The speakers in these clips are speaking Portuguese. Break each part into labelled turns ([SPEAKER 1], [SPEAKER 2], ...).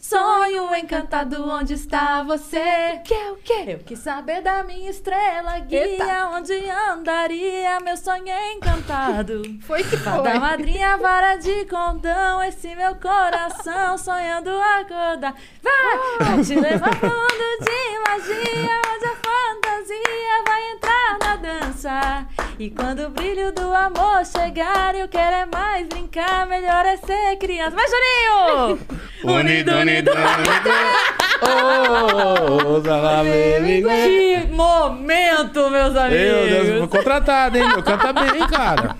[SPEAKER 1] Sonho encantado, onde está você?
[SPEAKER 2] Que é o quê?
[SPEAKER 1] Eu quis saber da minha estrela guia,
[SPEAKER 2] Eita.
[SPEAKER 1] onde andaria meu sonho encantado.
[SPEAKER 2] Foi que
[SPEAKER 1] Da
[SPEAKER 2] foi.
[SPEAKER 1] madrinha vara de condão, esse meu coração sonhando acordar. Vai,
[SPEAKER 3] Ah.
[SPEAKER 1] vai te levar pro mundo de magia, onde a fantasia vai entrar na dança. E quando o brilho do amor chegar, eu quero é mais brincar, melhor é ser criança. Vai, Juninho!
[SPEAKER 3] Unido, unido, unido. Oh, oh, oh, salame, lingué.
[SPEAKER 1] Que momento, meus
[SPEAKER 3] Meu Deus,
[SPEAKER 1] amigos!
[SPEAKER 3] fui contratado, hein? Meu, canta bem, cara.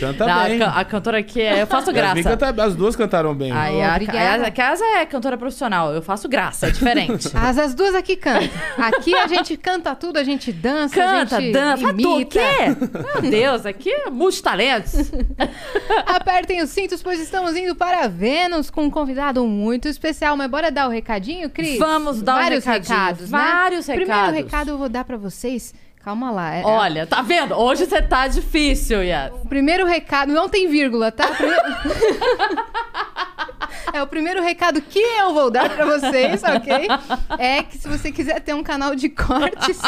[SPEAKER 3] Canta
[SPEAKER 1] Não, a
[SPEAKER 3] bem.
[SPEAKER 1] can- a cantora aqui é. Eu faço
[SPEAKER 3] Yasmin
[SPEAKER 1] graça.
[SPEAKER 3] canta- as duas cantaram bem.
[SPEAKER 1] Aí a,
[SPEAKER 2] Obrigada.
[SPEAKER 1] a, a casa é cantora profissional, eu faço graça, é diferente.
[SPEAKER 2] As, as duas aqui cantam. Aqui a gente canta tudo, a gente dança,
[SPEAKER 1] Canta,
[SPEAKER 2] a gente
[SPEAKER 1] dança, faz tudo. O
[SPEAKER 2] imita.
[SPEAKER 1] quê? Meu Deus, aqui é multitalentos.
[SPEAKER 2] Apertem os cintos, pois estamos indo para Vênus com um convidado muito especial. Mas bora dar o recadinho, Cris?
[SPEAKER 1] Vamos dar um
[SPEAKER 2] Vários
[SPEAKER 1] recadinho,
[SPEAKER 2] recados, né?
[SPEAKER 1] vários recados.
[SPEAKER 2] Primeiro recado eu vou dar para vocês. Calma lá. é-
[SPEAKER 1] Olha, tá vendo? Hoje você tá difícil, Yas.
[SPEAKER 2] O primeiro recado. Não tem vírgula, tá? Primeiro- É o primeiro recado que eu vou dar pra vocês, ok? É que se você quiser ter um canal de cortes,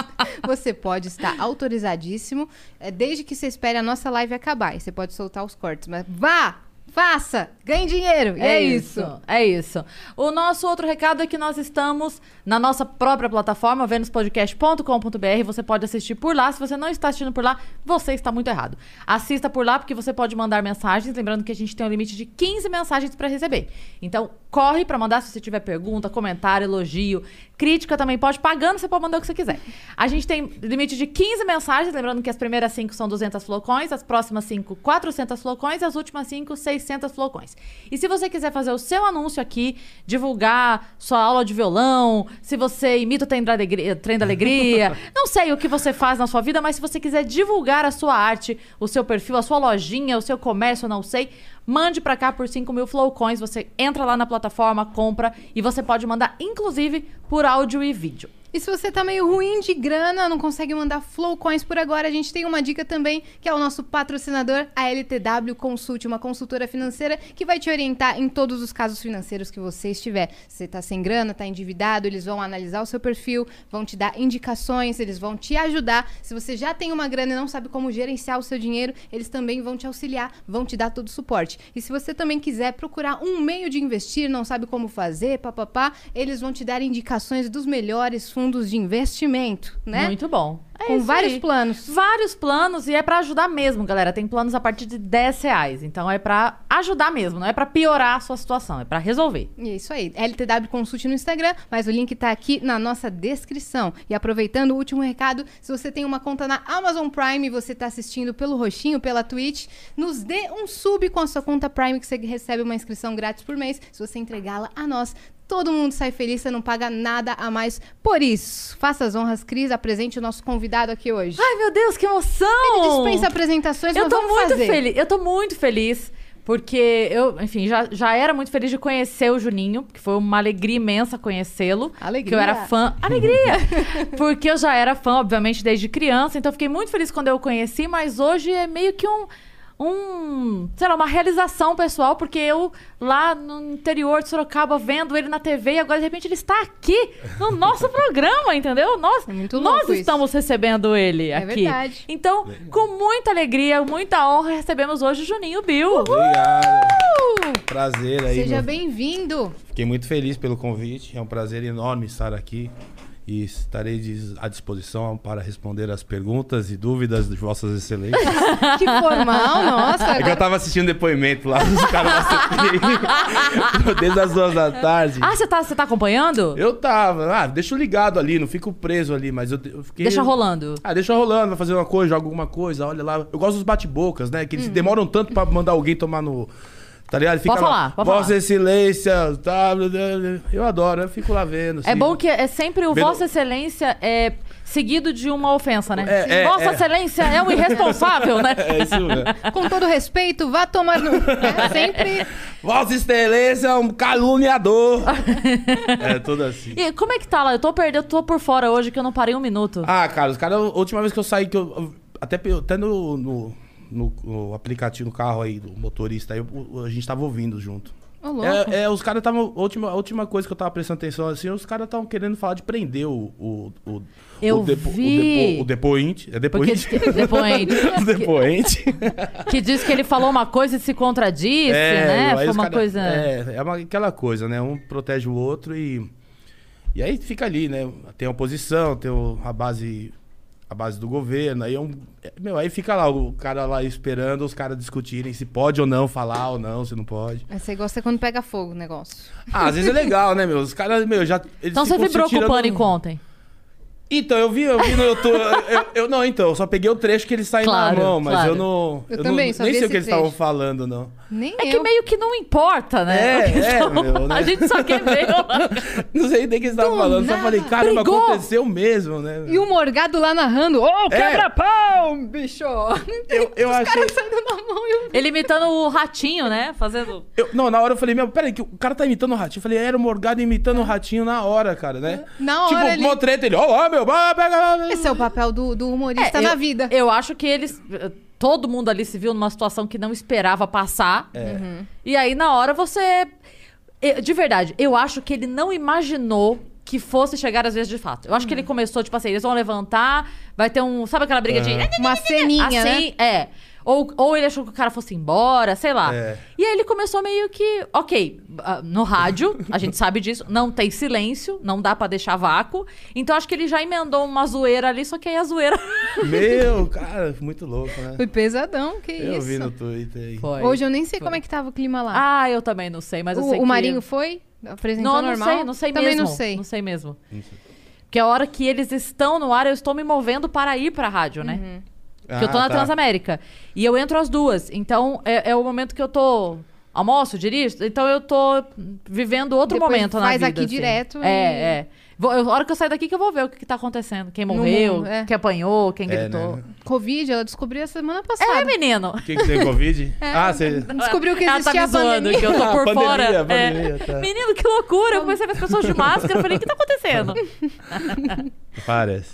[SPEAKER 2] você pode estar autorizadíssimo, é, desde que você espere a nossa live acabar. E você pode soltar os cortes, mas vá, faça, ganhe dinheiro. E é, isso.
[SPEAKER 1] É isso. O nosso outro recado é que nós estamos na nossa própria plataforma, venuspodcast.com.br. Você pode assistir por lá. Se você não está assistindo por lá, você está muito errado. Assista por lá, porque você pode mandar mensagens. Lembrando que a gente tem um limite de 15 mensagens para receber. Então, corre para mandar se você tiver pergunta, comentário, elogio, crítica também pode. Pagando, você pode mandar o que você quiser. A gente tem limite de 15 mensagens. Lembrando que as primeiras 5 são 200 flocões, as próximas 5, 400 flocões, as últimas 5, 600 flocões. E se você quiser fazer o seu anúncio aqui, divulgar sua aula de violão, se você imita o trem da alegria, trem da alegria não sei o que você faz na sua vida, mas se você quiser divulgar a sua arte, o seu perfil, a sua lojinha, o seu comércio, não sei, mande pra cá por 5 mil flowcoins. Você entra lá na plataforma, compra e você pode mandar, inclusive, por áudio e vídeo.
[SPEAKER 2] E se você tá meio ruim de grana, não consegue mandar flow coins por agora, a gente tem uma dica também, que é o nosso patrocinador, a LTW Consult, uma consultora financeira que vai te orientar em todos os casos financeiros que você estiver. Se você tá sem grana, tá endividado, eles vão analisar o seu perfil, vão te dar indicações, eles vão te ajudar. Se você já tem uma grana e não sabe como gerenciar o seu dinheiro, eles também vão te auxiliar, vão te dar todo o suporte. E se você também quiser procurar um meio de investir, não sabe como fazer, papapá, eles vão te dar indicações dos melhores fundos de investimento, né?
[SPEAKER 1] Muito bom. É
[SPEAKER 2] Com
[SPEAKER 1] isso
[SPEAKER 2] vários
[SPEAKER 1] aí.
[SPEAKER 2] planos.
[SPEAKER 1] Vários planos e é pra ajudar mesmo, galera. Tem planos a partir de 10 reais. Então é pra ajudar mesmo, não é pra piorar a sua situação, é pra resolver.
[SPEAKER 2] E é isso aí. LTW Consult no Instagram, mas o link tá aqui na nossa descrição. E aproveitando o último recado, se você tem uma conta na Amazon Prime e você tá assistindo pelo roxinho, pela Twitch, nos dê um sub com a sua conta Prime que você recebe uma inscrição grátis por mês. Se você entregá-la a nós, todo mundo sai feliz, você não paga nada a mais por isso. Faça as honras, Cris, apresente o nosso convidado aqui hoje.
[SPEAKER 1] Ai, meu Deus, que emoção!
[SPEAKER 2] Dispensa apresentações,
[SPEAKER 1] Eu
[SPEAKER 2] mas
[SPEAKER 1] tô
[SPEAKER 2] vamos
[SPEAKER 1] muito
[SPEAKER 2] fazer.
[SPEAKER 1] feliz. Eu tô muito feliz. Porque eu, enfim, já, já era muito feliz de conhecer o Juninho, que foi uma alegria imensa conhecê-lo.
[SPEAKER 2] Alegria.
[SPEAKER 1] Que eu era fã. Alegria! porque eu já era fã, obviamente, desde criança, então eu fiquei muito feliz quando eu o conheci, mas hoje é meio que um. Um, sei lá, uma realização pessoal, porque eu lá no interior de Sorocaba vendo ele na TV e agora de repente ele está aqui no nosso programa, entendeu? Nós,
[SPEAKER 2] É muito
[SPEAKER 1] nós
[SPEAKER 2] louco isso.
[SPEAKER 1] estamos recebendo ele
[SPEAKER 2] É
[SPEAKER 1] aqui.
[SPEAKER 2] verdade.
[SPEAKER 1] Então, com muita alegria, muita honra, recebemos hoje o Juninho Bill.
[SPEAKER 3] Obrigado. Prazer aí.
[SPEAKER 2] Seja
[SPEAKER 3] meu.
[SPEAKER 2] bem-vindo.
[SPEAKER 3] Fiquei muito feliz pelo convite. É um prazer enorme estar aqui. E estarei dis- à disposição para responder as perguntas e dúvidas de vossas excelências.
[SPEAKER 2] Que formal, nossa.
[SPEAKER 3] É que eu tava assistindo depoimento lá dos caras da CPI. Desde as duas da tarde.
[SPEAKER 1] Ah, você tá, você tá acompanhando?
[SPEAKER 3] Eu tava, ah, deixa eu ligado ali, não fico preso ali, mas eu, eu fiquei.
[SPEAKER 1] Deixa rolando.
[SPEAKER 3] Ah, deixa rolando, vai fazer uma coisa, joga alguma coisa, olha lá. Eu gosto dos bate-bocas, né? Que eles demoram tanto pra mandar alguém tomar no. Tá ligado?
[SPEAKER 1] Hum.
[SPEAKER 3] Fica
[SPEAKER 1] Pode
[SPEAKER 3] lá,
[SPEAKER 1] falar, pode
[SPEAKER 3] Vossa
[SPEAKER 1] falar."
[SPEAKER 3] Excelência, tá, blá, blá, blá. eu adoro, eu fico lá vendo.
[SPEAKER 1] É
[SPEAKER 3] assim.
[SPEAKER 1] bom que é sempre o
[SPEAKER 3] Vendo-
[SPEAKER 1] Vossa Excelência é seguido de uma ofensa, né?
[SPEAKER 3] É, é,
[SPEAKER 1] Vossa
[SPEAKER 3] é.
[SPEAKER 1] Excelência é o irresponsável, né?
[SPEAKER 3] É isso mesmo.
[SPEAKER 2] Com todo respeito, vá tomar no. É sempre.
[SPEAKER 3] Vossa Excelência é um caluniador. é tudo assim.
[SPEAKER 1] E como é que tá lá? Eu tô perdendo, tô por fora hoje que eu não parei um minuto.
[SPEAKER 3] Ah, cara, os caras, a última vez que eu saí, que eu. eu- Até, pe- até no, no, no- no aplicativo, no carro aí, do motorista, aí, o- a gente tava ouvindo junto.
[SPEAKER 2] Ô, louco.
[SPEAKER 3] É, é, os caras estavam. A última, a última coisa que eu tava prestando atenção, assim, os caras estavam querendo falar de prender o. o, o
[SPEAKER 1] Eu
[SPEAKER 3] o depo- o
[SPEAKER 1] vi.
[SPEAKER 3] depo- o depoente. É depoente?
[SPEAKER 1] Porque- depoente.
[SPEAKER 3] o depoente.
[SPEAKER 1] Que diz que ele falou uma coisa e se contradisse, né?
[SPEAKER 3] É, aí
[SPEAKER 1] Foi
[SPEAKER 3] os
[SPEAKER 1] uma
[SPEAKER 3] cara-
[SPEAKER 1] coisa.
[SPEAKER 3] É, é uma- aquela coisa, né? Um protege o outro e. E aí fica ali, né? Tem a oposição, tem o- a base. A base do governo, aí é um. é, Meu, aí fica lá, o cara lá esperando os caras discutirem se pode ou não falar ou não, se não pode.
[SPEAKER 2] Mas É, você gosta quando pega fogo o negócio.
[SPEAKER 3] Ah, às vezes é legal, né, meu? Os caras, meu, já. eles
[SPEAKER 1] Então você
[SPEAKER 3] ficam se
[SPEAKER 1] vibrou com o
[SPEAKER 3] tirando- um-
[SPEAKER 1] pânico ontem.
[SPEAKER 3] Então, eu vi, eu vi no YouTube. eu, eu- não, então, eu só peguei o trecho que eles saem
[SPEAKER 1] Claro,
[SPEAKER 3] na mão, mas
[SPEAKER 1] claro.
[SPEAKER 3] eu não.
[SPEAKER 2] Eu também
[SPEAKER 3] não,
[SPEAKER 2] só
[SPEAKER 3] Nem
[SPEAKER 2] vi
[SPEAKER 3] sei o
[SPEAKER 2] esse
[SPEAKER 3] que eles estavam
[SPEAKER 2] trecho.
[SPEAKER 3] falando, não.
[SPEAKER 2] Nem
[SPEAKER 1] É
[SPEAKER 2] eu.
[SPEAKER 1] que meio que não importa, né?
[SPEAKER 3] É,
[SPEAKER 1] O que
[SPEAKER 3] é,
[SPEAKER 1] tá-
[SPEAKER 3] meu, né?
[SPEAKER 1] A gente só quer ver.
[SPEAKER 3] Não sei nem o que eles estavam
[SPEAKER 2] Do
[SPEAKER 3] falando.
[SPEAKER 2] nada.
[SPEAKER 3] Só falei, caramba,
[SPEAKER 1] Brigou.
[SPEAKER 3] aconteceu mesmo, né?
[SPEAKER 2] E o Morgado lá narrando. Ô, oh, quebra-pau, bicho!
[SPEAKER 3] É. Eu, eu achei.
[SPEAKER 2] Cara saindo na mão e eu...
[SPEAKER 1] Ele imitando o ratinho, né? Fazendo.
[SPEAKER 3] eu- não, na hora eu falei, meu, peraí, que o cara tá imitando o ratinho. Eu falei, era o Morgado imitando o ratinho na hora, cara, né?
[SPEAKER 2] É, Na
[SPEAKER 3] tipo,
[SPEAKER 2] hora ali.
[SPEAKER 3] mó treta, ele, ó, ó, meu, ó, pega.
[SPEAKER 2] Esse é o papel do, do humorista
[SPEAKER 1] É,
[SPEAKER 2] tá na
[SPEAKER 1] eu-
[SPEAKER 2] vida.
[SPEAKER 1] Eu acho que eles. Todo mundo ali se viu numa situação que não esperava passar. Uhum. E aí, na hora, você. eu- De verdade, eu acho que ele não imaginou que fosse chegar às vezes de fato. Eu acho que
[SPEAKER 2] Uhum.
[SPEAKER 1] ele começou, tipo assim, eles vão levantar, vai ter um. Sabe aquela briga de.
[SPEAKER 2] Uma ceninha, né?
[SPEAKER 1] assim, é. Ou, ou ele achou que o cara fosse embora, sei lá.
[SPEAKER 3] É.
[SPEAKER 1] E aí ele começou meio que, ok, ah, no rádio, a gente sabe disso, não tem silêncio, não dá pra deixar vácuo. Então acho que ele já emendou uma zoeira ali, só que aí a zoeira.
[SPEAKER 2] é
[SPEAKER 3] Meu, cara, muito louco, né?
[SPEAKER 2] Foi pesadão, que
[SPEAKER 3] Eu
[SPEAKER 2] isso.
[SPEAKER 3] vi no Twitter aí.
[SPEAKER 1] Foi.
[SPEAKER 2] Hoje eu nem sei como é que tava o clima lá.
[SPEAKER 1] Ah, eu também não sei, mas eu
[SPEAKER 2] o,
[SPEAKER 1] sei
[SPEAKER 2] o
[SPEAKER 1] que-
[SPEAKER 2] Marinho foi? Apresentou
[SPEAKER 1] Não, não
[SPEAKER 2] normal?
[SPEAKER 1] sei, não sei
[SPEAKER 2] Também
[SPEAKER 1] mesmo.
[SPEAKER 2] não sei.
[SPEAKER 1] Não sei mesmo. Porque a hora que eles estão no ar, eu estou me movendo para ir pra rádio,
[SPEAKER 2] Uhum.
[SPEAKER 1] né? Porque eu tô
[SPEAKER 3] Ah,
[SPEAKER 1] na
[SPEAKER 3] tá.
[SPEAKER 1] Transamérica. E eu entro às duas. Então, é, é o momento que eu tô. Almoço, dirijo. Então, eu tô vivendo outro
[SPEAKER 2] Depois
[SPEAKER 1] momento na
[SPEAKER 2] faz
[SPEAKER 1] vida.
[SPEAKER 2] aqui
[SPEAKER 1] assim.
[SPEAKER 2] direto
[SPEAKER 1] É,
[SPEAKER 2] e-
[SPEAKER 1] é. Vou, eu- a hora que eu sair daqui que eu vou ver o que, que tá acontecendo. Quem
[SPEAKER 2] No
[SPEAKER 1] morreu,
[SPEAKER 2] mundo, é.
[SPEAKER 1] quem apanhou, quem
[SPEAKER 3] É,
[SPEAKER 1] gritou.
[SPEAKER 3] né?
[SPEAKER 2] Covid, ela descobriu a semana
[SPEAKER 1] É,
[SPEAKER 2] passada.
[SPEAKER 1] menino.
[SPEAKER 3] O que que tem Covid?
[SPEAKER 2] É,
[SPEAKER 3] ah, você.
[SPEAKER 2] Descobriu que
[SPEAKER 1] Ela tá
[SPEAKER 2] existia
[SPEAKER 1] me
[SPEAKER 2] a
[SPEAKER 1] zoando,
[SPEAKER 2] pandemia.
[SPEAKER 1] que eu tô
[SPEAKER 3] Ah,
[SPEAKER 1] por
[SPEAKER 3] pandemia,
[SPEAKER 1] fora.
[SPEAKER 3] pandemia,
[SPEAKER 1] É.
[SPEAKER 3] tá.
[SPEAKER 1] Menino, que loucura. Eu comecei a ver as pessoas de máscara. Eu falei, o que tá acontecendo?
[SPEAKER 3] Parece.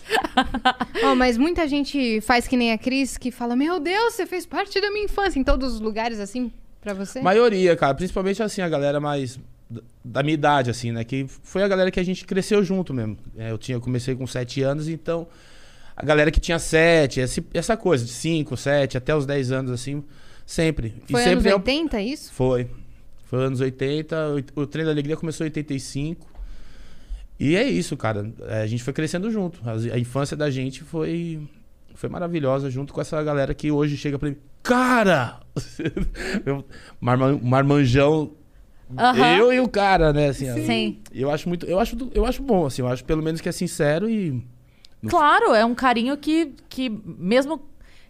[SPEAKER 2] Ó, mas muita gente faz que nem a Cris, que fala, meu Deus, você fez parte da minha infância. Em todos os lugares, assim, pra você?
[SPEAKER 3] Maioria, cara. Principalmente, assim, a galera mais d- da minha idade, assim, né? Que foi a galera que a gente cresceu junto mesmo. É, eu, tinha, eu comecei com 7 anos, então... A galera que tinha 7, esse- essa coisa de 5, 7, até os 10 anos, assim, sempre.
[SPEAKER 2] Foi
[SPEAKER 3] e sempre é um
[SPEAKER 2] anos
[SPEAKER 3] eu-
[SPEAKER 2] 80, isso?
[SPEAKER 3] Foi. Foi anos 80, oit- o Trem da Alegria começou em 85. E é isso, cara. É, A gente foi crescendo junto. As- A, infância da gente foi, foi maravilhosa, junto com essa galera que hoje chega pra mim. Cara! Eu- marman- marmanjão.
[SPEAKER 1] Aham.
[SPEAKER 3] Eu e o cara, né? Assim,
[SPEAKER 1] Sim.
[SPEAKER 3] Eu acho muito. Eu acho, do- eu acho bom, assim. Eu acho pelo menos que é sincero e.
[SPEAKER 1] Claro, é um carinho que, que mesmo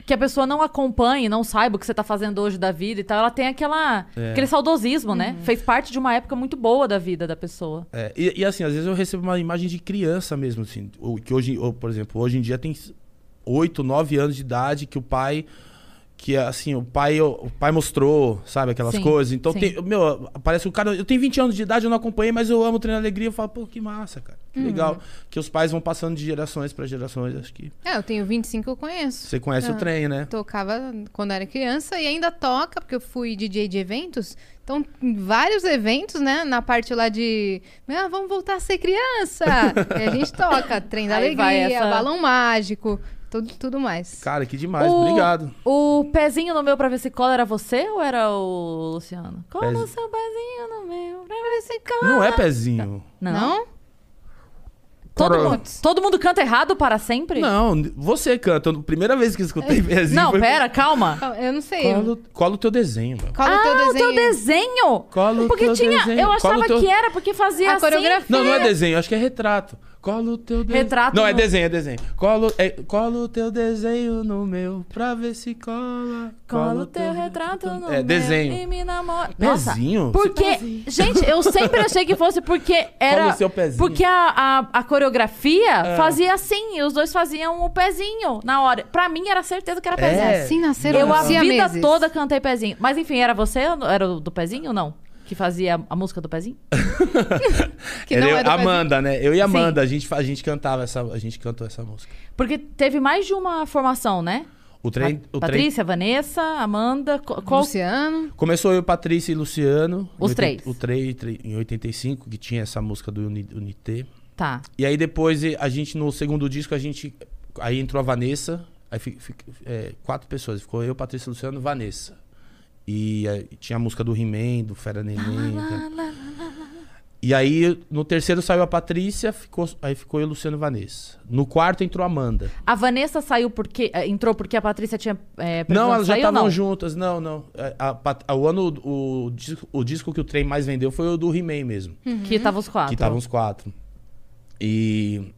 [SPEAKER 1] que a pessoa não acompanhe, não saiba o que você tá fazendo hoje da vida e tal, ela tem aquela,
[SPEAKER 3] É.
[SPEAKER 1] aquele saudosismo, né?
[SPEAKER 2] Uhum.
[SPEAKER 1] Fez parte de uma época muito boa da vida da pessoa.
[SPEAKER 3] É, e, e, assim, às vezes eu recebo uma imagem de criança mesmo, assim, ou que hoje, ou, por exemplo, hoje em dia tem 8, 9 anos de idade que o pai que assim, o pai, o pai mostrou, sabe, aquelas
[SPEAKER 1] Sim,
[SPEAKER 3] coisas. Então
[SPEAKER 1] sim.
[SPEAKER 3] tem, meu, parece o cara, eu tenho 20 anos de idade, eu não acompanhei, mas eu amo o treino alegria, eu falo, pô, que massa, cara. Que
[SPEAKER 1] Uhum.
[SPEAKER 3] legal que os pais vão passando de gerações pra gerações, acho que
[SPEAKER 2] É, eu tenho 25, eu conheço.
[SPEAKER 3] você conhece
[SPEAKER 2] Ah.
[SPEAKER 3] o trem, né?
[SPEAKER 2] Tocava quando era criança e ainda toca, porque eu fui DJ de eventos. Então, em vários eventos, né? Na parte lá de. Ah, vamos voltar a ser criança! e a gente toca, trem da
[SPEAKER 1] Aí vai
[SPEAKER 2] alegria,
[SPEAKER 1] essa-
[SPEAKER 2] balão mágico, tudo, tudo mais.
[SPEAKER 3] Cara, que demais,
[SPEAKER 1] O-
[SPEAKER 3] obrigado.
[SPEAKER 1] O pezinho no meu pra ver se cola era você ou era o Luciano? Cola
[SPEAKER 3] Pez-
[SPEAKER 1] o seu pezinho no meu pra ver se cola.
[SPEAKER 3] Não é pezinho.
[SPEAKER 1] Não.
[SPEAKER 2] Não?
[SPEAKER 1] Todo,
[SPEAKER 3] Coro-
[SPEAKER 1] mundo, todo mundo canta errado para sempre?
[SPEAKER 3] Não, você canta. A primeira vez que escutei pezinho
[SPEAKER 1] É. Não,
[SPEAKER 3] foi-
[SPEAKER 1] pera, calma.
[SPEAKER 2] Cal- Eu não sei.
[SPEAKER 3] Cola, o- cola o teu desenho, meu.
[SPEAKER 2] Cola o teu
[SPEAKER 1] ah, o
[SPEAKER 2] desenho.
[SPEAKER 1] teu desenho!
[SPEAKER 3] Cola o
[SPEAKER 1] porque
[SPEAKER 3] teu
[SPEAKER 1] tinha.
[SPEAKER 3] desenho.
[SPEAKER 1] Eu
[SPEAKER 3] Cola o
[SPEAKER 1] achava
[SPEAKER 3] teu-
[SPEAKER 1] que era porque fazia
[SPEAKER 2] A
[SPEAKER 1] assim.
[SPEAKER 2] coreografia.
[SPEAKER 3] Não, não é desenho, acho que é retrato. Colo o teu desenho.
[SPEAKER 1] Retrato
[SPEAKER 3] Não, é
[SPEAKER 1] no-
[SPEAKER 3] desenho, é desenho. Colo, é, cola o teu desenho no meu pra ver se cola.
[SPEAKER 1] Cola o teu retrato no
[SPEAKER 3] É
[SPEAKER 1] meu
[SPEAKER 3] desenho.
[SPEAKER 1] e me namora. Nossa,
[SPEAKER 3] Pezinho?
[SPEAKER 1] Porque, gente, eu sempre achei que fosse porque era.
[SPEAKER 3] o seu pezinho. Ah.
[SPEAKER 1] Porque a, a, a coreografia fazia assim, e os dois faziam o pezinho na hora. Pra mim era certeza que era
[SPEAKER 3] É.
[SPEAKER 1] pezinho.
[SPEAKER 2] Assim nasceram
[SPEAKER 1] Eu
[SPEAKER 2] os
[SPEAKER 1] a vida
[SPEAKER 2] siameses.
[SPEAKER 1] toda cantei pezinho. Mas enfim, era você? ou não- Era o do pezinho ou não? Que fazia a música do pezinho?
[SPEAKER 2] Que
[SPEAKER 3] Era
[SPEAKER 2] não
[SPEAKER 3] eu-
[SPEAKER 2] é do Brasil.
[SPEAKER 3] Amanda, né? Eu e a
[SPEAKER 1] Sim.
[SPEAKER 3] Amanda, a gente, fa- a gente cantava essa. A gente cantou essa música.
[SPEAKER 1] Porque teve mais de uma formação, né?
[SPEAKER 3] O trem. o trem-
[SPEAKER 1] Patrícia, Vanessa, Amanda. co- Qual...
[SPEAKER 2] Luciano.
[SPEAKER 3] Começou eu, Patrícia e Luciano. em
[SPEAKER 1] Os
[SPEAKER 3] oitenta-
[SPEAKER 1] três.
[SPEAKER 3] O três tre- em 85, que tinha essa música do Uni- Unité.
[SPEAKER 1] Tá.
[SPEAKER 3] E aí depois eh, a gente, no segundo disco, a gente. Aí entrou a Vanessa. Aí fi- fi- eh, quatro pessoas. Ficou eu, Patrícia Luciano e Vanessa. E eh, tinha a música do He-Man, do Fera Neném. tá? E aí, no terceiro saiu a Patrícia, ficou, aí ficou eu, Luciano e Vanessa. No quarto entrou a Amanda.
[SPEAKER 1] A Vanessa saiu porque. eh, Entrou porque a Patrícia tinha. eh, precisado
[SPEAKER 3] Não, elas já
[SPEAKER 1] sair ou
[SPEAKER 3] estavam
[SPEAKER 1] não?
[SPEAKER 3] juntas. Não, não. É, A- a Pat- a- o ano, o disco, o disco que o trem mais vendeu foi o do He-Man mesmo.
[SPEAKER 1] Que estavam os quatro.
[SPEAKER 3] Que estavam os quatro. E,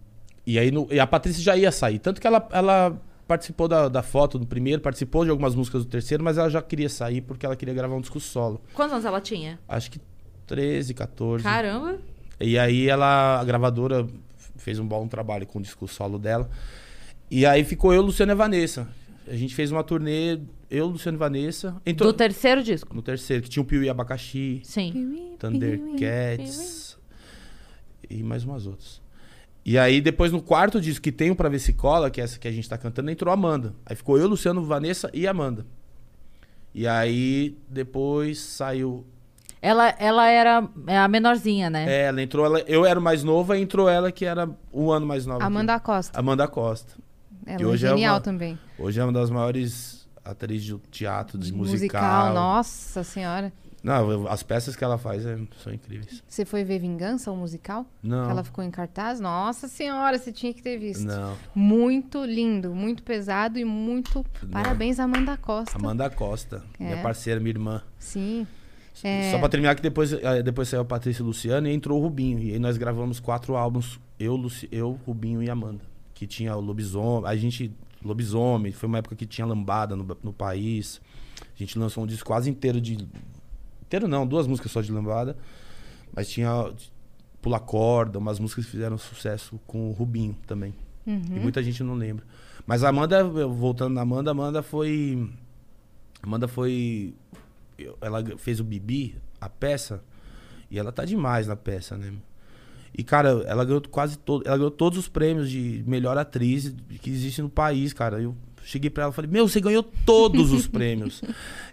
[SPEAKER 3] e aí no- e a Patrícia já ia sair. Tanto que ela, ela participou da, da foto do primeiro, participou de algumas músicas do terceiro, mas ela já queria sair porque ela queria gravar um disco solo.
[SPEAKER 1] Quantos anos ela tinha?
[SPEAKER 3] Acho que 13, 14.
[SPEAKER 1] Caramba.
[SPEAKER 3] E aí ela, a gravadora fez um bom trabalho com o disco solo dela. E aí ficou eu, Luciano e Vanessa. A gente fez uma turnê, eu, Luciano e Vanessa. Entrou,
[SPEAKER 1] Do terceiro disco.
[SPEAKER 3] no terceiro, que tinha o Piuí Abacaxi,
[SPEAKER 1] Sim.
[SPEAKER 3] Thundercats e mais umas outras. E aí, depois, no quarto disco que tem o Pra Ver Se Cola, que é essa que a gente tá cantando, entrou a Amanda. Aí ficou eu, Luciano, Vanessa e Amanda. E aí, depois saiu.
[SPEAKER 1] Ela, ela era é, a menorzinha, né?
[SPEAKER 3] Ela entrou, ela, eu era o mais novo, aí entrou ela que era um ano mais nova. que eu.
[SPEAKER 2] Amanda Costa.
[SPEAKER 3] Amanda Costa.
[SPEAKER 2] Ela
[SPEAKER 3] E
[SPEAKER 2] é
[SPEAKER 3] hoje é
[SPEAKER 2] genial
[SPEAKER 3] uma-
[SPEAKER 2] também.
[SPEAKER 3] Hoje é uma das maiores atrizes de teatro, de musical.
[SPEAKER 2] Nossa senhora.
[SPEAKER 3] Não, eu- as peças que ela faz é- são incríveis.
[SPEAKER 2] Você foi ver Vingança, o musical?
[SPEAKER 3] Não.
[SPEAKER 2] Que ela ficou em cartaz? Nossa senhora, você tinha que ter visto.
[SPEAKER 3] Não.
[SPEAKER 2] Muito lindo, muito pesado e muito. Parabéns, Amanda Costa.
[SPEAKER 3] Amanda Costa,
[SPEAKER 2] É.
[SPEAKER 3] minha parceira, minha irmã.
[SPEAKER 2] Sim. É.
[SPEAKER 3] Só pra terminar, que depois, eh, depois saiu a Patrícia e Luciano e entrou o Rubinho. E aí nós gravamos quatro álbuns, eu, Luci, eu Rubinho e Amanda. Que tinha o Lobisomem, a gente... Lobisomem, foi uma época que tinha lambada no, no país. A gente lançou um disco quase inteiro de... Inteiro não, duas músicas só de lambada. Mas tinha Pula Corda, umas músicas que fizeram sucesso com o Rubinho também. E muita gente não lembra. Mas a Amanda, eu- voltando na Amanda, a Amanda foi... Amanda foi. eu- Ela g- fez o Bibi, a peça, e ela tá demais na peça, né? E, cara, ela ganhou quase todo, ela ganhou todos os prêmios de melhor atriz que existe no país, cara. Eu cheguei pra ela e falei, meu, você ganhou todos os prêmos.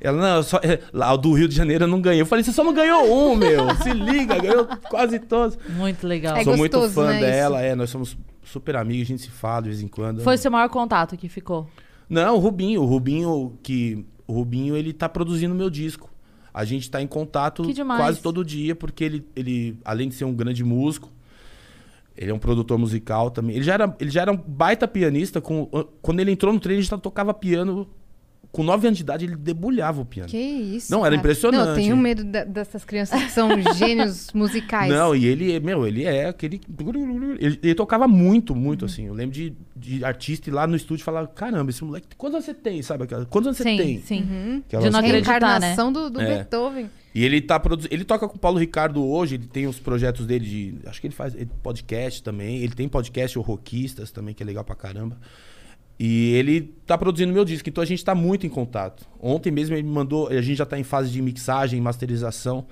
[SPEAKER 3] Ela, não, eu só, é, lá o do Rio de Janeiro eu não ganhei. Eu falei, você só não ganhou um, meu. Se liga, ganhou quase todos.
[SPEAKER 1] Muito legal.
[SPEAKER 2] É
[SPEAKER 3] Sou muito
[SPEAKER 2] gostoso,
[SPEAKER 3] fã
[SPEAKER 2] né,
[SPEAKER 3] dela, é, nós somos super amigos, a gente se fala de vez em quando.
[SPEAKER 1] Foi o seu maior contato que ficou.
[SPEAKER 3] Não, o Rubinho, o Rubinho que o Rubinho ele tá produzindo meu disco. A gente tá em contato
[SPEAKER 1] Que demais.
[SPEAKER 3] quase todo dia porque ele, ele além de ser um grande músico, ele é um produtor musical também. Ele já era, ele já era um baita pianista com quando ele entrou no treino ele já tocava piano com 9 anos de idade ele debulhava o piano.
[SPEAKER 2] É, Que isso.
[SPEAKER 3] Não, era
[SPEAKER 2] cara.
[SPEAKER 3] impressionante.
[SPEAKER 2] Não, eu tenho medo da- dessas crianças que são gênios musicais.
[SPEAKER 3] Não, e ele, meu, ele é aquele. Ele, ele tocava muito,
[SPEAKER 1] Uhum.
[SPEAKER 3] muito, assim. Eu lembro de, de artista ir lá no estúdio e falar: caramba, esse moleque, quantos anos você tem? Sabe aquela? Quantos anos
[SPEAKER 1] sim,
[SPEAKER 3] você tem?
[SPEAKER 1] sim.
[SPEAKER 3] Aquela-
[SPEAKER 1] De não acreditar, né?
[SPEAKER 2] Reencarnação do, do
[SPEAKER 3] É.
[SPEAKER 2] Beethoven.
[SPEAKER 3] E ele tá produ... ele toca com o Paulo Ricardo hoje, ele tem os projetos dele de, acho que ele faz ele- podcast também, ele tem podcast o Roquistas também que é legal pra caramba. E ele tá produzindo meu disco, então a gente tá muito em contato. Ontem mesmo ele me mandou, a gente já tá em fase de mixagem, masterização.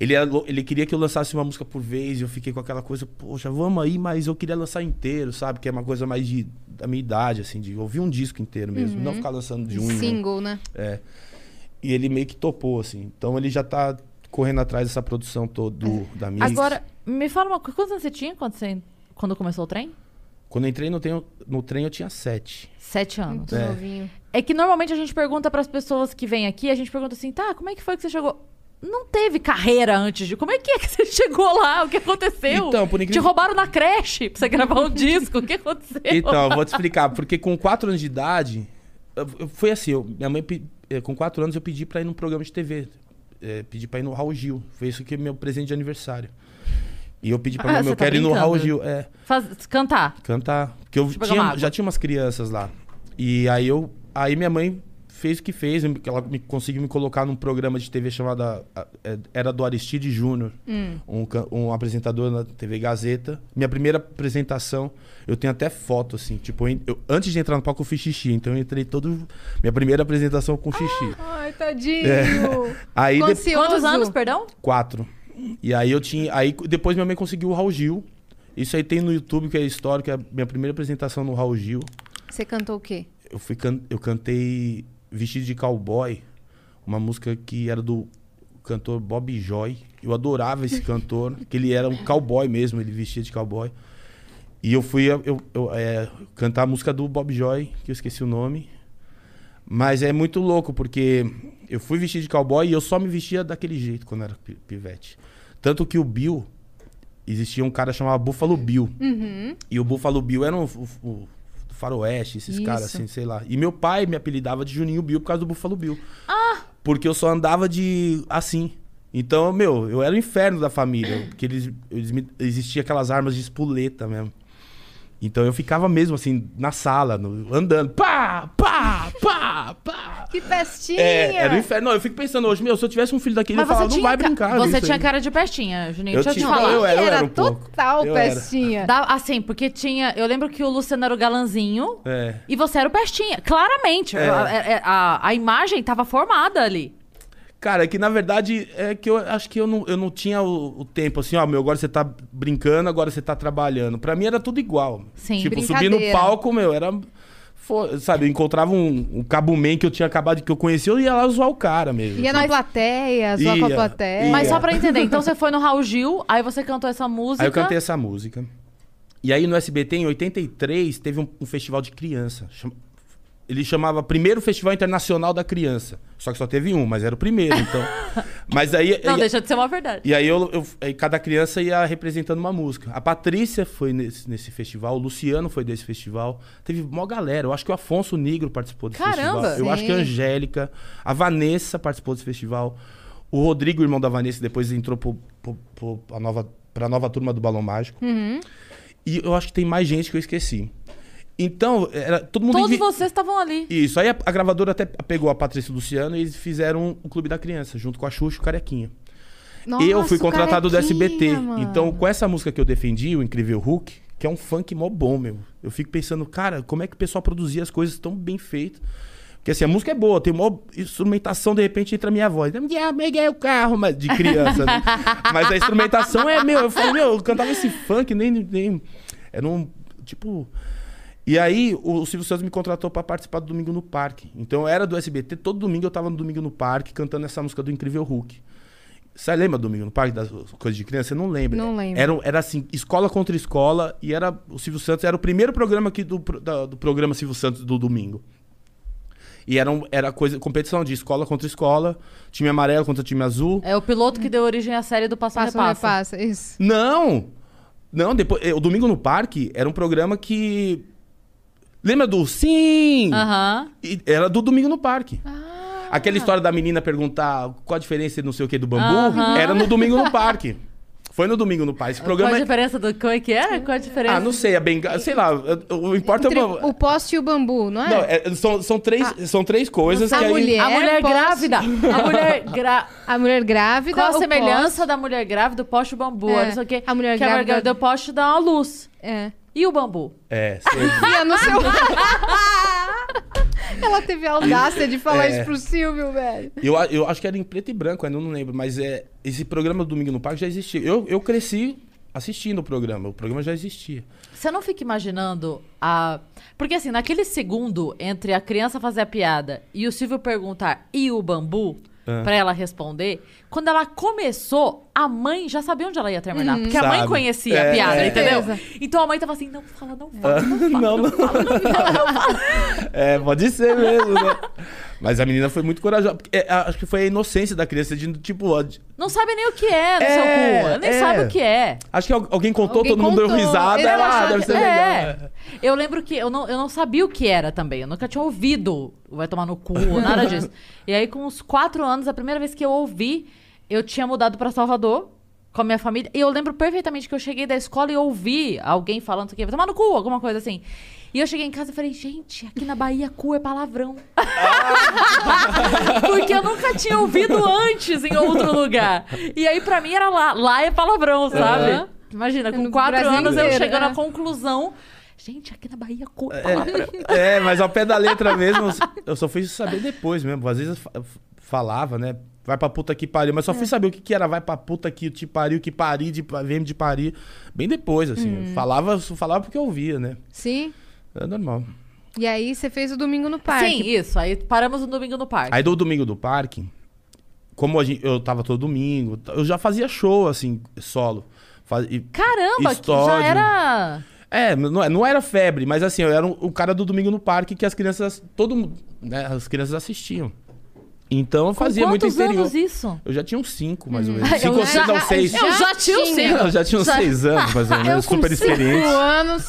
[SPEAKER 3] Ele, era lou- ele queria que eu lançasse uma música por vez, e eu fiquei com aquela coisa, poxa, vamos aí, mas eu queria lançar inteiro, sabe? Que é uma coisa mais de, da minha idade, assim, de ouvir um disco inteiro mesmo, não ficar lançando de um em um.
[SPEAKER 2] Single, né?
[SPEAKER 3] É. E ele meio que topou, assim. Então ele já tá correndo atrás dessa produção toda do- da minha.
[SPEAKER 1] É. Agora, me fala uma coisa. Quantos anos você tinha quando, você- quando começou o trem?
[SPEAKER 3] Quando eu entrei no, trem- no trem, eu tinha sete.
[SPEAKER 1] Sete anos.
[SPEAKER 2] Muito
[SPEAKER 3] É.
[SPEAKER 2] novinho.
[SPEAKER 1] É que normalmente a gente pergunta pras pessoas que vêm aqui, a gente pergunta assim, tá, como é que foi que você chegou? Não teve carreira antes de. Como é que é que você chegou lá? O que aconteceu?
[SPEAKER 3] Então, por incrível-
[SPEAKER 1] Te roubaram na creche pra você gravar um disco. O que aconteceu?
[SPEAKER 3] Então, eu vou te explicar. Porque com quatro anos de idade, eu- eu- foi assim, eu- minha mãe, pe- eh, com quatro anos, eu pedi pra ir num programa de TV. Eh, pedi pra ir no Raul Gil. Foi isso que é meu presente de aniversário. E eu pedi
[SPEAKER 1] Ah,
[SPEAKER 3] pra minha mãe,
[SPEAKER 1] você
[SPEAKER 3] eu
[SPEAKER 1] tá
[SPEAKER 3] quero ir no
[SPEAKER 1] brincando.
[SPEAKER 3] Raul Gil. É,
[SPEAKER 1] Faz- cantar.
[SPEAKER 3] cantar. Porque eu
[SPEAKER 1] Deixa eu pegar uma
[SPEAKER 3] tinha,
[SPEAKER 1] água.
[SPEAKER 3] já tinha umas crianças lá. E aí eu. Aí minha mãe fez o que fez. Ela me- conseguiu me colocar num programa de TV chamada. a- é, Era do Aristide Júnior,
[SPEAKER 1] Hum.
[SPEAKER 3] um, can- um apresentador na TV Gazeta. Minha primeira apresentação, eu tenho até foto, assim. Tipo, eu- eu- antes de entrar no palco, eu fiz xixi. Então eu entrei todo. Minha primeira apresentação com xixi.
[SPEAKER 1] Ah,
[SPEAKER 2] Ai, tadinho.
[SPEAKER 3] É. Aí depois.
[SPEAKER 2] Conscioso.
[SPEAKER 1] Quantos anos, perdão?
[SPEAKER 3] Quatro. E aí eu tinha. Aí depois minha mãe conseguiu o Raul Gil. Isso aí tem no YouTube, que é histórico, é a minha primeira apresentação no Raul Gil.
[SPEAKER 2] Você cantou o quê?
[SPEAKER 3] Eu, fui can- eu cantei Vestido de Cowboy, uma música que era do cantor Bob Joy. Eu adorava esse cantor, que ele era um cowboy mesmo, ele vestia de cowboy. E eu fui eu, eu- eu, é, cantar a música do Bob Joy, que eu esqueci o nome. Mas é muito louco, porque eu fui vestido de cowboy e eu só me vestia daquele jeito quando era pi- pivete. Tanto que o Bill, existia um cara chamado Buffalo Bill. E o Buffalo Bill era um, o- o- do faroeste, esses
[SPEAKER 2] Isso.
[SPEAKER 3] caras assim, sei lá. E meu pai me apelidava de Juninho Bill por causa do Buffalo Bill. Porque eu só andava de assim. Então, meu, eu era o inferno da família. Que eles, eles me- existia aquelas armas de espoleta mesmo. Então eu ficava mesmo assim, na sala, no- andando. Pá, pá, pá, pá.
[SPEAKER 2] Que festinha!
[SPEAKER 3] É, era o inferno. Não, eu fico pensando hoje, meu, se eu tivesse um filho daquele,
[SPEAKER 1] Mas
[SPEAKER 3] eu
[SPEAKER 1] você
[SPEAKER 3] falava, não
[SPEAKER 1] tinha,
[SPEAKER 3] vai
[SPEAKER 1] ca-
[SPEAKER 3] brincar.
[SPEAKER 1] você
[SPEAKER 3] disso
[SPEAKER 1] tinha
[SPEAKER 3] aí."
[SPEAKER 1] cara de pestinha, Juninho.
[SPEAKER 3] Eu
[SPEAKER 1] Deixa eu te
[SPEAKER 3] tinha-
[SPEAKER 1] falar.
[SPEAKER 3] eu era,
[SPEAKER 2] era
[SPEAKER 3] um pouco.
[SPEAKER 2] total
[SPEAKER 3] Eu era.
[SPEAKER 2] festinha.
[SPEAKER 1] Dá- assim, porque tinha. Eu lembro que o Luciano era o galanzinho
[SPEAKER 3] É.
[SPEAKER 1] e você era o pestinha. Claramente.
[SPEAKER 3] É.
[SPEAKER 1] A, é- é- a- a imagem tava formada ali.
[SPEAKER 3] Cara, é que na verdade é que eu acho que eu não, eu não tinha o, o tempo assim, ó, meu, agora você tá brincando, agora você tá trabalhando. Pra mim era tudo igual.
[SPEAKER 1] Sim,
[SPEAKER 3] tipo, subir no
[SPEAKER 2] brincadeira.
[SPEAKER 3] palco, meu, era. fo- sabe, eu encontrava um, um cabumen que eu tinha acabado de que eu conhecia, eu ia lá zoar o cara mesmo.
[SPEAKER 1] é
[SPEAKER 2] Ia na plateia, zoar com a
[SPEAKER 3] Ia,
[SPEAKER 2] plateia.
[SPEAKER 3] ia.
[SPEAKER 1] Mas só
[SPEAKER 3] É.
[SPEAKER 1] pra entender, então você foi no Raul Gil, aí você cantou essa música.
[SPEAKER 3] Aí eu cantei essa música. E aí no SBT, em 83, teve um, um festival de criança. Cham- Ele chamava Primeiro Festival Internacional da Criança. Só que só teve um, mas era o primeiro, então. mas aí.
[SPEAKER 1] Não,
[SPEAKER 3] aí-
[SPEAKER 1] deixa de ser uma verdade.
[SPEAKER 3] E aí eu, eu- aí cada criança ia representando uma música. A Patrícia foi nesse, nesse festival, o Luciano foi desse festival. Teve mó galera. Eu acho que o Afonso Negro participou desse
[SPEAKER 1] Caramba!
[SPEAKER 3] festival. Eu acho que a
[SPEAKER 2] Sim.
[SPEAKER 3] Angélica, a Vanessa participou desse festival. O Rodrigo, irmão da Vanessa, depois entrou pro, pro- pro- pra, nova, pra nova turma do Balão Mágico.
[SPEAKER 1] Uhum.
[SPEAKER 3] E eu acho que tem mais gente que eu esqueci. Então, era, todo mundo
[SPEAKER 1] Todos
[SPEAKER 3] invi-
[SPEAKER 1] vocês estavam ali.
[SPEAKER 3] isso. Aí a, a gravadora até pegou a Patrícia e o Luciano e eles fizeram o Clube da Criança, junto com a Xuxa e o Carequinha. eu
[SPEAKER 2] Nossa,
[SPEAKER 3] fui
[SPEAKER 2] o
[SPEAKER 3] contratado do
[SPEAKER 2] carequinha,
[SPEAKER 3] SBT.
[SPEAKER 2] mano.
[SPEAKER 3] Então, com essa música que eu defendi, o Incrível Hulk, que é um funk mó bom, meu. Eu fico pensando, cara, como é que o pessoal produzia as coisas tão bem feitas? Porque assim, a música é boa, tem mó instrumentação, de repente entra a minha voz. "Yeah, Peguei o carro, mas de criança. né? mas a instrumentação é meu. Eu falei, meu, eu cantava esse funk, nem. nem... Era um. Tipo. E aí, o Silvio Santos me contratou pra participar do Domingo no Parque. Então, eu era do SBT, todo domingo eu tava no Domingo no Parque cantando essa música do Incrível Hulk. Você lembra do Domingo no Parque, das coisas de criança? Você não lembra?
[SPEAKER 2] Não lembro.
[SPEAKER 3] Era, era assim, escola contra escola, e era o Silvio Santos era o primeiro programa aqui do, pro- da- do programa Silvio Santos do domingo. E era, um- era coisa, competição de escola contra escola, time amarelo contra time azul.
[SPEAKER 1] É o piloto que deu origem à série do Passa,
[SPEAKER 2] Passa,
[SPEAKER 1] Repassa.
[SPEAKER 2] repassa. passa. Isso.
[SPEAKER 3] Não! Não, depois. eh, O Domingo no Parque era um programa que. Lembra do Sim?
[SPEAKER 1] Aham.
[SPEAKER 3] E era do Domingo no Parque.
[SPEAKER 1] Ah.
[SPEAKER 3] Aquela história da menina perguntar qual a diferença de não sei o que do bambu,
[SPEAKER 1] Aham.
[SPEAKER 3] era no Domingo no Parque. Foi no Domingo no Parque. Esse
[SPEAKER 1] Qual a
[SPEAKER 3] programa. é-
[SPEAKER 1] diferença do. Como é que era? Qual a diferença?
[SPEAKER 3] Ah, não sei, a bengala. Sei lá, eu- o importa é
[SPEAKER 2] Entre
[SPEAKER 3] uma.
[SPEAKER 2] o poste e o bambu, não é?
[SPEAKER 3] Não, é- são, são, três, são três coisas
[SPEAKER 2] A
[SPEAKER 3] que aí.
[SPEAKER 2] mulher.
[SPEAKER 1] A Ah. tá mulher
[SPEAKER 2] é um poste-
[SPEAKER 1] grávida. A mulher grávida.
[SPEAKER 2] A mulher grávida.
[SPEAKER 1] Qual a
[SPEAKER 2] o
[SPEAKER 1] semelhança da mulher grávida, do poste e o bambu?
[SPEAKER 2] É.
[SPEAKER 1] Não sei o quê.
[SPEAKER 2] A mulher
[SPEAKER 1] que a mulher
[SPEAKER 2] grávida-
[SPEAKER 1] grávida do poste dá uma luz.
[SPEAKER 2] poste- É.
[SPEAKER 1] E o bambu?
[SPEAKER 3] É, sei.
[SPEAKER 2] Fia no seu. Ela teve a audácia de falar
[SPEAKER 3] É.
[SPEAKER 2] isso pro Silvio, velho.
[SPEAKER 3] eu, a- eu acho que era em preto e branco, ainda não lembro, mas é, esse programa do Domingo no Parque já existia. Eu, eu cresci assistindo o programa, o programa já existia.
[SPEAKER 1] Você não fica imaginando a. Porque assim, naquele segundo entre a criança fazer a piada e o Silvio perguntar e o bambu,
[SPEAKER 3] É.
[SPEAKER 1] pra ela responder, quando ela começou, a mãe já sabia onde ela ia
[SPEAKER 3] Uhum.
[SPEAKER 1] terminar. Porque a mãe
[SPEAKER 3] Sabe.
[SPEAKER 1] conhecia a
[SPEAKER 3] É,
[SPEAKER 1] piada,
[SPEAKER 3] é.
[SPEAKER 1] entendeu?
[SPEAKER 2] Certeza.
[SPEAKER 1] Então a mãe tava assim: não fala, não fala.
[SPEAKER 3] não, não. é, pode ser mesmo, né? Mas a menina foi muito corajosa. porque, é, a- acho que foi a inocência da criança, de tipo. ó, de-
[SPEAKER 1] Não sabe nem o que é no
[SPEAKER 3] É,
[SPEAKER 1] seu cu. Ela nem
[SPEAKER 3] é.
[SPEAKER 1] sabe o que é.
[SPEAKER 3] Acho que al- alguém contou,
[SPEAKER 2] Alguém
[SPEAKER 3] todo mundo deu
[SPEAKER 2] contou.
[SPEAKER 3] risada.
[SPEAKER 2] Ele
[SPEAKER 3] ela,
[SPEAKER 2] achou
[SPEAKER 3] "Ah, deve
[SPEAKER 2] que-
[SPEAKER 3] ser legal.
[SPEAKER 1] é. Eu lembro que eu não, eu não sabia o que era também. Eu nunca tinha ouvido o Vai Tomar no Cu, nada disso. E aí, com uns quatro anos, a primeira vez que eu ouvi, eu tinha mudado pra Salvador. com a minha família. E eu lembro perfeitamente que eu cheguei da escola e ouvi alguém falando que vai tomar no cu, alguma coisa assim. E eu cheguei em casa e falei, gente, aqui na Bahia cu é palavrão. Porque eu nunca tinha ouvido antes em outro lugar. E aí, pra mim, era lá. Lá é palavrão, sabe?
[SPEAKER 2] Aham.
[SPEAKER 1] Imagina, com
[SPEAKER 2] No
[SPEAKER 1] quatro
[SPEAKER 2] Brasil
[SPEAKER 1] anos eu
[SPEAKER 2] inteiro,
[SPEAKER 1] chegando
[SPEAKER 2] é.
[SPEAKER 1] à conclusão. Gente, aqui na Bahia cu é palavrão.
[SPEAKER 3] É, é, mas ao pé da letra mesmo, eu s- eu só fui saber depois mesmo. Às vezes eu fa- eu f- falava, né? Vai pra puta que pariu, mas só fui saber o que, que era vai pra puta que te pariu, que pariu, de pa- VM de pariu. Bem depois, assim. Eu Falava, eu falava porque eu ouvia, né?
[SPEAKER 2] Sim.
[SPEAKER 3] É normal.
[SPEAKER 2] E aí você fez o domingo no parque.
[SPEAKER 1] Sim, isso. Aí paramos no domingo no parque.
[SPEAKER 3] Aí do domingo do parque, como a gente- eu tava todo domingo, eu já fazia show, assim, solo. Faz- e-
[SPEAKER 1] Caramba, que
[SPEAKER 3] Estódio.
[SPEAKER 1] já era.
[SPEAKER 3] É, não, é- não era febre, mas assim, eu era um- o cara do domingo no parque que as crianças. Todo mundo. né, as crianças assistiam. Então eu fazia
[SPEAKER 1] Com
[SPEAKER 3] muito
[SPEAKER 1] quantos
[SPEAKER 3] interior.
[SPEAKER 1] anos isso? Hum.
[SPEAKER 3] Eu já tinha uns cinco, mais ou menos. Cinco
[SPEAKER 1] Eu
[SPEAKER 3] ou seis,
[SPEAKER 2] já-
[SPEAKER 3] não, um seis.
[SPEAKER 2] Eu já tinha.
[SPEAKER 3] Eu já tinha uns seis anos, mais ou
[SPEAKER 2] Eu
[SPEAKER 3] menos,
[SPEAKER 2] com
[SPEAKER 3] super
[SPEAKER 2] cinco
[SPEAKER 3] experiente.
[SPEAKER 2] anos.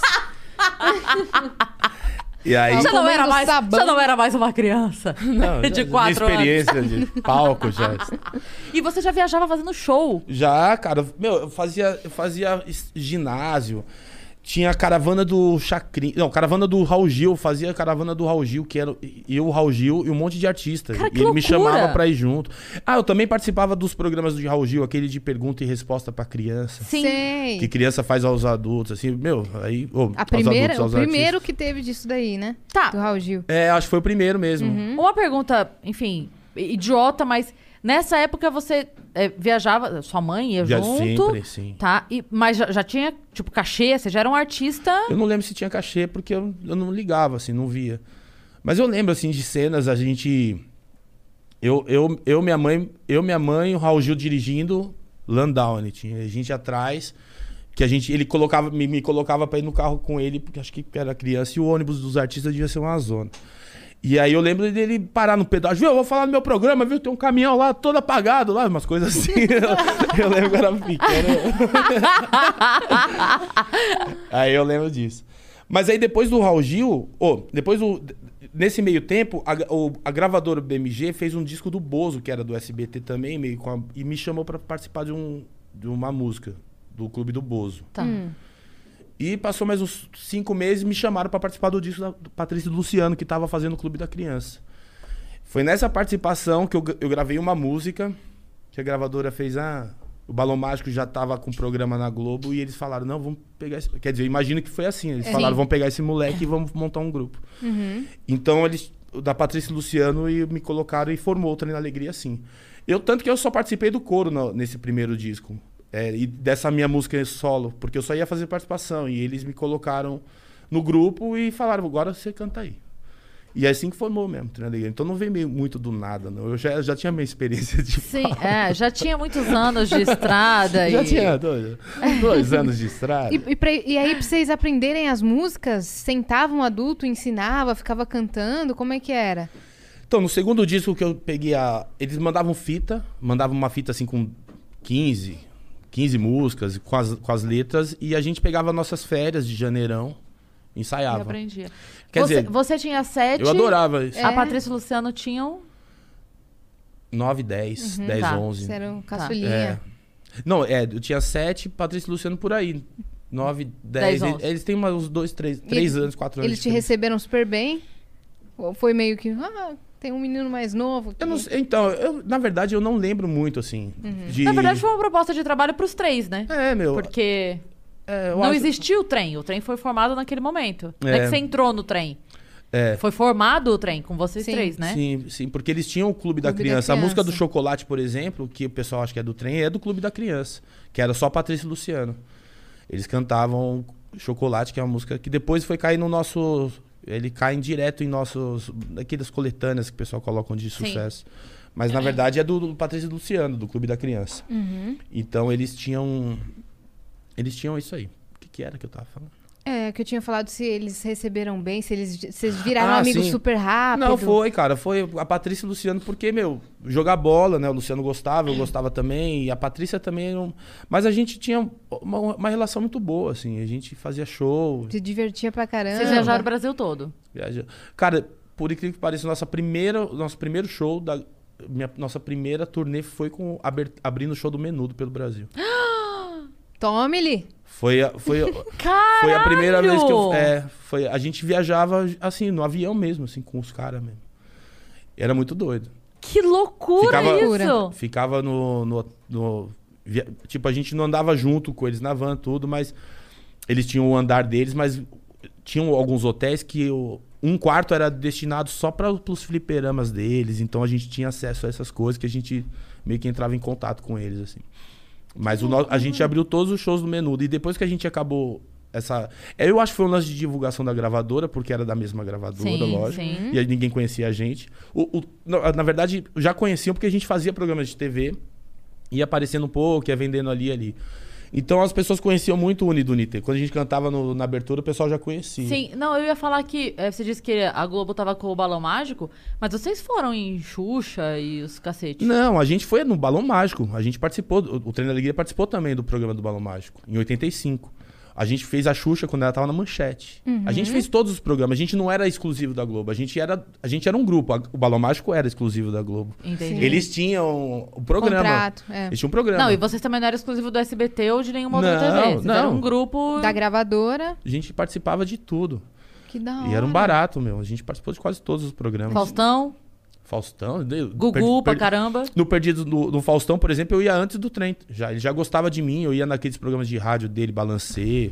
[SPEAKER 3] E aí.
[SPEAKER 1] Já não, era
[SPEAKER 2] Comendo
[SPEAKER 1] mais,
[SPEAKER 2] sabão.
[SPEAKER 1] já não era mais uma criança
[SPEAKER 3] Não, já-
[SPEAKER 1] de
[SPEAKER 3] já
[SPEAKER 1] quatro
[SPEAKER 3] tinha
[SPEAKER 1] anos.
[SPEAKER 3] experiência de palco já.
[SPEAKER 1] E você já viajava fazendo show.
[SPEAKER 3] Já, cara, meu, eu fazia, eu fazia es- ginásio. Tinha a caravana do Chacrin. Não, caravana do Raul Gil. eu Fazia a caravana do Raul Gil, que era eu, o Raul Gil e um monte de artistas.
[SPEAKER 1] Cara, que
[SPEAKER 3] e ele
[SPEAKER 1] loucura!
[SPEAKER 3] me chamava pra ir junto. Ah, eu também participava dos programas do Raul Gil, aquele de pergunta e resposta pra criança.
[SPEAKER 1] Sim.
[SPEAKER 2] Sei.
[SPEAKER 3] Que criança faz aos adultos, assim, meu, aí. ô,
[SPEAKER 2] A
[SPEAKER 3] aos
[SPEAKER 2] primeira,
[SPEAKER 3] adultos, aos
[SPEAKER 2] o primeiro
[SPEAKER 3] artistas.
[SPEAKER 2] que teve disso daí, né?
[SPEAKER 1] Tá.
[SPEAKER 2] Do Raul Gil.
[SPEAKER 3] É, acho que foi o primeiro mesmo.
[SPEAKER 1] Uma pergunta, enfim, idiota, mas nessa época você é, viajava, sua mãe ia
[SPEAKER 3] Já
[SPEAKER 1] junto.
[SPEAKER 3] sempre, sim.
[SPEAKER 1] Tá? E, mas já, já tinha, tipo, cachê, você já era um artista.
[SPEAKER 3] Eu não lembro se tinha cachê, porque eu, eu não ligava, assim, não via. Mas eu lembro, assim, de cenas, a gente. Eu, eu, eu minha mãe, eu, minha mãe, o Raul Gil dirigindo Landowne. Tinha gente atrás. Que a gente. Ele colocava, me, me colocava pra ir no carro com ele, porque acho que era criança, e o ônibus dos artistas devia ser uma zona. E aí eu lembro dele parar no pedágio, viu, eu vou falar no meu programa, viu? Tem um caminhão lá todo apagado, lá, umas coisas assim. Eu, eu lembro que era pequeno. Aí eu lembro disso. Mas aí depois do Raul Gil, ô, depois do. Nesse meio tempo, a, gra- o- a gravadora BMG fez um disco do Bozo, que era do SBT também, meio com a- e me chamou pra participar de, um, de uma música do Clube do Bozo.
[SPEAKER 1] Tá.
[SPEAKER 3] E passou mais uns cinco meses me chamaram pra participar do disco da do Patrícia e do Luciano, que tava fazendo o Clube da Criança. Foi nessa participação que eu, gra- eu gravei uma música que a gravadora fez. Ah, o Balão Mágico já tava com o programa na Globo e eles falaram: não, vamos pegar esse. Quer dizer, eu imagino que foi assim. Eles falaram: vamos pegar esse moleque e vamos montar um grupo. Então eles. o Da Patrícia e Luciano e me colocaram e formou o Treino da Alegria assim. Eu, tanto que eu só participei do coro na- nesse primeiro disco. é, e dessa minha música solo, porque eu só ia fazer participação. E eles me colocaram no grupo e falaram: agora você canta aí. E é assim que formou mesmo, Treino da Alegria. Então não vem meio muito do nada, não. Eu já, já tinha minha experiência de.
[SPEAKER 1] Sim, é, já tinha muitos anos de estrada.
[SPEAKER 3] Já
[SPEAKER 1] e...
[SPEAKER 3] tinha dois, dois anos de estrada.
[SPEAKER 2] E, e, pra- e aí, pra vocês aprenderem as músicas, sentava um adulto, ensinava, ficava cantando? Como é que era?
[SPEAKER 3] Então, no segundo disco que eu peguei a. Eles mandavam fita, mandavam uma fita assim com 15, 15 músicas, com as, com as letras, e a gente pegava nossas férias de janeirão,
[SPEAKER 1] Eu
[SPEAKER 3] ensaiava.
[SPEAKER 1] aprendia.
[SPEAKER 3] Quer
[SPEAKER 1] você,
[SPEAKER 3] dizer,
[SPEAKER 1] você tinha sete.
[SPEAKER 3] eu adorava isso.
[SPEAKER 1] A
[SPEAKER 2] É.
[SPEAKER 1] Patrícia e o Luciano tinham.
[SPEAKER 3] 9, 10, 10,
[SPEAKER 1] Tá.
[SPEAKER 3] 11.
[SPEAKER 2] Uhum, Você era um
[SPEAKER 3] É.
[SPEAKER 2] caçulinha.
[SPEAKER 3] Não, é, eu tinha 7, Patrícia e Luciano por aí. 9, 10.
[SPEAKER 1] 11.
[SPEAKER 3] Eles têm mais uns 2, 3, 3 anos, 4 anos.
[SPEAKER 2] Eles
[SPEAKER 3] de
[SPEAKER 2] te
[SPEAKER 3] diferença.
[SPEAKER 2] receberam super bem? Ou foi meio que, ah, tem um menino mais novo?
[SPEAKER 3] Eu não sei, então, eu, na verdade, eu não lembro muito, assim. De...
[SPEAKER 1] Uhum. Na verdade, foi uma proposta de trabalho pros três, né?
[SPEAKER 3] É, meu.
[SPEAKER 1] Porque
[SPEAKER 3] é, eu
[SPEAKER 1] não
[SPEAKER 3] acho-
[SPEAKER 1] existia o trem. O trem foi formado naquele momento. Não é
[SPEAKER 3] É.
[SPEAKER 1] que você entrou no trem.
[SPEAKER 3] É.
[SPEAKER 1] Foi formado o trem com vocês
[SPEAKER 2] Sim.
[SPEAKER 1] três, né?
[SPEAKER 3] Sim, sim, porque eles tinham o Clube, da,
[SPEAKER 2] Clube da
[SPEAKER 3] criança. A música do
[SPEAKER 2] Criança.
[SPEAKER 3] Chocolate, por exemplo, que o pessoal acha que é do trem, é do Clube da Criança, que era só Patrícia e Luciano. Eles cantavam Chocolate, que é uma música que depois foi cair no nosso. Ele cai em direto em nossos. Aqui das coletâneas que o pessoal colocam de
[SPEAKER 1] Sim.
[SPEAKER 3] sucesso. Mas na verdade é do, do Patrícia e Luciano, do Clube da Criança. Então eles tinham. Eles tinham isso aí. O que, que era que eu tava falando?
[SPEAKER 2] É, que eu tinha falado se eles receberam bem, se eles, se eles viraram
[SPEAKER 3] Ah,
[SPEAKER 2] amigos
[SPEAKER 3] sim.
[SPEAKER 2] super rápido.
[SPEAKER 3] Não, foi, cara. Foi a Patrícia e o Luciano, porque, meu, jogar bola, né? O Luciano gostava, eu gostava também. E a Patrícia também. não- Mas a gente tinha uma, uma relação muito boa, assim. A gente fazia show.
[SPEAKER 2] Se divertia pra caramba.
[SPEAKER 1] Vocês viajaram o Brasil todo.
[SPEAKER 3] viaja- Cara, por incrível que pareça, nossa primeira, nosso primeiro show da. minha- nossa primeira turnê foi com aber- abrindo o show do Menudo pelo Brasil.
[SPEAKER 2] Tome-lhe.
[SPEAKER 3] Foi, a- foi, a-
[SPEAKER 1] Caralho!
[SPEAKER 3] foi a primeira vez que eu. É, foi, a gente viajava assim, no avião mesmo, assim, com os caras mesmo. Era muito doido.
[SPEAKER 1] Que loucura né,
[SPEAKER 3] Ficava-
[SPEAKER 1] isso!
[SPEAKER 3] Ficava no. no- no- via- tipo, a gente não andava junto com eles na van, tudo, mas eles tinham o andar deles, mas tinham alguns hotéis que o- um quarto era destinado só para os fliperamas deles, então a gente tinha acesso a essas coisas que a gente meio que entrava em contato com eles, assim. Mas o no- a gente abriu todos os shows do Menudo. E depois que a gente acabou essa. Eu acho que foi um lance de divulgação da gravadora, porque era da mesma gravadora,
[SPEAKER 1] Sim,
[SPEAKER 3] lógico.
[SPEAKER 1] sim.
[SPEAKER 3] E aí ninguém conhecia a gente. O- o- na, na verdade, já conheciam porque a gente fazia programas de TV, ia aparecendo um pouco, ia vendendo ali e ali. Então as pessoas conheciam muito o Unidunite. Quando a gente cantava no- na abertura, o pessoal já conhecia.
[SPEAKER 1] Sim, não, eu ia falar que eh, você disse que a Globo tava com o balão mágico, mas vocês foram em Xuxa e os cacete.
[SPEAKER 3] Não, a gente foi no Balão Mágico. A gente participou, do- o Treino da Alegria participou também do programa do Balão Mágico, em 85. A gente fez a Xuxa quando ela tava na manchete. A
[SPEAKER 1] Uhum.
[SPEAKER 3] gente fez todos os programas. A gente não era exclusivo da Globo. A gente era, a gente era um grupo. A- o Balão Mágico era exclusivo da Globo.
[SPEAKER 1] Entendi.
[SPEAKER 3] Eles tinham o programa.
[SPEAKER 2] Contrato, é.
[SPEAKER 3] Eles tinham um programa.
[SPEAKER 1] Não, e vocês também não eram exclusivos do SBT ou de nenhuma outra
[SPEAKER 3] Não,
[SPEAKER 1] TV. Vocês
[SPEAKER 3] não.
[SPEAKER 1] eram um grupo.
[SPEAKER 2] Da gravadora.
[SPEAKER 3] A gente participava de tudo.
[SPEAKER 2] Que da hora.
[SPEAKER 3] E era
[SPEAKER 1] Ah.
[SPEAKER 3] um barato, meu. A gente participou de quase todos os programas.
[SPEAKER 1] Faustão,
[SPEAKER 3] Faustão, deu-
[SPEAKER 1] Gugu
[SPEAKER 3] perdi-
[SPEAKER 1] pra
[SPEAKER 3] perdi-
[SPEAKER 1] caramba.
[SPEAKER 3] No Perdido no, no Faustão, por exemplo, eu ia antes do trem. Já, ele já gostava de mim, eu ia naqueles programas de rádio dele, balancê.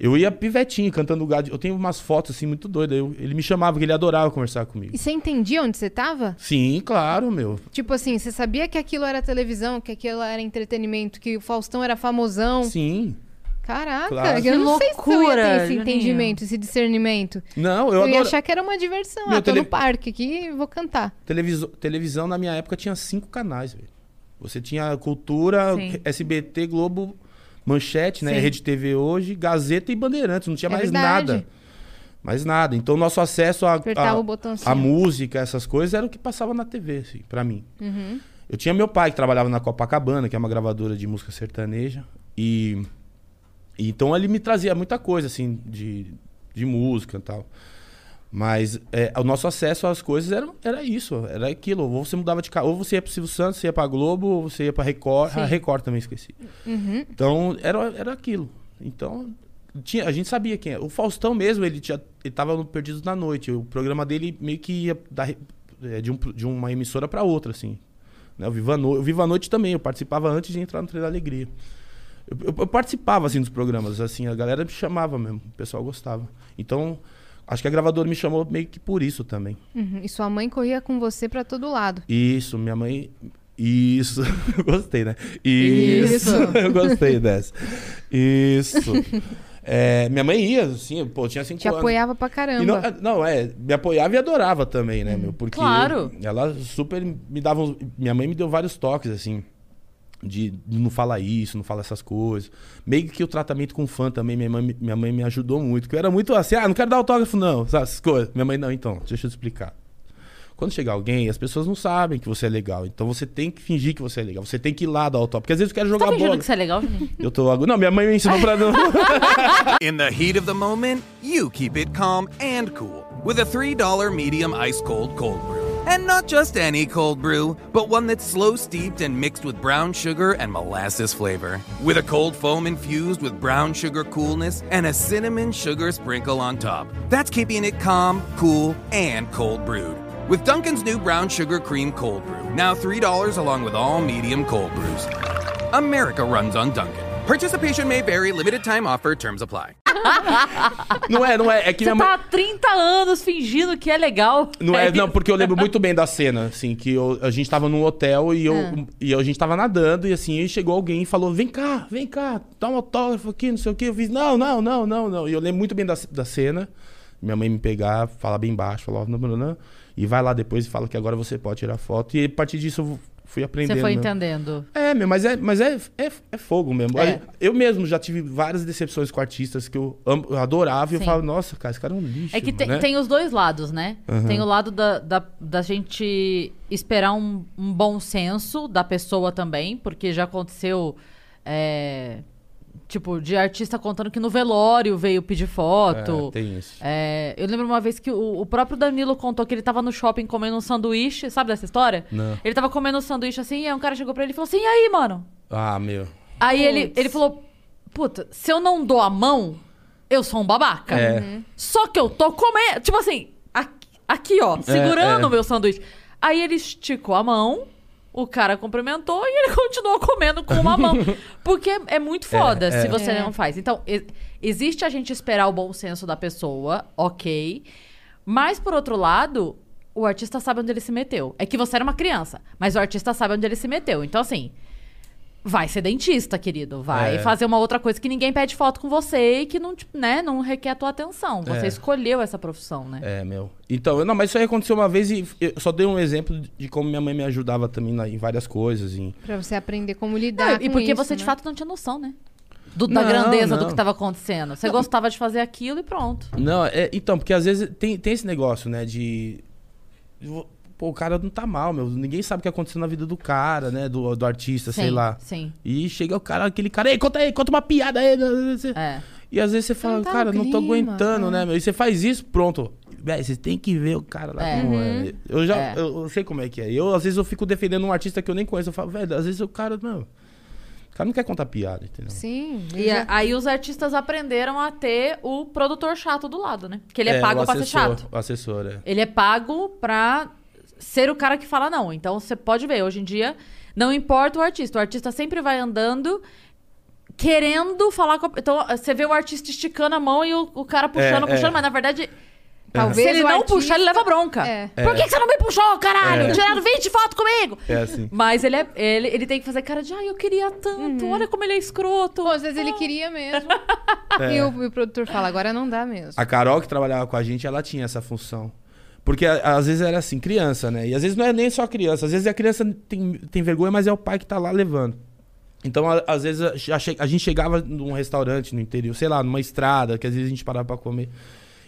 [SPEAKER 3] Eu ia pivetinho, cantando gado. Eu tenho umas fotos assim muito doidas. Eu- ele me chamava, que ele adorava conversar comigo.
[SPEAKER 2] E você entendia onde você tava?
[SPEAKER 3] Sim, claro, meu.
[SPEAKER 2] Tipo assim, você sabia que aquilo era televisão, que aquilo era entretenimento, que o Faustão era famosão.
[SPEAKER 3] Sim.
[SPEAKER 2] Caraca,
[SPEAKER 3] Claro.
[SPEAKER 2] eu não sei se eu ia
[SPEAKER 1] loucura,
[SPEAKER 2] ter esse
[SPEAKER 1] Juninho.
[SPEAKER 2] entendimento, esse discernimento.
[SPEAKER 3] Não, eu,
[SPEAKER 2] Eu, ia
[SPEAKER 3] adoro.
[SPEAKER 2] achar que era uma diversão.
[SPEAKER 3] Meu
[SPEAKER 2] ah, tô
[SPEAKER 3] tele-
[SPEAKER 2] no parque aqui e vou cantar.
[SPEAKER 3] Televiso- Televisão, na minha época, tinha cinco canais, velho. Você tinha Cultura,
[SPEAKER 1] Sim.
[SPEAKER 3] SBT, Globo, Manchete, né?
[SPEAKER 2] Sim.
[SPEAKER 3] Rede TV hoje, Gazeta e Bandeirantes. Não tinha
[SPEAKER 2] É
[SPEAKER 3] mais
[SPEAKER 2] verdade.
[SPEAKER 3] nada. Mais nada. Então, nosso acesso a,
[SPEAKER 2] Apertava
[SPEAKER 3] a-
[SPEAKER 2] o botãozinho.
[SPEAKER 3] a música, essas coisas, era o que passava na TV, assim, pra mim.
[SPEAKER 2] Uhum.
[SPEAKER 3] Eu tinha meu pai que trabalhava na Copacabana, que é uma gravadora de música sertaneja. E, e então ele me trazia muita coisa, assim, de, de música e tal. Mas é, o nosso acesso às coisas era, era isso, era aquilo. Ou você mudava de carro, ou você ia pro Silvio Santos, você ia pra Globo, ou você ia pra Record. A Record também esqueci. Então, era, era aquilo. Então, tinha, a gente sabia quem era. O Faustão mesmo, ele, tinha, ele tava no Perdidos na Noite. O programa dele meio que ia da re- é, de, um pro- de uma emissora para outra, assim. Né? O, Viva a no... o Viva a Noite também, eu participava antes de entrar no Treino da Alegria. Eu, eu- eu participava, assim, dos programas, assim, a galera me chamava mesmo, o pessoal gostava. Então, acho que a gravadora me chamou meio que por isso também.
[SPEAKER 2] Uhum, E sua mãe corria com você pra todo lado.
[SPEAKER 3] Isso, minha mãe. Isso. Eu Gostei, né? Isso.
[SPEAKER 1] Isso.
[SPEAKER 3] Eu gostei dessa. Isso. É, minha mãe ia, assim, pô, eu tinha cinco
[SPEAKER 2] Te
[SPEAKER 3] anos.
[SPEAKER 2] apoiava pra
[SPEAKER 3] E não,
[SPEAKER 2] caramba.
[SPEAKER 3] não, é, me apoiava e adorava também, né, meu? Porque
[SPEAKER 1] Hum, Claro.
[SPEAKER 3] ela super me dava. uns- Minha mãe me deu vários toques, assim. De não falar isso, não falar essas coisas. Meio que o tratamento com fã também, minha mãe, minha mãe me ajudou muito. Porque eu era muito assim, ah, não quero dar autógrafo, não. Sabe, essas coisas. Minha mãe, não, então, deixa eu te explicar. Quando chegar alguém, as pessoas não sabem que você é legal. Então você tem que fingir que você é legal. Você tem que ir lá dar autógrafo. Porque às vezes eu quero
[SPEAKER 1] Tá
[SPEAKER 3] jogar
[SPEAKER 1] fingindo
[SPEAKER 3] bola.
[SPEAKER 1] que isso é legal, Juninho?
[SPEAKER 3] Eu tô. Não, minha mãe me ensinou pra não.
[SPEAKER 4] In the heat of the moment, you keep it calm and cool with a $3 medium ice cold cold brew. And not just any cold brew, but one that's slow steeped and mixed with brown sugar and molasses flavor. With a cold foam infused with brown sugar coolness and a cinnamon sugar sprinkle on top. That's keeping it calm, cool, and cold brewed. With Duncan's new brown sugar cream cold brew, now $3 along with all medium cold brews. America runs on Duncan. Participation may vary, limited time offer, terms apply.
[SPEAKER 3] não é, não é. É que
[SPEAKER 1] Você
[SPEAKER 3] minha mãe.
[SPEAKER 1] tá há 30 anos fingindo que é legal.
[SPEAKER 3] Não é,
[SPEAKER 1] Aí-
[SPEAKER 3] não, porque eu lembro muito bem da cena, assim, que eu- a gente tava num hotel e, eu,
[SPEAKER 1] Ah.
[SPEAKER 3] e a gente tava nadando, e assim, aí chegou alguém e falou: vem cá, vem cá, dá um autógrafo aqui, não sei o quê. Eu fiz, não, não, não, não, não. E eu lembro muito bem da, da cena. Minha mãe me pegar, falar bem baixo, falar, não, não, não, e vai lá depois e fala que agora você pode tirar foto. E a partir disso eu fui aprendendo.
[SPEAKER 1] Você foi
[SPEAKER 3] né?
[SPEAKER 1] entendendo.
[SPEAKER 3] É, meu, mas é, mas é, é, é fogo mesmo.
[SPEAKER 1] É.
[SPEAKER 3] Eu mesmo já tive várias decepções com artistas que eu, amo, eu adorava e eu
[SPEAKER 1] Sim.
[SPEAKER 3] falo, nossa, cara, esse cara é um lixo.
[SPEAKER 1] É que tem,
[SPEAKER 3] né?
[SPEAKER 1] tem os dois lados, né? Tem o lado da, da, da gente esperar um, um bom senso da pessoa também, porque já aconteceu. é, tipo, de artista contando que no velório veio pedir foto.
[SPEAKER 3] É, tem isso.
[SPEAKER 1] É, eu lembro uma vez que o, o próprio Danilo contou que ele tava no shopping comendo um sanduíche, sabe dessa história?
[SPEAKER 3] Não.
[SPEAKER 1] Ele tava comendo um sanduíche assim, e aí um cara chegou pra ele e falou assim: e aí, mano?
[SPEAKER 3] Ah, meu.
[SPEAKER 1] Aí ele, ele falou: puta, se eu não dou a mão, eu sou um babaca.
[SPEAKER 3] É. Uhum.
[SPEAKER 1] Só que eu tô comendo. Tipo assim, aqui, aqui, ó, segurando
[SPEAKER 3] é.
[SPEAKER 1] o meu sanduíche. Aí ele esticou a mão, o cara cumprimentou e ele continuou comendo com uma mão. Porque é- é muito foda
[SPEAKER 3] É, é.
[SPEAKER 1] se você
[SPEAKER 2] É.
[SPEAKER 1] não faz. Então, e- existe a gente esperar o bom senso da pessoa, ok. Mas, por outro lado, o artista sabe onde ele se meteu. É que você era uma criança, mas o artista sabe onde ele se meteu. Então, assim. Vai ser dentista, querido. Vai
[SPEAKER 3] É.
[SPEAKER 1] fazer uma outra coisa que ninguém pede foto com você e que não, te- né, não requer a tua atenção. Você
[SPEAKER 3] É.
[SPEAKER 1] escolheu essa profissão, né?
[SPEAKER 3] É, meu. Então, eu- não, mas isso aí aconteceu uma vez e eu só dei um exemplo de como minha mãe me ajudava também na- em várias coisas. Em...
[SPEAKER 2] Pra você aprender como
[SPEAKER 1] Não,
[SPEAKER 2] lidar
[SPEAKER 1] e
[SPEAKER 2] com
[SPEAKER 1] porque
[SPEAKER 2] isso,
[SPEAKER 1] você de
[SPEAKER 2] né?
[SPEAKER 1] fato não tinha noção, né? Do- da
[SPEAKER 3] Não,
[SPEAKER 1] grandeza do
[SPEAKER 3] não.
[SPEAKER 1] que estava acontecendo. Você gostava de fazer aquilo e pronto.
[SPEAKER 3] Não, é, então, porque às vezes tem, tem esse negócio, né, de... Pô, o cara não tá mal, meu. Ninguém sabe o que aconteceu na vida do cara, né, do, do artista, sei
[SPEAKER 1] Sim,
[SPEAKER 3] lá.
[SPEAKER 1] Sim.
[SPEAKER 3] E chega o cara, aquele cara, ei, conta aí, conta uma piada aí. né,
[SPEAKER 1] É.
[SPEAKER 3] E às vezes você fala,
[SPEAKER 2] não tá no
[SPEAKER 3] cara, não tô
[SPEAKER 2] clima,
[SPEAKER 3] aguentando,
[SPEAKER 2] é.
[SPEAKER 3] né, meu? E você faz isso, pronto. Véi, você tem que ver o cara lá
[SPEAKER 1] É.
[SPEAKER 3] como é. Eu já
[SPEAKER 1] É.
[SPEAKER 3] eu, eu sei como é que é. Eu, às vezes, eu fico defendendo um artista que eu nem conheço. Eu falo, velho, às vezes o cara, meu. O cara não quer contar piada, entendeu?
[SPEAKER 2] Sim.
[SPEAKER 1] E a- aí os artistas aprenderam a ter o produtor chato do lado, né? Que ele é,
[SPEAKER 3] o
[SPEAKER 1] pago pra ser
[SPEAKER 3] assessor,
[SPEAKER 1] chato.
[SPEAKER 3] O assessor, é.
[SPEAKER 1] Ele é pago pra ser o cara que fala não. Então você pode ver, hoje em dia, não importa o artista. O artista sempre vai andando querendo falar com a... Então você vê o artista esticando a mão e o, o cara puxando,
[SPEAKER 3] É, é.
[SPEAKER 1] puxando, mas na verdade.
[SPEAKER 2] Talvez
[SPEAKER 1] se ele
[SPEAKER 2] o
[SPEAKER 1] não
[SPEAKER 2] artista-
[SPEAKER 1] puxar, ele leva bronca.
[SPEAKER 2] É.
[SPEAKER 1] Por que, que você não me puxou, caralho?
[SPEAKER 3] É.
[SPEAKER 1] Tiraram 20 fotos comigo!
[SPEAKER 3] É assim.
[SPEAKER 1] Mas ele, é, ele, ele tem que fazer cara de, ai, eu queria tanto, olha como ele é escroto. Ah.
[SPEAKER 2] Pô, Uhum. às vezes ele queria mesmo.
[SPEAKER 3] É.
[SPEAKER 2] E, o, e o produtor fala, agora não dá mesmo.
[SPEAKER 3] A Carol, que trabalhava com a gente, ela tinha essa função. Porque a- às vezes era assim, criança, né? E às vezes não é nem só criança. Às vezes a criança tem, tem vergonha, mas é o pai que tá lá levando. Então, a- às vezes, a, já che- a gente chegava num restaurante no interior, sei lá, numa estrada, que às vezes a gente parava pra comer.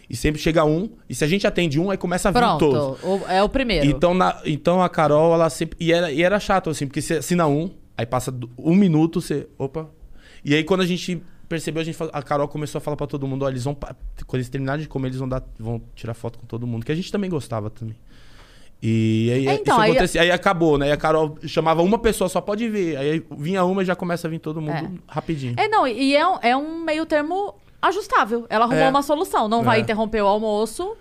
[SPEAKER 3] E sempre chega um, e se a gente atende um, aí começa a vir todos.
[SPEAKER 1] Pronto, o- é o primeiro.
[SPEAKER 3] Então, na- então a Carol, ela sempre. E era, e era chato, assim, porque você assina um, aí passa do- um minuto, você. Opa. E aí quando a gente percebeu, a, gente, fala- a Carol começou a falar pra todo mundo: ó, eles vão. pa- Quando eles terminarem de comer, eles vão, dar, vão tirar foto com todo mundo, que a gente também gostava também. E aí,
[SPEAKER 1] É, então,
[SPEAKER 3] isso
[SPEAKER 1] aí-
[SPEAKER 3] acontecia. Aí, acabou, né? Aí a Carol chamava uma pessoa, só pode ver. Aí vinha uma e já começa a vir todo mundo
[SPEAKER 1] É.
[SPEAKER 3] rapidinho.
[SPEAKER 1] É, não, e é um, é um meio termo ajustável. Ela arrumou
[SPEAKER 3] É.
[SPEAKER 1] uma solução. Não vai
[SPEAKER 3] É.
[SPEAKER 1] interromper o almoço.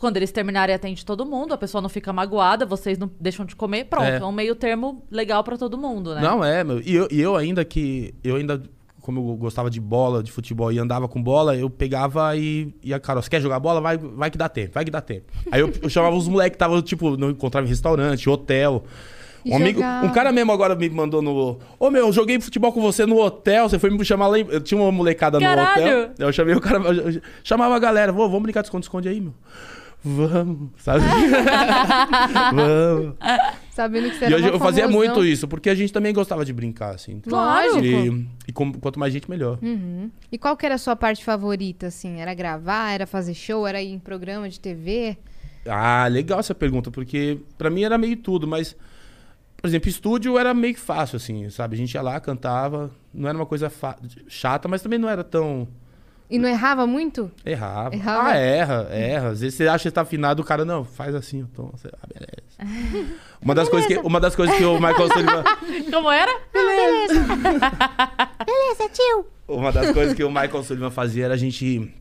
[SPEAKER 1] Quando eles terminarem, atende todo mundo. A pessoa não fica magoada, vocês não deixam de comer. Pronto, é,
[SPEAKER 3] É.
[SPEAKER 1] um meio termo legal pra todo mundo, né?
[SPEAKER 3] Não, é, meu. E eu, e eu ainda que. Eu ainda. Como eu gostava de bola, de futebol e andava com bola, eu pegava e, e a Carol, você quer jogar bola? Vai, vai que dá tempo, vai que dá tempo. Aí eu, eu chamava os moleques que tava, tipo, não encontrava em restaurante, hotel.
[SPEAKER 2] E
[SPEAKER 3] Um, amigo,
[SPEAKER 2] jogava.
[SPEAKER 3] um cara mesmo agora me mandou no. Ô meu, eu joguei futebol com você no hotel, você foi me chamar lá. em- Eu tinha uma molecada
[SPEAKER 1] Caralho!
[SPEAKER 3] no hotel. Eu chamei o cara, eu chamava a galera, "Vô, vamos brincar de esconde-esconde aí, meu. Vamos, sabe? vamos.
[SPEAKER 2] Sabendo que você
[SPEAKER 3] Ah. E
[SPEAKER 2] era
[SPEAKER 3] hoje
[SPEAKER 2] mó
[SPEAKER 3] eu fazia
[SPEAKER 2] famosão.
[SPEAKER 3] muito isso, porque a gente também gostava de brincar, assim.
[SPEAKER 1] Claro.
[SPEAKER 3] E, e com- quanto mais gente, melhor.
[SPEAKER 2] Uhum. E qual que era a sua parte favorita, assim? Era gravar, era fazer show, era ir em programa de TV?
[SPEAKER 3] Ah, legal essa pergunta, porque pra mim era meio tudo, mas. Por exemplo, estúdio era meio que fácil, assim, sabe? A gente ia lá, cantava, não era uma coisa fa- chata, mas também não era tão.
[SPEAKER 2] E não errava muito?
[SPEAKER 3] Errava.
[SPEAKER 2] Errava?
[SPEAKER 3] Ah, erra, erra. Às vezes você acha que tá afinado, o cara, não, faz assim, então. Você... Ah, beleza. Uma das, coisas que, uma das coisas que o Michael Sullivan.
[SPEAKER 1] Como era?
[SPEAKER 3] É. Uma das coisas que o Michael Sullivan fazia era a gente.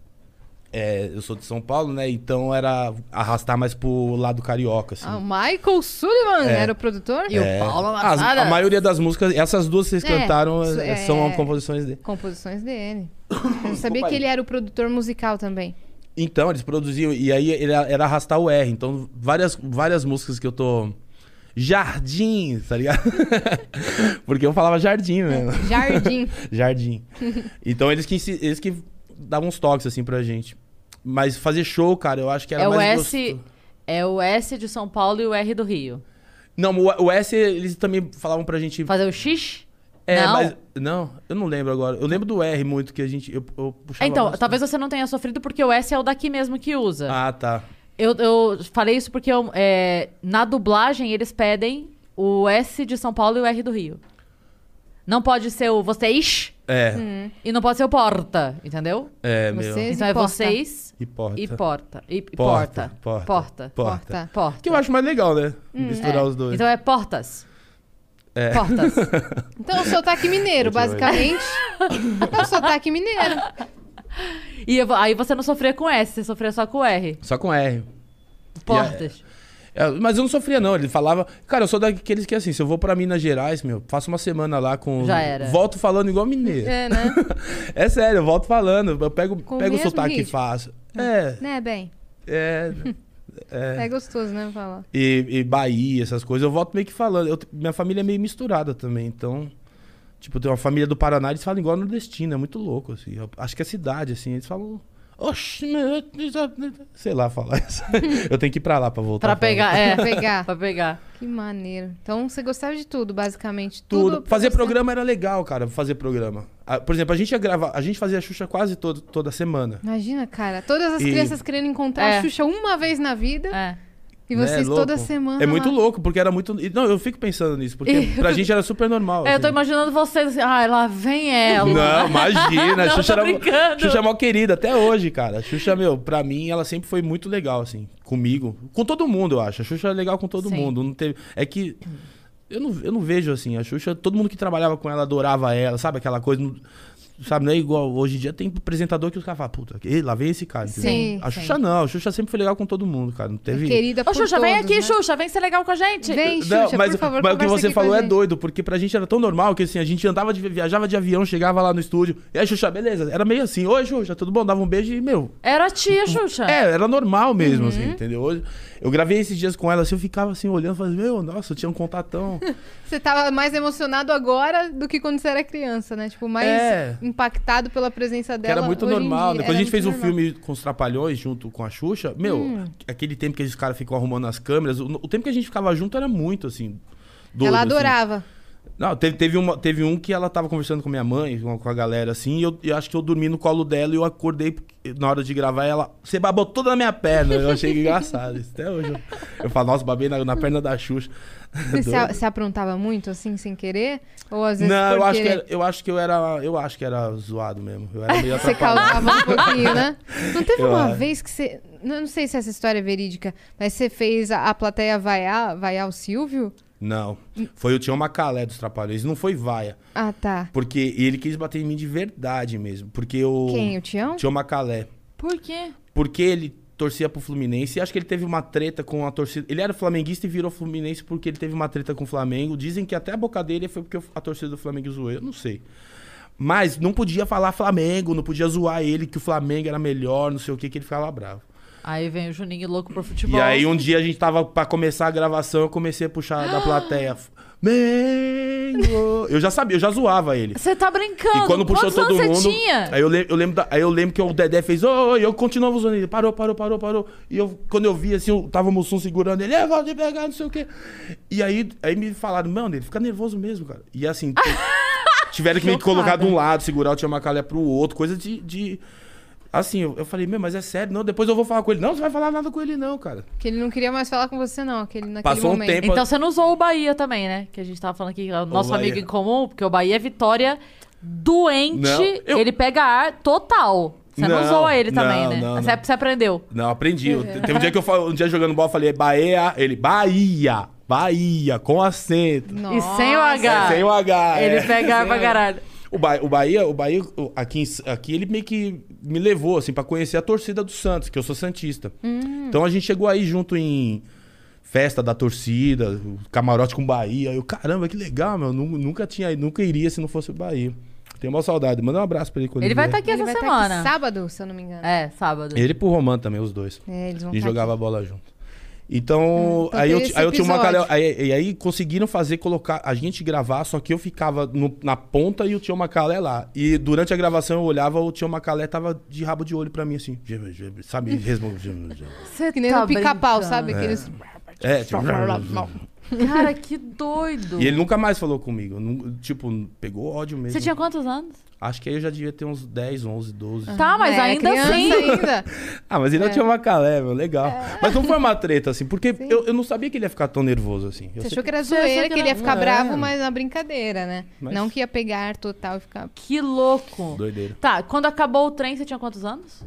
[SPEAKER 3] é, eu sou de São Paulo, né? Então era arrastar mais pro lado carioca, assim.
[SPEAKER 2] Ah, o Michael Sullivan era o produtor? E
[SPEAKER 3] É. As-
[SPEAKER 1] Lazzara.
[SPEAKER 3] a maioria das músicas, essas duas que vocês
[SPEAKER 2] É,
[SPEAKER 3] cantaram
[SPEAKER 2] isso
[SPEAKER 3] é,
[SPEAKER 2] é-
[SPEAKER 3] são composições dele.
[SPEAKER 2] Composições dele. Eu não sabia
[SPEAKER 3] Opa,
[SPEAKER 2] que ele era o produtor musical também.
[SPEAKER 3] Então, eles produziam, e aí ele a- era arrastar o R. Então, várias, várias músicas que eu tô. Jardim, tá ligado? Porque eu falava jardim mesmo.
[SPEAKER 2] Jardim.
[SPEAKER 3] Jardim. Então eles que, ensi- eles que davam uns toques assim pra gente. Mas fazer show, cara, eu acho que era
[SPEAKER 1] É o
[SPEAKER 3] mais
[SPEAKER 1] S.
[SPEAKER 3] gostoso.
[SPEAKER 1] É o S de São Paulo e o R do Rio.
[SPEAKER 3] Não, o, o S eles também falavam pra gente.
[SPEAKER 1] Fazer o X?
[SPEAKER 3] É,
[SPEAKER 1] não.
[SPEAKER 3] mas. Não, eu não lembro agora. Eu lembro do R muito que a gente. Eu, eu puxava
[SPEAKER 1] Então,
[SPEAKER 3] bastante.
[SPEAKER 1] talvez você não tenha sofrido porque o S é o daqui mesmo que usa.
[SPEAKER 3] Ah, tá.
[SPEAKER 1] Eu, eu falei isso porque eu, é, na dublagem eles pedem o S de São Paulo e o R do Rio. Não pode ser o vocês
[SPEAKER 3] É,
[SPEAKER 1] e não pode ser o porta, entendeu?
[SPEAKER 3] é, meu.
[SPEAKER 2] Vocês
[SPEAKER 1] então
[SPEAKER 2] e
[SPEAKER 1] é
[SPEAKER 2] porta.
[SPEAKER 1] vocês
[SPEAKER 3] E porta.
[SPEAKER 1] e porta. E e porta.
[SPEAKER 3] Porta, porta,
[SPEAKER 1] Porta. Ah,
[SPEAKER 3] porta.
[SPEAKER 2] Porta.
[SPEAKER 1] Porta.
[SPEAKER 3] Que eu acho mais legal, né? Misturar
[SPEAKER 1] Tá. É.
[SPEAKER 3] os dois.
[SPEAKER 1] Então é portas. Portas.
[SPEAKER 2] Então, o sotaque mineiro, basicamente. É o sotaque mineiro.
[SPEAKER 1] E eu vou- aí você não sofria com S, você sofria só com R.
[SPEAKER 3] Só com R.
[SPEAKER 1] Portas.
[SPEAKER 3] É, mas eu não sofria, não. Ele falava. Cara, eu sou daqueles que assim, se eu vou pra Minas Gerais, meu, faço uma semana lá com.
[SPEAKER 1] Já era.
[SPEAKER 3] Volto falando igual mineiro. É,
[SPEAKER 2] É, né?
[SPEAKER 3] sério, eu volto falando. Eu pego,
[SPEAKER 2] Com o
[SPEAKER 3] pego o
[SPEAKER 2] mesmo
[SPEAKER 3] sotaque e
[SPEAKER 2] ritmo.
[SPEAKER 3] faço. É,
[SPEAKER 2] Né, bem?
[SPEAKER 3] é.
[SPEAKER 2] É gostoso, né, falar.
[SPEAKER 3] E, e Bahia, essas coisas, eu volto meio que falando. Eu- minha família é meio misturada também, então. Tipo, tem uma família do Paraná, eles falam igual nordestino, é muito louco, assim. Eu acho que é cidade, assim, eles falam. Oxi, meu, sei lá falar isso. Eu tenho que ir pra lá pra voltar.
[SPEAKER 1] Pra
[SPEAKER 3] a falar.
[SPEAKER 1] pegar, é.
[SPEAKER 2] Pra pegar.
[SPEAKER 1] pra pegar.
[SPEAKER 2] Que maneiro. Então, você gostava de tudo, basicamente.
[SPEAKER 3] Tudo.
[SPEAKER 2] Tudo. pra
[SPEAKER 3] Fazer
[SPEAKER 2] você.
[SPEAKER 3] programa era legal, cara, fazer programa. Ah, Por exemplo, a gente ia gravar, a gente fazia Xuxa quase todo, toda semana.
[SPEAKER 2] Imagina, cara. Todas as
[SPEAKER 3] E-
[SPEAKER 2] crianças querendo encontrar
[SPEAKER 1] É.
[SPEAKER 2] a Xuxa uma vez na vida.
[SPEAKER 1] É.
[SPEAKER 2] E
[SPEAKER 3] né?
[SPEAKER 2] vocês
[SPEAKER 3] Louco.
[SPEAKER 2] toda semana.
[SPEAKER 3] É muito
[SPEAKER 2] lá.
[SPEAKER 3] louco, porque era muito. e, Não, eu fico pensando nisso, porque pra gente era super normal.
[SPEAKER 1] É, Eu tô
[SPEAKER 3] assim.
[SPEAKER 1] imaginando vocês assim, ai, lá vem ela.
[SPEAKER 3] Não, imagina.
[SPEAKER 1] É, Não,
[SPEAKER 3] Xuxa,
[SPEAKER 1] tô
[SPEAKER 3] era,
[SPEAKER 1] brincando.
[SPEAKER 3] Xuxa é mó querida até hoje, cara. Xuxa, meu, pra mim, ela sempre foi muito legal, assim, comigo. Com todo mundo, eu acho. A Xuxa é legal com todo
[SPEAKER 1] Sim.
[SPEAKER 3] mundo. Não teve... É que. Eu não, eu não vejo assim. A Xuxa, todo mundo que trabalhava com ela adorava ela, sabe? Aquela coisa. não- Sabe, não é igual. Hoje em dia tem apresentador que os caras falam, puta, ê, lá vem esse cara. entendeu?
[SPEAKER 2] Sim,
[SPEAKER 3] a
[SPEAKER 2] sim.
[SPEAKER 3] Xuxa não, a Xuxa sempre foi legal com todo mundo, cara. Não teve.
[SPEAKER 2] Querida
[SPEAKER 1] Ô,
[SPEAKER 2] por
[SPEAKER 1] Xuxa, vem
[SPEAKER 2] todos,
[SPEAKER 1] aqui,
[SPEAKER 2] né?
[SPEAKER 1] Xuxa, vem ser legal com a gente.
[SPEAKER 2] Vem, Xuxa,
[SPEAKER 3] Não, mas,
[SPEAKER 2] por favor,
[SPEAKER 3] mas o que
[SPEAKER 2] conversa
[SPEAKER 3] você
[SPEAKER 2] aqui com
[SPEAKER 3] falou
[SPEAKER 2] a
[SPEAKER 3] é
[SPEAKER 2] gente.
[SPEAKER 3] doido, porque pra gente era tão normal que assim, a gente andava de, viajava de avião, chegava lá no estúdio, e a Xuxa, beleza, era meio assim, oi Xuxa, tudo bom? Dava um beijo e, meu,
[SPEAKER 1] Era a tia, Xuxa.
[SPEAKER 3] é, era normal mesmo,
[SPEAKER 2] Uhum.
[SPEAKER 3] assim, entendeu? Hoje, eu gravei esses dias com ela, assim, eu ficava assim, olhando, falando, meu, nossa, eu tinha um contatão.
[SPEAKER 2] Você tava mais emocionado agora do que quando você era criança, né? Tipo, mais
[SPEAKER 3] É.
[SPEAKER 2] impactado pela presença
[SPEAKER 3] que
[SPEAKER 2] dela.
[SPEAKER 3] era muito
[SPEAKER 2] hoje em
[SPEAKER 3] normal.
[SPEAKER 2] dia.
[SPEAKER 3] Depois a
[SPEAKER 2] Era
[SPEAKER 3] gente fez um
[SPEAKER 2] muito normal. Hum.
[SPEAKER 3] filme com os Trapalhões junto com a Xuxa, meu, aquele tempo que esses caras ficam arrumando as câmeras, o, o tempo que a gente ficava junto era muito, assim, doido.
[SPEAKER 2] Ela
[SPEAKER 3] assim.
[SPEAKER 2] adorava.
[SPEAKER 3] Não, teve, teve, uma, teve um que ela tava conversando com minha mãe, com a, com a galera, assim, e eu, eu acho que eu dormi no colo dela e eu acordei na hora de gravar e ela. Você babou toda na minha perna. Eu achei engraçado isso. Até hoje. Eu, eu falo, nossa, babei na, na perna da Xuxa.
[SPEAKER 2] Você se,
[SPEAKER 3] Doido.
[SPEAKER 2] se aprontava muito, assim, sem querer? Ou às vezes
[SPEAKER 3] Não,
[SPEAKER 2] por
[SPEAKER 3] eu acho, que
[SPEAKER 2] querer?
[SPEAKER 3] era, eu acho que eu era. Eu acho que era zoado mesmo. Eu era meio
[SPEAKER 2] Você
[SPEAKER 3] atrapalhado.
[SPEAKER 2] causava um pouquinho, né? Não teve
[SPEAKER 3] Eu
[SPEAKER 2] uma
[SPEAKER 3] acho.
[SPEAKER 2] vez que você... não- Eu não sei se essa história é verídica, mas você fez a, a plateia vaiar, vaiar o Silvio?
[SPEAKER 3] Não. Foi o Tião Macalé dos Trapalhões, não foi vaia.
[SPEAKER 2] Ah, tá.
[SPEAKER 3] Porque ele quis bater em mim de verdade mesmo. Porque eu.
[SPEAKER 2] Quem, o Tião?
[SPEAKER 3] Tião Macalé.
[SPEAKER 1] Por quê?
[SPEAKER 3] porque ele torcia pro Fluminense. E acho que ele teve uma treta com a torcida. Ele era flamenguista e virou Fluminense porque ele teve uma treta com o Flamengo. Dizem que até a boca dele foi porque a torcida do Flamengo zoou. Eu não sei. Mas não podia falar Flamengo, não podia zoar ele, que o Flamengo era melhor, não sei o que, que ele ficava bravo.
[SPEAKER 1] Aí vem o Juninho louco pro futebol.
[SPEAKER 3] E aí um dia a gente tava pra começar a gravação, eu comecei a puxar da plateia. Mengo! Eu já sabia, eu já zoava ele.
[SPEAKER 1] Você tá brincando.
[SPEAKER 3] E quando puxou
[SPEAKER 1] Quantos
[SPEAKER 3] todo
[SPEAKER 1] anos
[SPEAKER 3] mundo.
[SPEAKER 1] você tinha?
[SPEAKER 3] Aí eu, lem- eu lembro da- aí eu lembro que o Dedé fez, ô, ô, e eu continuava usando ele. Parou, parou, parou, parou. E eu, quando eu vi assim, eu tava o Mussum segurando ele, é, vou te pegar, não sei o quê. E aí, aí me falaram, mano, ele fica nervoso mesmo, cara. E assim, t- tiveram que me colocar de um lado, segurar o Tia Macalé pro outro, coisa de. de- Assim, eu, eu falei, meu, mas é sério, não, depois eu vou falar com ele. Não, você vai falar nada com ele, não, cara.
[SPEAKER 2] Que ele não queria mais falar com você, não. Aquele, naquele
[SPEAKER 3] Passou um
[SPEAKER 2] momento.
[SPEAKER 3] tempo.
[SPEAKER 1] Então você não usou o Bahia também, né? Que a gente tava falando aqui, que é o nosso
[SPEAKER 3] Bahia.
[SPEAKER 1] amigo em comum, porque o Bahia é vitória doente.
[SPEAKER 3] Não, eu-
[SPEAKER 1] Ele pega ar total. Você não,
[SPEAKER 3] Não,
[SPEAKER 1] usou ele também,
[SPEAKER 3] não,
[SPEAKER 1] né?
[SPEAKER 3] não,
[SPEAKER 1] você,
[SPEAKER 3] não.
[SPEAKER 1] você aprendeu.
[SPEAKER 3] Não, aprendi. Eu-
[SPEAKER 1] É.
[SPEAKER 3] Teve um dia que eu falo, um dia jogando bola, eu falei, Bahia, ele, Bahia, Bahia, com acento.
[SPEAKER 1] E sem o
[SPEAKER 2] Nossa.
[SPEAKER 1] H.
[SPEAKER 3] É, sem o H.
[SPEAKER 1] Ele
[SPEAKER 3] é.
[SPEAKER 1] pega ar pra caralho.
[SPEAKER 3] O, ba o Bahia, o Bahia o- aqui, em S- aqui, ele meio que me levou, assim, pra conhecer a torcida do Santos, que eu sou Santista.
[SPEAKER 1] Hum.
[SPEAKER 3] Então a gente chegou aí junto em festa da torcida, o camarote com Bahia. Eu, caramba, que legal, meu. nu- Nunca tinha ido, nunca iria se não fosse o Bahia. Tenho uma saudade. Manda um abraço pra ele quando
[SPEAKER 1] Ele vai estar
[SPEAKER 3] vier.
[SPEAKER 1] aqui
[SPEAKER 2] Ele
[SPEAKER 1] essa
[SPEAKER 2] vai tá
[SPEAKER 1] semana.
[SPEAKER 2] aqui sábado, se eu não me engano.
[SPEAKER 1] É, sábado.
[SPEAKER 3] Ele e pro Roman também, os dois.
[SPEAKER 2] É, eles vão
[SPEAKER 3] E
[SPEAKER 2] tá
[SPEAKER 3] jogava bola junto. Então,
[SPEAKER 2] então
[SPEAKER 3] aí, eu,
[SPEAKER 2] teve
[SPEAKER 3] ti-
[SPEAKER 2] esse
[SPEAKER 3] aí eu tinha uma
[SPEAKER 2] episódio.
[SPEAKER 3] calé, aí, e aí conseguiram fazer, colocar a gente gravar, só que eu ficava no- na ponta e o Tio Macalé lá. E durante a gravação eu olhava, o Tio Macalé tava de rabo de olho pra mim, assim. "Gê, gê", Sabe? Resmo- gê, gê.
[SPEAKER 1] Você
[SPEAKER 2] Que nem
[SPEAKER 1] tá
[SPEAKER 2] no pica-pau,
[SPEAKER 1] brincando.
[SPEAKER 2] sabe? Aqueles...
[SPEAKER 3] É, tipo...
[SPEAKER 1] Cara, que doido.
[SPEAKER 3] E ele nunca mais falou comigo. nu- Tipo, pegou ódio mesmo.
[SPEAKER 1] Você tinha quantos anos?
[SPEAKER 3] Acho que aí eu já devia ter uns 10, 11, 12.
[SPEAKER 1] Tá, mas
[SPEAKER 2] É,
[SPEAKER 1] ainda
[SPEAKER 2] criança
[SPEAKER 1] assim.
[SPEAKER 2] ainda.
[SPEAKER 3] Ah, mas ele é. o Tio Macalé, meu. Legal. Mas não foi uma treta, assim. Porque eu, eu não sabia que ele ia ficar tão nervoso, assim. Eu
[SPEAKER 2] Você
[SPEAKER 3] sei-
[SPEAKER 2] achou que era
[SPEAKER 1] Você achou
[SPEAKER 2] zoeira,
[SPEAKER 1] que
[SPEAKER 2] que,
[SPEAKER 1] era-
[SPEAKER 2] ele ia ficar
[SPEAKER 3] É.
[SPEAKER 2] bravo, mas na brincadeira, né?
[SPEAKER 3] Mas-
[SPEAKER 2] Não que ia pegar total e ficar...
[SPEAKER 1] Que louco.
[SPEAKER 3] é Doideira.
[SPEAKER 1] Tá, quando acabou o trem, você tinha quantos anos?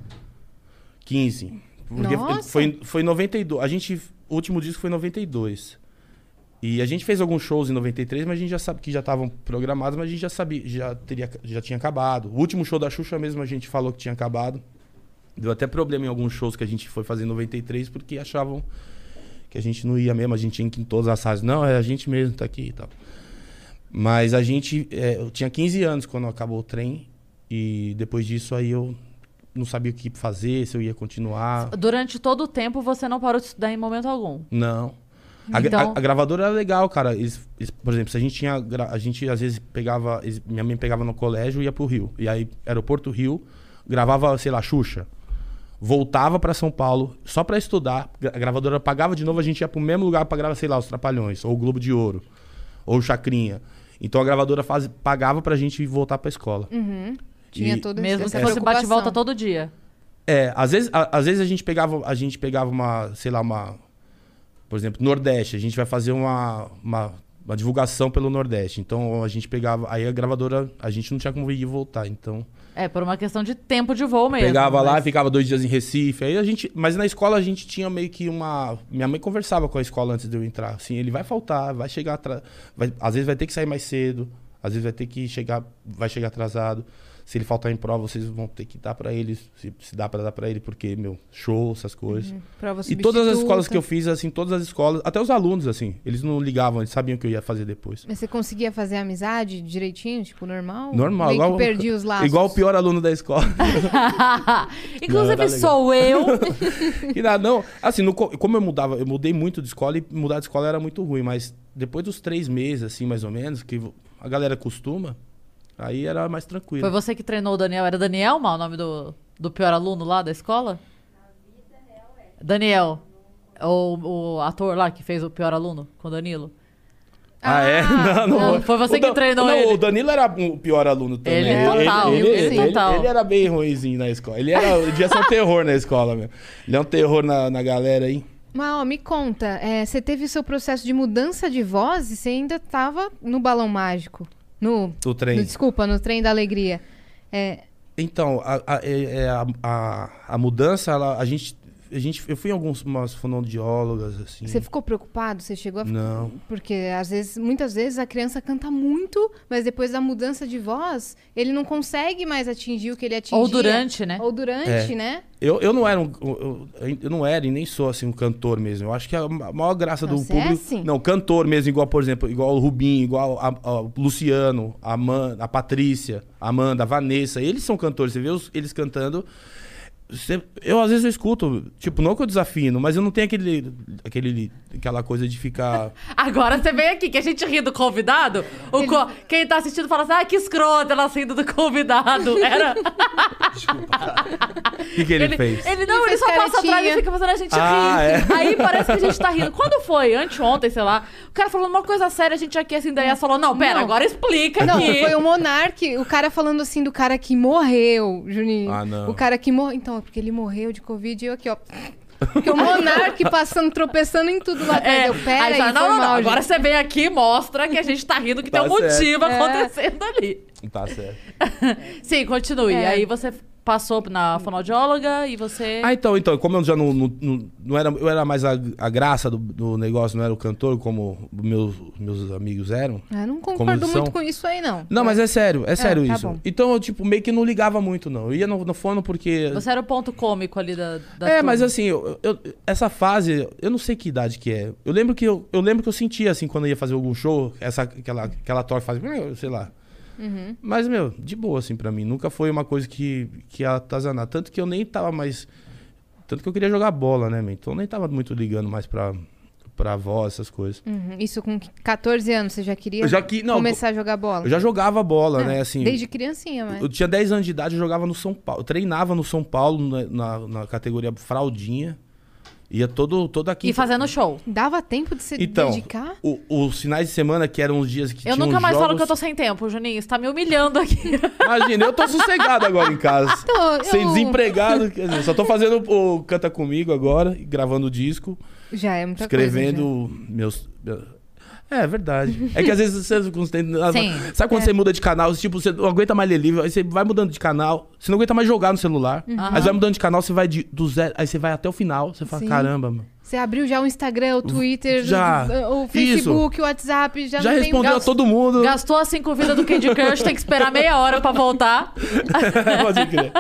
[SPEAKER 3] 15. Porque
[SPEAKER 2] Nossa.
[SPEAKER 3] foi, foi em 92. A gente. O último disco foi em 92. E a gente fez alguns shows em 93, mas a gente já sabe que já estavam programados, mas a gente já sabia, já, teria, já tinha acabado. O último show da Xuxa mesmo a gente falou que tinha acabado. Deu até problema em alguns shows que a gente foi fazer em 93, porque achavam que a gente não ia mesmo, a gente tinha que ir em todas as salas. Não, é a gente mesmo tá aqui e tal. Mas a gente. é, eu tinha 15 anos quando acabou o trem, e depois disso aí eu não sabia o que fazer, se eu ia continuar.
[SPEAKER 1] Durante todo o tempo você não parou de estudar em momento algum.
[SPEAKER 3] Não. A, gra-
[SPEAKER 1] Então-
[SPEAKER 3] a- a gravadora era legal, cara. Eles, eles- por exemplo, se a gente tinha. gra- A gente às vezes pegava. eles- minha mãe pegava no colégio e ia pro Rio. E aí, aeroporto Rio, gravava, sei lá, Xuxa. Voltava pra São Paulo só pra estudar. gra- A gravadora pagava de novo, a gente ia pro mesmo lugar pra gravar, sei lá, os Trapalhões, ou o Globo de Ouro, ou o Chacrinha. Então a gravadora faz, pagava pra gente voltar pra escola.
[SPEAKER 2] Tinha
[SPEAKER 3] E-
[SPEAKER 2] todo esse-
[SPEAKER 1] Mesmo
[SPEAKER 2] essa é
[SPEAKER 1] se fosse bate e volta
[SPEAKER 2] preocupação.
[SPEAKER 1] todo dia.
[SPEAKER 3] É, às vezes, a- às vezes a gente pegava, a gente pegava uma, sei lá, uma, por exemplo, Nordeste, a gente vai fazer uma, uma, uma divulgação pelo Nordeste. Então a gente pegava, aí a gravadora, a gente não tinha como ir e voltar, então
[SPEAKER 1] É, por uma questão de tempo de voo mesmo.
[SPEAKER 3] pegava lá,
[SPEAKER 1] mas-
[SPEAKER 3] ficava dois dias em Recife. Aí a gente, mas na escola a gente tinha meio que uma, minha mãe conversava com a escola antes de eu entrar, assim, ele vai faltar, vai chegar atrasado, às vezes vai ter que sair mais cedo, às vezes vai ter que chegar, vai chegar atrasado. Se ele faltar em prova, vocês vão ter que dar pra ele, se, se dá pra dar pra ele, porque meu, show, essas coisas.
[SPEAKER 2] Prova
[SPEAKER 3] E todas as
[SPEAKER 2] Uhum. substituta.
[SPEAKER 3] escolas que eu fiz, assim, todas as escolas, até os alunos, assim, eles não ligavam, eles sabiam o que eu ia fazer depois.
[SPEAKER 2] Mas você conseguia fazer amizade direitinho, tipo, normal?
[SPEAKER 3] Normal,
[SPEAKER 2] Meio
[SPEAKER 3] igual,
[SPEAKER 2] que perdi os laços.
[SPEAKER 3] igual o pior aluno da escola. Não,
[SPEAKER 1] Inclusive
[SPEAKER 3] era legal.
[SPEAKER 1] sou eu.
[SPEAKER 3] que nada, não. Assim, no co- como eu mudava, eu mudei muito de escola e mudar de escola era muito ruim, mas depois dos três meses, assim, mais ou menos, que vo- a galera costuma, aí era mais
[SPEAKER 1] Foi
[SPEAKER 3] tranquilo.
[SPEAKER 1] você que treinou o Daniel. Era Daniel, mal o nome do, do pior aluno lá da escola? Daniel. O, o ator lá que fez o pior aluno com o Danilo.
[SPEAKER 3] Ah, é? Não,
[SPEAKER 1] não, foi você
[SPEAKER 3] O
[SPEAKER 1] que
[SPEAKER 3] Dan-
[SPEAKER 1] treinou
[SPEAKER 3] não,
[SPEAKER 1] ele.
[SPEAKER 3] o Danilo era o pior aluno também.
[SPEAKER 1] Ele é total,
[SPEAKER 3] ele,
[SPEAKER 2] ele é
[SPEAKER 1] total.
[SPEAKER 3] ele era bem ruimzinho na escola. Ele era, ele devia ser um terror na escola mesmo. Ele é um terror na, na galera aí.
[SPEAKER 2] Mas, ó, me conta, é, você teve o seu processo de mudança de voz e você ainda tava no Balão Mágico. No,
[SPEAKER 3] O trem.
[SPEAKER 2] no- desculpa, no Trem da Alegria. É,
[SPEAKER 3] Então, a, a, é- é a- a- a mudança, ela- a, gente, a gente. Eu fui em algumas umas fonoaudiólogas, assim.
[SPEAKER 2] você ficou preocupado? Você chegou a ficar...
[SPEAKER 3] Não.
[SPEAKER 2] Porque às vezes, muitas vezes a criança canta muito, mas depois da mudança de voz, ele não consegue mais atingir o que ele atingia.
[SPEAKER 1] Ou durante, né?
[SPEAKER 2] Ou durante,
[SPEAKER 3] É.
[SPEAKER 2] né?
[SPEAKER 3] Eu, eu não era um. Eu, eu- eu não era e nem sou assim um cantor mesmo. Eu acho que a ma- maior graça
[SPEAKER 2] Não,
[SPEAKER 3] do
[SPEAKER 2] você é
[SPEAKER 3] público.
[SPEAKER 2] assim?
[SPEAKER 3] Não, cantor mesmo, igual, por exemplo, igual o Rubinho, igual a, a- o Luciano, a, Man, a Patrícia, a Amanda, a Vanessa. Eles são cantores, você vê os- eles cantando. Você- eu às vezes eu escuto, tipo, não que eu desafino, mas eu não tenho aquele, aquele, aquela coisa de ficar.
[SPEAKER 1] Agora você vem aqui, que a gente ri do convidado. O co- Quem tá assistindo fala assim: ah, que escrota ela rindo do convidado. Era...
[SPEAKER 3] O que, que ele fez?
[SPEAKER 1] ele não,
[SPEAKER 2] Ele
[SPEAKER 1] ele,
[SPEAKER 2] fez
[SPEAKER 1] só passa
[SPEAKER 2] caretinha.
[SPEAKER 1] atrás e fica fazendo a gente
[SPEAKER 3] Ah,
[SPEAKER 1] rir. Aí parece que a gente tá rindo. Quando foi? Anteontem, sei lá. O cara falando uma coisa séria, a gente aqui assim, daí ela falou: não, pera,
[SPEAKER 2] Não.
[SPEAKER 1] agora
[SPEAKER 3] É
[SPEAKER 1] explica
[SPEAKER 2] Não,
[SPEAKER 1] aqui.
[SPEAKER 2] foi um o Monark, o cara falando assim do cara que morreu, Juninho.
[SPEAKER 3] Ah, não.
[SPEAKER 2] O cara que morreu. Então, é porque ele morreu de Covid e eu aqui, ó. Porque o Monark passando, tropeçando em tudo lá atrás.
[SPEAKER 1] É,
[SPEAKER 2] Eu, pera aí,
[SPEAKER 1] aí, fala,
[SPEAKER 2] foi
[SPEAKER 1] não, não, não,
[SPEAKER 2] mal,
[SPEAKER 1] agora
[SPEAKER 2] gente."
[SPEAKER 1] você vem aqui e mostra que a gente tá rindo, que tem um
[SPEAKER 3] Tá certo.
[SPEAKER 1] motivo
[SPEAKER 2] É.
[SPEAKER 1] acontecendo ali.
[SPEAKER 3] Tá certo.
[SPEAKER 1] Sim, continue.
[SPEAKER 2] É.
[SPEAKER 1] Aí você passou na fonoaudióloga e você.
[SPEAKER 3] Ah, então, então, como eu já não, não, não- não era, eu era mais a, a graça do, do negócio, não era o cantor como meus, meus amigos eram.
[SPEAKER 2] Ah, não
[SPEAKER 3] Como
[SPEAKER 2] concordo
[SPEAKER 3] eles
[SPEAKER 2] muito
[SPEAKER 3] são?
[SPEAKER 2] com isso aí, não.
[SPEAKER 3] Não, mas é sério, é sério
[SPEAKER 2] tá
[SPEAKER 3] isso.
[SPEAKER 2] bom.
[SPEAKER 3] Então eu, tipo, meio que não ligava muito, não. Eu ia no, no fono porque.
[SPEAKER 1] Você era o ponto cômico ali da. da
[SPEAKER 3] é,
[SPEAKER 1] turma.
[SPEAKER 3] mas assim, eu- eu- essa fase, eu não sei que idade que é. Eu lembro que eu, eu lembro que eu sentia, assim, quando eu ia fazer algum show, essa, aquela, aquela toca faz, sei lá. Mas, meu, de boa, assim, pra mim. Nunca foi uma coisa que, que atazanar. Tanto que eu nem tava mais. Tanto que eu queria jogar bola, né, meu? Então eu nem tava muito ligando mais pra, pra voz, essas coisas.
[SPEAKER 2] Uhum, Isso com 14 anos, você já queria
[SPEAKER 3] Eu já que- não,
[SPEAKER 2] começar a jogar bola?
[SPEAKER 3] Eu já jogava bola,
[SPEAKER 2] Não,
[SPEAKER 3] né? Assim,
[SPEAKER 2] Ah, Desde criancinha, mas.
[SPEAKER 3] Eu tinha 10 anos de idade, eu jogava no São Paulo. Eu treinava no São Paulo, na, na- na categoria fraldinha. Ia todo, toda
[SPEAKER 1] E
[SPEAKER 3] quinta.
[SPEAKER 1] fazendo show.
[SPEAKER 2] Dava tempo de se
[SPEAKER 3] Então,
[SPEAKER 2] dedicar?
[SPEAKER 3] o- os finais de semana, que eram os dias que
[SPEAKER 1] eu
[SPEAKER 3] tinham
[SPEAKER 1] nunca mais
[SPEAKER 3] jogos...
[SPEAKER 1] falo que eu tô sem tempo, Juninho. Você tá me humilhando aqui.
[SPEAKER 3] Imagina, eu tô sossegado agora em casa.
[SPEAKER 2] Então, eu-
[SPEAKER 3] Sem desempregado. Quer dizer, só tô fazendo o Canta Comigo agora, e gravando o disco,
[SPEAKER 2] Já é muita coisa.
[SPEAKER 3] escrevendo meus... É, é verdade. É que às vezes você... você-
[SPEAKER 1] Sim.
[SPEAKER 3] Sabe quando você muda de canal? Tipo, você não aguenta mais ler livro, aí você vai mudando de canal. Você não aguenta mais jogar no celular. Aí você vai mudando de canal, você vai de, do zero... Aí você vai até o final. Você fala,
[SPEAKER 2] Sim.
[SPEAKER 3] caramba, mano.
[SPEAKER 2] Você abriu já o Instagram, o Twitter,
[SPEAKER 3] Já.
[SPEAKER 2] o, o
[SPEAKER 3] Isso.
[SPEAKER 2] Facebook, o WhatsApp,
[SPEAKER 3] Já
[SPEAKER 2] já, Então não tem um
[SPEAKER 3] respondeu a todo mundo.
[SPEAKER 1] Gastou as cinco vidas do Candy Crush, tem que esperar meia hora pra voltar.
[SPEAKER 3] Pode crer.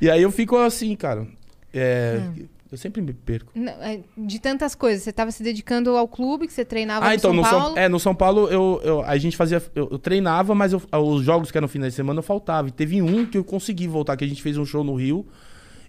[SPEAKER 3] E aí eu fico assim, cara. É,
[SPEAKER 2] Hum.
[SPEAKER 3] Eu sempre me perco.
[SPEAKER 2] Não, é, De tantas coisas. Você estava se dedicando ao clube que você treinava
[SPEAKER 3] Ah,
[SPEAKER 2] no
[SPEAKER 3] então,
[SPEAKER 2] São
[SPEAKER 3] no
[SPEAKER 2] Paulo.
[SPEAKER 3] São, é, no São Paulo eu, eu- a gente fazia. Eu, eu treinava, mas eu- os jogos que eram no final de semana eu faltava. E teve um que eu consegui voltar, que a gente fez um show no Rio.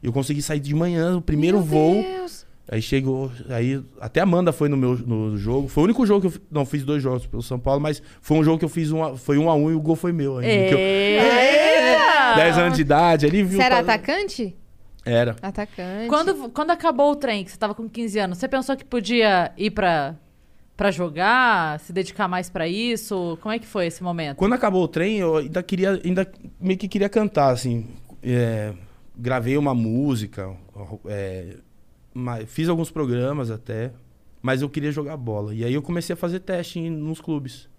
[SPEAKER 3] Eu consegui sair de manhã, o primeiro
[SPEAKER 2] Meu
[SPEAKER 3] voo.
[SPEAKER 2] Deus.
[SPEAKER 3] Aí chegou. Aí até a Amanda foi no meu no jogo. Foi o único jogo que eu. fi- Não, fiz dois jogos pelo São Paulo, mas foi um jogo que eu fiz um a, foi um a um e o gol foi meu ainda. que eu-
[SPEAKER 1] É, Eita!
[SPEAKER 3] 10 anos de idade, ali viu.
[SPEAKER 2] É. Você era
[SPEAKER 3] tá-
[SPEAKER 2] atacante?
[SPEAKER 3] Era.
[SPEAKER 2] Atacante.
[SPEAKER 1] Quando, quando acabou o trem, que você tava com 15 anos, você pensou que podia ir pra, pra jogar, se dedicar mais pra isso? Como é que foi esse momento?
[SPEAKER 3] Quando acabou o trem, eu ainda queria, ainda meio que queria cantar, assim. É, gravei uma música, é, ma- fiz alguns programas até, mas eu queria jogar bola. E aí eu comecei a fazer teste em, nos clubes.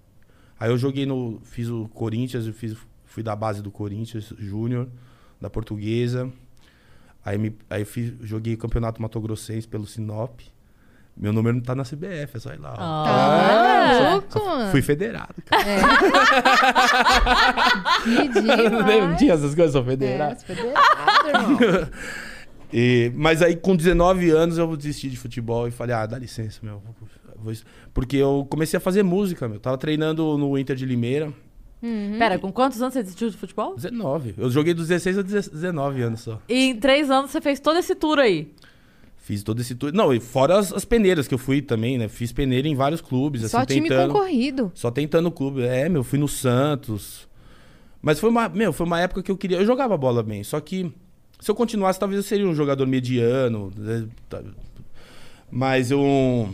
[SPEAKER 3] Aí eu joguei no. Fiz o Corinthians, eu fiz, fui da base do Corinthians Júnior, da portuguesa. Aí, me, aí eu fiz, joguei campeonato Mato Grossense pelo Sinop. Meu número não tá na CBF, é só ir lá. ó.
[SPEAKER 2] Tá
[SPEAKER 1] Ah,
[SPEAKER 2] louco, mano.
[SPEAKER 3] Fui federado, cara.
[SPEAKER 2] Que
[SPEAKER 3] Não lembro
[SPEAKER 2] demais.
[SPEAKER 3] tinha um essas coisas, sou
[SPEAKER 2] É,
[SPEAKER 3] federado.
[SPEAKER 2] você foi doidado, irmão.
[SPEAKER 3] E- mas aí, com 19 anos, eu desisti de futebol e falei, ah, dá licença, meu. vou- vou- porque eu comecei a fazer música, meu. Tava treinando no Inter de Limeira,
[SPEAKER 1] Pera, com quantos anos você desistiu do futebol?
[SPEAKER 3] 19. Eu joguei dos 16 a 19 anos só.
[SPEAKER 1] E em três anos você fez todo esse tour aí.
[SPEAKER 3] Fiz todo esse tour. Não, e fora as, as peneiras que eu fui também, né? Fiz peneira em vários clubes,
[SPEAKER 2] Só
[SPEAKER 3] assim,
[SPEAKER 2] time
[SPEAKER 3] tentando.
[SPEAKER 2] concorrido.
[SPEAKER 3] Só tentando o clube. É, meu, fui no Santos. Mas foi uma, meu, foi uma época que eu queria. Eu jogava bola bem, só que se eu continuasse, talvez eu seria um jogador mediano. né? Tá- Mas eu.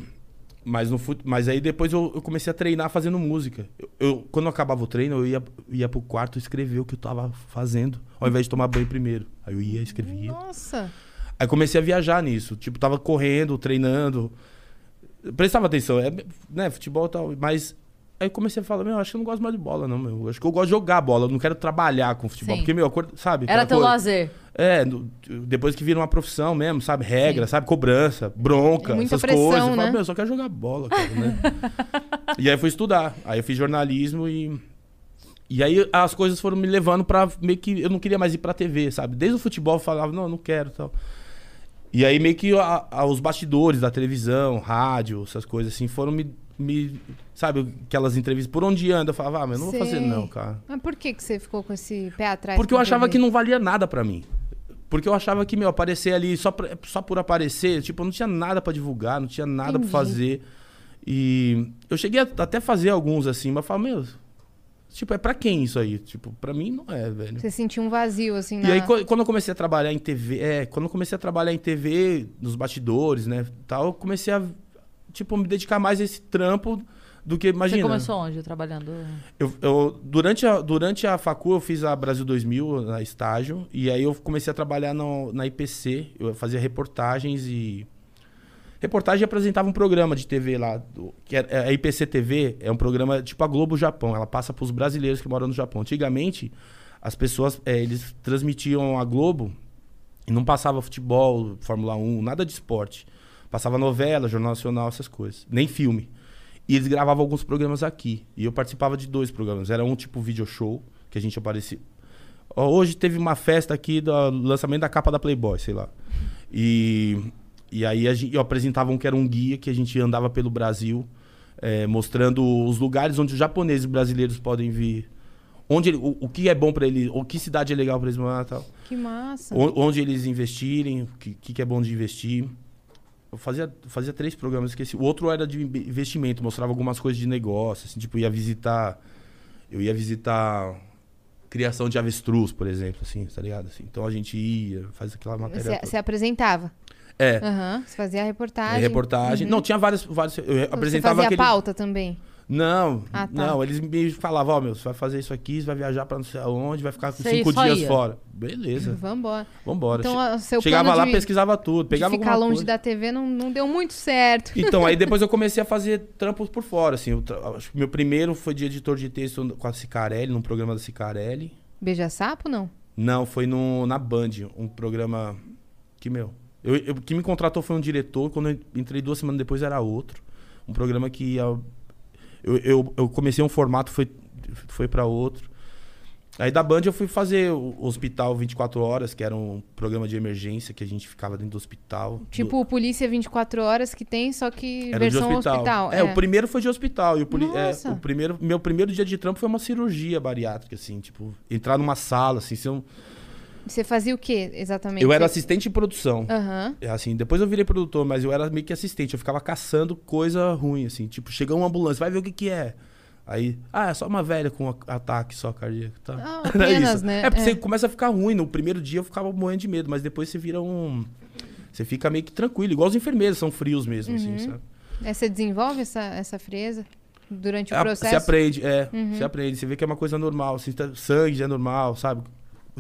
[SPEAKER 3] Mas, no fut... mas aí depois eu, eu comecei a treinar fazendo música. Eu, eu- quando eu acabava o treino, eu ia, ia pro quarto escrever o que eu tava fazendo, ao invés de tomar banho primeiro. Aí eu ia, escrevia.
[SPEAKER 2] Nossa.
[SPEAKER 3] Aí comecei a viajar nisso. Tipo, tava correndo, treinando. Prestava atenção, é, né? Futebol e tal. Mas aí comecei a falar, meu, acho que eu não gosto mais de bola, não, meu. Acho que eu gosto de jogar bola, eu não quero trabalhar com futebol.
[SPEAKER 1] Sim.
[SPEAKER 3] Porque, meu, acordo, sabe?
[SPEAKER 1] Era
[SPEAKER 3] aquela
[SPEAKER 1] teu
[SPEAKER 3] coisa-
[SPEAKER 1] lazer.
[SPEAKER 3] É, no- depois que vira uma profissão mesmo, sabe? Regra, sabe? Cobrança, bronca,
[SPEAKER 2] E muita
[SPEAKER 3] essas
[SPEAKER 2] pressão,
[SPEAKER 3] coisas. Eu
[SPEAKER 2] né?
[SPEAKER 3] falo, meu, eu só quero jogar bola, cara, né? e aí fui estudar. Aí eu fiz jornalismo e. E aí as coisas foram me levando pra meio que. Eu não queria mais ir pra TV, sabe? Desde o futebol eu falava, não, não quero tal. E aí meio que a- a- os bastidores da televisão, rádio, essas coisas assim, foram me. me- sabe, aquelas entrevistas por onde anda, eu falava, ah, mas eu não vou fazer,
[SPEAKER 2] Sei.
[SPEAKER 3] não, cara.
[SPEAKER 2] Mas por que, que você ficou com esse pé atrás?
[SPEAKER 3] Porque eu
[SPEAKER 2] com a
[SPEAKER 3] achava que
[SPEAKER 2] TV?
[SPEAKER 3] não valia nada pra mim. Porque eu achava que, meu, aparecer ali só, pra- só por aparecer, tipo, eu não tinha nada pra divulgar, não tinha nada
[SPEAKER 2] Entendi.
[SPEAKER 3] pra fazer. E eu cheguei a até fazer alguns assim, mas eu falava, meu, tipo, é pra quem isso aí? Tipo, pra mim não é, velho.
[SPEAKER 2] Você sentiu um vazio, assim,
[SPEAKER 3] E
[SPEAKER 2] na-
[SPEAKER 3] aí, co- quando eu comecei a trabalhar em TV, é, quando eu comecei a trabalhar em TV, nos bastidores, né, tal, eu comecei a, tipo, me dedicar mais a esse trampo do que, imagina...
[SPEAKER 1] Você começou onde? Trabalhando.
[SPEAKER 3] Eu, eu- durante, a, durante a facu, eu fiz a Brasil 2000, na estágio, e aí eu comecei a trabalhar no- na IPC, eu fazia reportagens e... Reportagem e apresentava um programa de TV lá, do- que é, é- a IPC TV é um programa tipo a Globo Japão, ela passa para os brasileiros que moram no Japão. Antigamente, as pessoas, é, eles transmitiam a Globo e não passava futebol, Fórmula 1, nada de esporte. Passava novela, jornal nacional, essas coisas. Nem filme. E eles gravavam alguns programas aqui. E eu participava de dois programas. Era um tipo video show, que a gente aparecia. Ó, hoje teve uma festa aqui do lançamento da capa da Playboy, sei lá. E, e aí a gente, eu apresentava um que era um guia que a gente andava pelo Brasil, eh, mostrando os lugares onde os japoneses e brasileiros podem vir. Onde ele- o, o que é bom pra eles, ou que cidade é legal pra eles morar e tal.
[SPEAKER 2] Que massa.
[SPEAKER 3] O- Onde eles investirem, o que, que que é bom de investir. Eu fazia, fazia três programas, esqueci. O outro era de imbe- investimento, mostrava algumas coisas de negócio. Assim, tipo, ia visitar. Eu ia visitar criação de avestruz, por exemplo, assim, tá ligado? Assim, então a gente ia, faz aquela matéria.
[SPEAKER 2] Você,
[SPEAKER 3] toda.
[SPEAKER 2] você apresentava.
[SPEAKER 3] É,
[SPEAKER 2] Aham. Você fazia a reportagem. Uhum.
[SPEAKER 3] reportagem. Não, tinha várias. várias eu
[SPEAKER 2] Você
[SPEAKER 3] apresentava
[SPEAKER 2] fazia
[SPEAKER 3] aquele.
[SPEAKER 2] pauta também.
[SPEAKER 3] Não,
[SPEAKER 2] Ah, tá.
[SPEAKER 3] não, eles me falavam, ó, meu, você vai fazer isso aqui, você vai viajar pra não sei aonde, vai ficar com
[SPEAKER 1] Você
[SPEAKER 3] cinco
[SPEAKER 1] só
[SPEAKER 3] dias
[SPEAKER 1] ia.
[SPEAKER 3] fora. Beleza,
[SPEAKER 2] Vambora.
[SPEAKER 3] vambora.
[SPEAKER 2] Então,
[SPEAKER 3] Che-
[SPEAKER 2] o seu
[SPEAKER 3] Chegava
[SPEAKER 2] plano
[SPEAKER 3] lá,
[SPEAKER 2] de-
[SPEAKER 3] pesquisava tudo,
[SPEAKER 2] De
[SPEAKER 3] pegava
[SPEAKER 2] ficar
[SPEAKER 3] alguma
[SPEAKER 2] longe
[SPEAKER 3] coisa.
[SPEAKER 2] da TV não, não deu muito certo.
[SPEAKER 3] Então, aí depois eu comecei a fazer trampos por fora, assim. eu tra- acho que meu primeiro foi de editor de texto com a Cicarelli, num programa da Cicarelli.
[SPEAKER 2] Beija sapo, não?
[SPEAKER 3] Não, foi no, na Band, um programa que, meu, Eu, eu- quem me contratou foi um diretor, quando eu entrei duas semanas depois era outro. Um programa que ia- eu, eu, eu comecei um formato, foi, foi para outro. Aí da Band eu fui fazer o Hospital 24 Horas, que era um programa de emergência que a gente ficava dentro do hospital.
[SPEAKER 2] Tipo o Polícia 24 Horas que tem, só que
[SPEAKER 3] Era
[SPEAKER 2] versão
[SPEAKER 3] de hospital. É, o primeiro foi de hospital. E o, poli- é,
[SPEAKER 2] Nossa.
[SPEAKER 3] o primeiro, meu primeiro dia de trampo foi uma cirurgia bariátrica, assim, tipo, entrar numa sala, assim. ser um-
[SPEAKER 2] Você fazia o quê, exatamente?
[SPEAKER 3] Eu era
[SPEAKER 2] Você-
[SPEAKER 3] assistente de produção.
[SPEAKER 2] Aham.
[SPEAKER 3] É, assim, depois eu virei produtor, mas eu era meio que assistente. Eu ficava caçando coisa ruim, assim. Tipo, chegou uma ambulância, vai ver o que que é. Aí, ah, é só uma velha com a- ataque só cardíaco, tá?
[SPEAKER 2] Ah,
[SPEAKER 3] Era
[SPEAKER 2] apenas,
[SPEAKER 3] isso.
[SPEAKER 2] né?
[SPEAKER 3] É, porque
[SPEAKER 2] É.
[SPEAKER 3] você começa a ficar ruim. No primeiro dia eu ficava morrendo de medo, mas depois você vira um... Você fica meio que tranquilo. Igual os enfermeiros, são frios mesmo, assim, sabe?
[SPEAKER 2] É, Você desenvolve essa, essa frieza durante o
[SPEAKER 3] É, Você
[SPEAKER 2] processo? Uhum.
[SPEAKER 3] aprende, é. Você aprende. Você vê que é uma coisa normal. Assim, tá- sangue já é normal, sabe?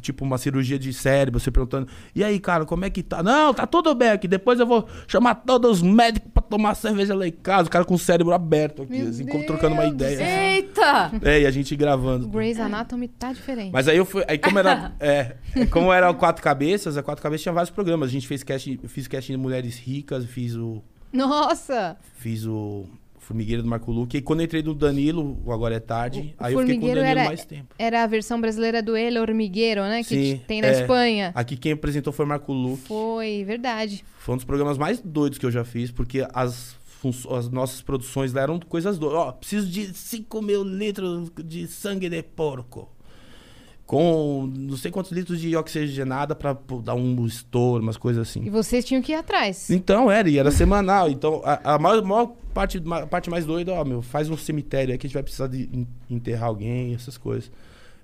[SPEAKER 3] Tipo uma cirurgia de cérebro, você perguntando, e aí, cara, como é que tá? Não, tá tudo bem aqui. Depois eu vou chamar todos os médicos pra tomar cerveja lá em casa. O cara com o cérebro aberto aqui,
[SPEAKER 2] Meu
[SPEAKER 3] assim,
[SPEAKER 2] Deus
[SPEAKER 3] trocando uma
[SPEAKER 2] do
[SPEAKER 3] ideia.
[SPEAKER 1] Eita!
[SPEAKER 3] É, e a gente gravando.
[SPEAKER 2] Grey's Anatomy tá diferente.
[SPEAKER 3] Mas aí eu fui. Aí como era. é, como era o Quatro Cabeças, a Quatro Cabeças tinha vários programas. A gente fez casting, eu fiz casting de mulheres ricas, fiz o
[SPEAKER 2] Nossa!
[SPEAKER 3] fiz o Formigueiro do Marco Luque. E quando eu entrei do Danilo, o Agora é Tarde, aí eu fiquei com o
[SPEAKER 2] Formigueiro
[SPEAKER 3] Danilo
[SPEAKER 2] era-
[SPEAKER 3] mais tempo.
[SPEAKER 2] Era a versão brasileira do El Hormigueiro, né? Que
[SPEAKER 3] Sim,
[SPEAKER 2] t- tem na
[SPEAKER 3] é.
[SPEAKER 2] Espanha.
[SPEAKER 3] Aqui quem apresentou foi o Marco Luque.
[SPEAKER 2] Foi, verdade.
[SPEAKER 3] Foi um dos programas mais doidos que eu já fiz, porque as, funço- as nossas produções lá eram coisas doidas. Ó, preciso de 5 mil litros de sangue de porco. Com não sei quantos litros de oxigenada pra pô, dar um estouro, umas coisas assim.
[SPEAKER 2] E vocês tinham que ir atrás.
[SPEAKER 3] Então, era, e era semanal. Então, a, a maior, maior parte, ma- parte mais doida, ó, meu, faz um cemitério aí que a gente vai precisar de en- enterrar alguém, essas coisas.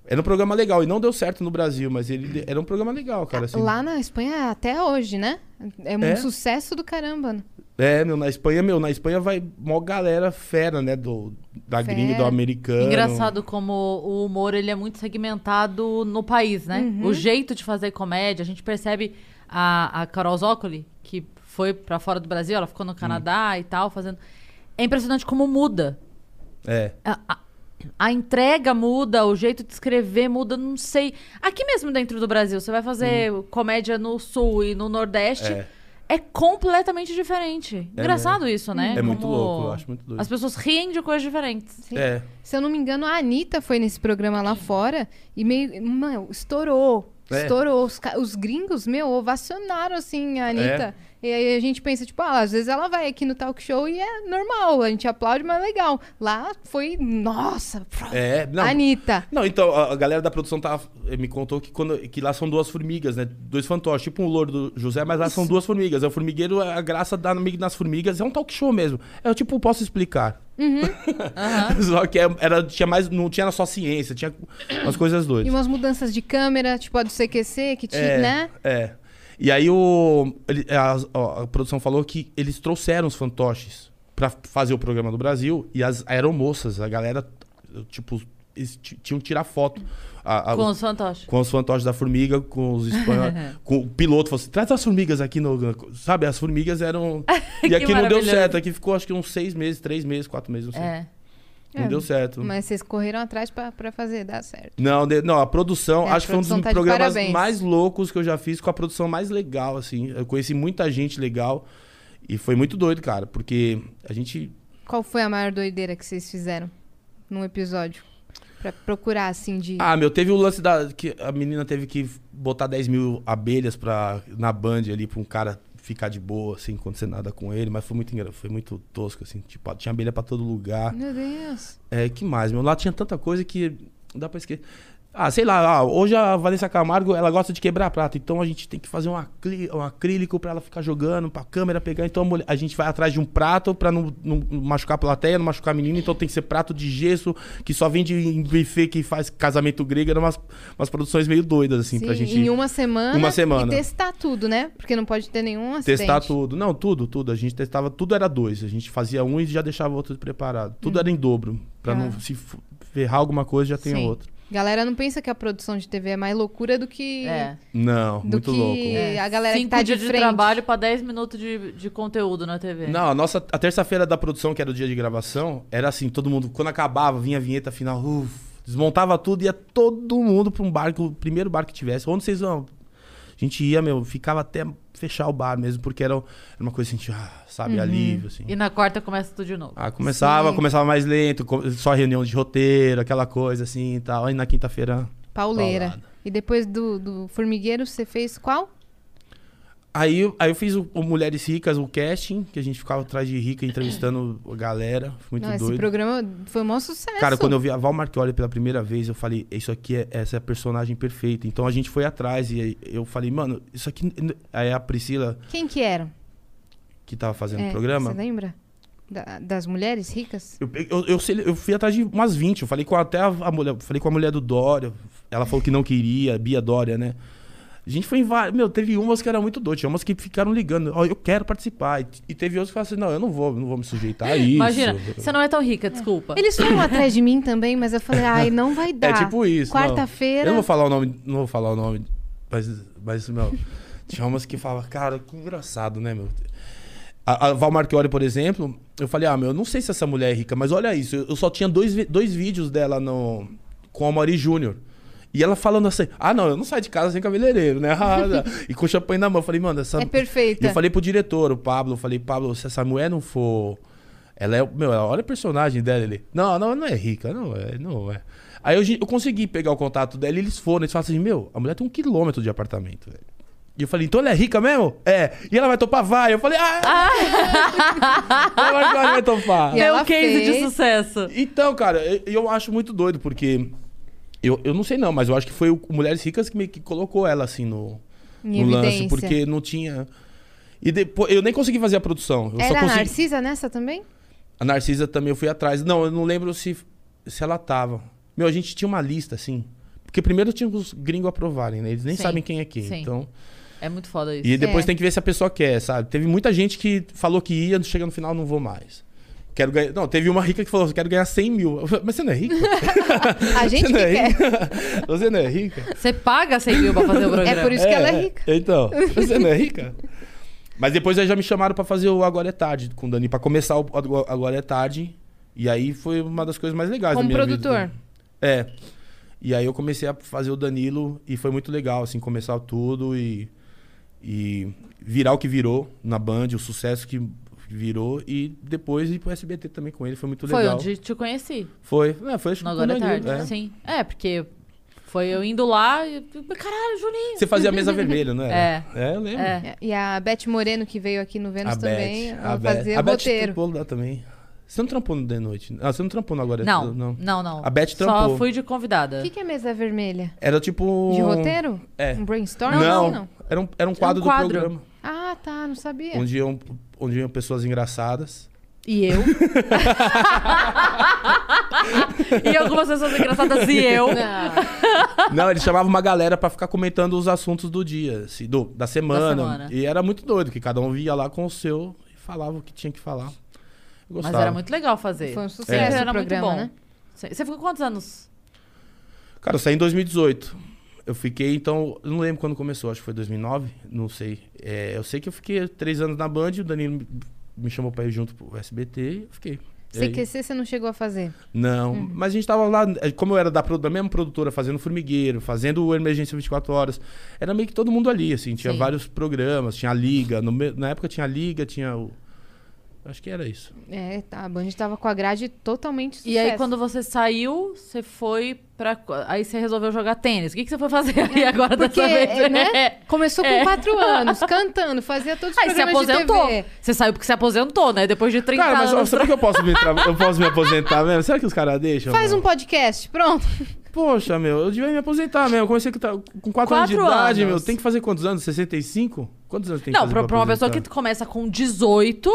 [SPEAKER 3] Era um programa legal, e não deu certo no Brasil, mas ele de- era um programa legal, cara. Assim.
[SPEAKER 2] Lá na Espanha é até hoje, né? É um
[SPEAKER 3] É?
[SPEAKER 2] sucesso do caramba. né?
[SPEAKER 3] É, meu, na Espanha, meu, na Espanha vai mó galera fera, né? Do, da
[SPEAKER 2] Fera.
[SPEAKER 3] gringa, do americano.
[SPEAKER 1] Engraçado como o humor ele é muito segmentado no país, né? O jeito de fazer comédia, a gente percebe a, a Carol Zócoli, que foi pra fora do Brasil, ela ficou no Canadá e tal, fazendo. É impressionante como muda.
[SPEAKER 3] É.
[SPEAKER 1] A, a- a entrega muda, o jeito de escrever muda, não sei. Aqui mesmo dentro do Brasil, você vai fazer comédia no Sul e no Nordeste. É.
[SPEAKER 3] Uhum. É.
[SPEAKER 1] completamente diferente. Engraçado isso, né?
[SPEAKER 3] É muito
[SPEAKER 1] Como
[SPEAKER 3] louco, eu acho muito doido.
[SPEAKER 1] As pessoas riem de coisas diferentes.
[SPEAKER 3] É.
[SPEAKER 2] Se eu não me engano, a Anitta foi nesse programa lá fora e meio. Mano, estourou.
[SPEAKER 3] É.
[SPEAKER 2] Estourou. Os, ca- os gringos, meu, ovacionaram assim a
[SPEAKER 3] É.
[SPEAKER 2] Anitta. E aí a gente pensa, tipo, ah, às vezes ela vai aqui no talk show e é normal, a gente aplaude, mas é legal. Lá foi, nossa,
[SPEAKER 3] É, não.
[SPEAKER 2] Anitta.
[SPEAKER 3] Não, então, a a galera da produção tava, eh, me contou que, quando, que lá são duas formigas, né? Dois fantoches, tipo um louro do José, mas lá são duas formigas. É o formigueiro, a graça da amigo nas formigas, é um talk show mesmo. É tipo, posso explicar.
[SPEAKER 2] Uhum.
[SPEAKER 3] só que é- era, tinha mais, não tinha só ciência, tinha umas coisas doidas.
[SPEAKER 2] E umas mudanças de câmera, tipo a do CQC, que tinha,
[SPEAKER 3] É,
[SPEAKER 2] né?
[SPEAKER 3] É. E aí o, ele- a, ó, a produção falou que eles trouxeram os fantoches pra fazer o programa do Brasil e as aeromoças, a galera, tipo, eles ti- tinham que tirar foto. A- a-
[SPEAKER 1] Com os fantoches.
[SPEAKER 3] com os fantoches da formiga, com os espanhóis, com o piloto, falou assim, traz as formigas aqui no... Sabe, as formigas eram...
[SPEAKER 1] Que
[SPEAKER 3] E aqui não deu
[SPEAKER 1] maravilhoso.
[SPEAKER 3] certo, aqui ficou acho que uns seis meses, três meses, quatro meses, não sei.
[SPEAKER 1] É.
[SPEAKER 3] Não
[SPEAKER 2] É,
[SPEAKER 3] deu certo.
[SPEAKER 2] Mas vocês correram atrás pra, pra fazer dar certo.
[SPEAKER 3] Não, de- não, a produção,
[SPEAKER 2] É, a
[SPEAKER 3] acho que foi um dos
[SPEAKER 2] produção tá de
[SPEAKER 3] programas
[SPEAKER 2] parabéns.
[SPEAKER 3] mais loucos que eu já fiz, com a produção mais legal, assim. Eu conheci muita gente legal e foi muito doido, cara, porque a gente
[SPEAKER 2] Qual foi a maior doideira que vocês fizeram num episódio? Pra procurar, assim, de.
[SPEAKER 3] Ah, meu, teve o lance da. que a menina teve que botar 10 mil abelhas pra, na band ali pra um cara ficar de boa, sem acontecer nada com ele, mas foi muito engra- foi muito tosco, assim. Tipo, tinha abelha pra todo lugar.
[SPEAKER 2] Meu Deus.
[SPEAKER 3] É, que mais, meu? Lá tinha tanta coisa que. Não dá pra esquecer. Ah, sei lá, ah, hoje a Vanessa Camargo, ela gosta de quebrar prato, então a gente tem que fazer um, acli- um acrílico pra ela ficar jogando, pra câmera pegar, então a, mulher- a gente vai atrás de um prato pra não, não machucar a plateia, não machucar a menina, então tem que ser prato de gesso, que só vende em buffet que faz casamento grego, eram umas, umas produções meio doidas, assim, pra gente
[SPEAKER 2] Em uma semana.
[SPEAKER 3] Uma semana.
[SPEAKER 2] E testar tudo, né? Porque não pode ter nenhum acidente.
[SPEAKER 3] testar tudo. Não, tudo, tudo, a gente testava, tudo era dois, a gente fazia um e já deixava o outro preparado,
[SPEAKER 2] Hum.
[SPEAKER 3] tudo era em dobro, pra não se f- ferrar alguma coisa já tem
[SPEAKER 2] Tá. Sim.
[SPEAKER 3] outro.
[SPEAKER 2] Galera, não pensa que a produção de TV é mais loucura do que.
[SPEAKER 1] É.
[SPEAKER 3] Não,
[SPEAKER 2] Do
[SPEAKER 3] muito
[SPEAKER 2] que-
[SPEAKER 3] louco.
[SPEAKER 2] É, a galera que
[SPEAKER 1] Cinco
[SPEAKER 2] tá de
[SPEAKER 1] dias de,
[SPEAKER 2] frente.
[SPEAKER 1] trabalho pra 10 minutos de, de conteúdo na TV.
[SPEAKER 3] Não, a nossa a terça-feira da produção, que era o dia de gravação, era assim, todo mundo, quando acabava, vinha a vinheta final, uf, desmontava tudo, ia todo mundo pra um barco, o primeiro barco que tivesse. Onde vocês vão? A gente ia, meu, ficava até fechar o bar mesmo, porque era uma coisa assim, ah, sabe,
[SPEAKER 2] Uhum.
[SPEAKER 3] alívio, assim.
[SPEAKER 1] E na quarta começa tudo de novo.
[SPEAKER 3] Ah, começava, começava mais lento, co- só reunião de roteiro, aquela coisa assim e tal. Aí na quinta-feira.
[SPEAKER 2] Pauleira.
[SPEAKER 3] Paulada.
[SPEAKER 2] E depois do, do Formigueiro, você fez qual?
[SPEAKER 3] Aí, eu- aí eu fiz o, o Mulheres Ricas, o casting, que a gente ficava atrás de rica entrevistando a galera. Foi muito
[SPEAKER 2] Não, esse
[SPEAKER 3] doido.
[SPEAKER 2] programa foi um maior sucesso.
[SPEAKER 3] Cara, quando eu vi a Val Marchioli pela primeira vez, eu falei, isso aqui é essa é a personagem perfeita. Então a gente foi atrás e aí eu falei, mano, isso aqui. Aí a Priscila,
[SPEAKER 2] Quem que era?
[SPEAKER 3] que tava fazendo
[SPEAKER 2] É,
[SPEAKER 3] o programa.
[SPEAKER 2] Você lembra? Da- das mulheres ricas?
[SPEAKER 3] Eu, pe- eu, eu, sele- eu fui atrás de umas 20. Eu falei com a- até a, a mulher. Falei com a mulher do Dória. Ela falou que não queria, Bia Dória, né? A gente foi em várias. Meu, teve umas que eram muito doidas. Tinha umas que ficaram ligando. Ó, eu quero participar. E, e teve outras que falaram assim: não, eu não vou, não vou me sujeitar a isso.
[SPEAKER 1] Imagina, você não é tão rica, desculpa.
[SPEAKER 2] Eles foram atrás de mim também, mas eu falei, ai, não vai
[SPEAKER 3] É
[SPEAKER 2] dar.
[SPEAKER 3] tipo isso. não. Eu
[SPEAKER 2] Quarta-feira.
[SPEAKER 3] não vou falar o nome. Não vou falar o nome. Mas, mas meu. tinha umas que falavam, cara, que engraçado, né, meu? A, a Val Marchiori, por exemplo, eu falei, ah, meu, eu não sei se essa mulher é rica, mas olha isso, eu, eu só tinha dois, vi- dois vídeos dela no, com a Mari Júnior. E ela falando assim, ah, não, eu não saio de casa sem cabeleireiro, né? Ah, tá. e com champanhe na mão. Eu falei, mano, essa...
[SPEAKER 2] É perfeita.
[SPEAKER 3] E eu falei pro diretor, o Pablo, eu falei, Pablo, se essa mulher não for... Ela é, meu, olha o personagem dela, ele... Não, não, não é rica, não é, não é. Aí eu, eu consegui pegar o contato dela e eles foram, eles falaram assim, meu, a mulher tem um quilômetro de apartamento, velho. E eu falei, então ela é rica mesmo? É. E ela vai topar, vai. Eu falei, ah, é." ela vai, ela vai topar.
[SPEAKER 2] E
[SPEAKER 1] é
[SPEAKER 2] ela
[SPEAKER 1] um case de
[SPEAKER 2] fez.
[SPEAKER 1] sucesso.
[SPEAKER 3] Então, cara, eu, eu acho muito doido, porque. Eu, eu não sei não, mas eu acho que foi o Mulheres Ricas que meio que colocou ela assim no,
[SPEAKER 2] Em
[SPEAKER 3] no lance,
[SPEAKER 2] evidência.
[SPEAKER 3] porque não tinha. E depois. Eu nem consegui fazer a produção. Eu só
[SPEAKER 2] Era a
[SPEAKER 3] consegui...
[SPEAKER 2] Narcisa nessa também?
[SPEAKER 3] A Narcisa também eu fui atrás. Não, eu não lembro se, se ela tava. Meu, a gente tinha uma lista, assim. Porque primeiro tinha os gringos aprovarem, né? Eles nem
[SPEAKER 1] Sim,
[SPEAKER 3] sabem quem é quem.
[SPEAKER 1] sim.
[SPEAKER 3] Então.
[SPEAKER 1] É muito foda isso.
[SPEAKER 3] E depois
[SPEAKER 2] É.
[SPEAKER 3] tem que ver se a pessoa quer, sabe? Teve muita gente que falou que ia, chega no final, não vou mais. Quero ganhar. Não, teve uma rica que falou, quero ganhar 100 mil. Eu falei, Mas você não é rica?
[SPEAKER 2] A gente que
[SPEAKER 3] você não é
[SPEAKER 2] quer.
[SPEAKER 3] rica? Você não é rica?
[SPEAKER 1] Você paga 100 mil pra fazer o programa.
[SPEAKER 2] É por isso que ela é rica.
[SPEAKER 3] Então, você não é rica? Mas depois aí já me chamaram pra fazer o Agora é Tarde com o Dani, pra começar o Ago- Agora é Tarde. E aí foi uma das coisas mais legais da
[SPEAKER 2] Como
[SPEAKER 3] minha vida.
[SPEAKER 2] produtor.
[SPEAKER 3] É. E aí eu comecei a fazer o Danilo e foi muito legal, assim, começar tudo e, e virar o que virou na Band, o sucesso que virou e depois ir pro SBT também com ele, foi muito
[SPEAKER 1] Foi
[SPEAKER 3] legal.
[SPEAKER 1] onde te conheci.
[SPEAKER 3] Foi. É, foi acho que
[SPEAKER 1] No
[SPEAKER 3] com o
[SPEAKER 1] Agora é
[SPEAKER 3] Danilo,
[SPEAKER 1] Tarde.
[SPEAKER 3] é.
[SPEAKER 1] Sim. É, porque foi eu indo lá e. Caralho, Juninho!
[SPEAKER 3] Você fazia a mesa vermelha, não era? É. É, eu lembro.
[SPEAKER 1] É.
[SPEAKER 2] E a Beth Moreno, que veio aqui no Vênus
[SPEAKER 3] A
[SPEAKER 2] também,
[SPEAKER 3] Beth.
[SPEAKER 2] ela
[SPEAKER 3] A Beth.
[SPEAKER 2] fazia
[SPEAKER 3] A Beth
[SPEAKER 2] roteiro.
[SPEAKER 3] trampou lá também. Você não trampou no The Noite? Ah, você não trampou no Agora é
[SPEAKER 1] Não,
[SPEAKER 3] Tarde,
[SPEAKER 1] não, não,
[SPEAKER 3] A Beth
[SPEAKER 1] Só
[SPEAKER 3] trampou.
[SPEAKER 1] fui de convidada.
[SPEAKER 2] O que, que é mesa vermelha?
[SPEAKER 3] Era tipo... né? um-
[SPEAKER 2] De roteiro?
[SPEAKER 3] É.
[SPEAKER 2] Um brainstorm?
[SPEAKER 3] Não,
[SPEAKER 2] não.
[SPEAKER 3] Era, um, era um quadro
[SPEAKER 1] quadro.
[SPEAKER 3] do programa.
[SPEAKER 2] Ah, tá, não sabia.
[SPEAKER 3] Onde iam, onde iam pessoas engraçadas.
[SPEAKER 1] E eu. e algumas pessoas engraçadas e eu.
[SPEAKER 2] Ah,
[SPEAKER 3] Não, ele chamava uma galera pra ficar comentando os assuntos do dia, assim, do, da, semana.
[SPEAKER 1] semana.
[SPEAKER 3] E era muito doido, que cada um via lá com o seu e falava o que tinha que falar. Eu
[SPEAKER 1] Mas
[SPEAKER 3] gostava.
[SPEAKER 1] era muito legal fazer.
[SPEAKER 2] Foi um sucesso
[SPEAKER 1] Sempre
[SPEAKER 2] o
[SPEAKER 1] era muito
[SPEAKER 2] programa,
[SPEAKER 1] bom.
[SPEAKER 2] né?
[SPEAKER 1] Você ficou quantos anos?
[SPEAKER 3] Cara, eu saí em 2018. Eu fiquei, então, eu não lembro quando começou, acho que foi 2009, não sei. É, eu sei que eu fiquei três anos na Band, o Danilo me- me chamou pra ir junto pro SBT e eu fiquei. E aí-
[SPEAKER 2] CQC você Hum. não chegou a fazer.
[SPEAKER 3] Não, mas a gente tava lá, eh, como eu era da, pro- da mesma produtora, fazendo Formigueiro, fazendo o Emergência 24 Horas, era meio que todo mundo ali, assim, tinha
[SPEAKER 1] Sim.
[SPEAKER 3] vários programas, tinha a Liga, no me- na época tinha a Liga, tinha o... Acho que era isso.
[SPEAKER 2] É, tá, a Band tava com a grade totalmente sucesso.
[SPEAKER 1] E aí, quando você saiu, você foi pra. Aí você resolveu jogar tênis. O que, que você foi fazer aí agora
[SPEAKER 2] Porque,
[SPEAKER 1] dessa vez?
[SPEAKER 2] é, né? Começou com
[SPEAKER 1] É.
[SPEAKER 2] quatro anos, cantando, fazia todos os
[SPEAKER 1] Aí se
[SPEAKER 2] programas
[SPEAKER 1] aposentou.
[SPEAKER 2] de TV.
[SPEAKER 1] Você saiu porque se aposentou, né? Depois de 30
[SPEAKER 3] Cara, mas ó,
[SPEAKER 1] anos.
[SPEAKER 3] será que eu posso me, tra- eu posso me aposentar mesmo? Será que os caras deixam?
[SPEAKER 2] Faz um
[SPEAKER 3] mano?
[SPEAKER 2] podcast, pronto. É,
[SPEAKER 3] Poxa, meu, eu devia me aposentar mesmo. Eu comecei com ta- com 4 anos de
[SPEAKER 1] Quatro
[SPEAKER 3] idade,
[SPEAKER 1] anos.
[SPEAKER 3] meu. Tem que fazer quantos anos? 65? Quantos anos tem que
[SPEAKER 1] Não,
[SPEAKER 3] fazer
[SPEAKER 1] pra, pra uma pessoa é que
[SPEAKER 3] aposentar?
[SPEAKER 1] começa com 18,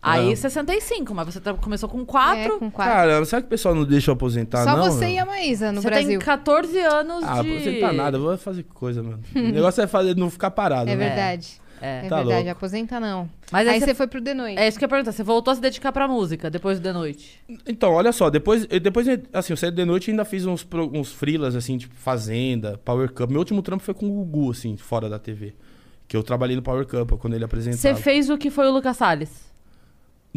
[SPEAKER 1] aí
[SPEAKER 3] É.
[SPEAKER 1] 65. Mas você tá- começou com 4.
[SPEAKER 2] É, com quatro.
[SPEAKER 3] Cara, será que o pessoal não deixa eu aposentar,
[SPEAKER 2] Só
[SPEAKER 3] não? né?
[SPEAKER 2] você
[SPEAKER 3] meu?
[SPEAKER 2] e a Maísa no
[SPEAKER 1] você tá tem
[SPEAKER 2] Brasil.
[SPEAKER 1] 14 anos
[SPEAKER 3] Ah,
[SPEAKER 1] de...
[SPEAKER 3] aposentar nada, eu vou fazer coisa, mano. o negócio é fazer, não ficar parado,
[SPEAKER 2] É
[SPEAKER 3] né?
[SPEAKER 2] verdade. É,
[SPEAKER 3] Tá
[SPEAKER 2] verdade,
[SPEAKER 3] louco.
[SPEAKER 2] aposenta não.
[SPEAKER 1] Mas aí
[SPEAKER 2] aí
[SPEAKER 1] você-
[SPEAKER 2] você foi pro The Noite.
[SPEAKER 1] É isso que eu ia perguntar. Você voltou a se dedicar pra música depois do The Noite?
[SPEAKER 3] Então, olha só, depois, eu- depois assim, eu saí de noite e ainda fiz uns, pro- uns freelas, assim, tipo Fazenda, Power Cup. Meu último trampo foi com o Gugu, assim, fora da TV. Que eu trabalhei no Power Cup quando ele apresentava.
[SPEAKER 1] Você fez o que foi o Lucas Salles.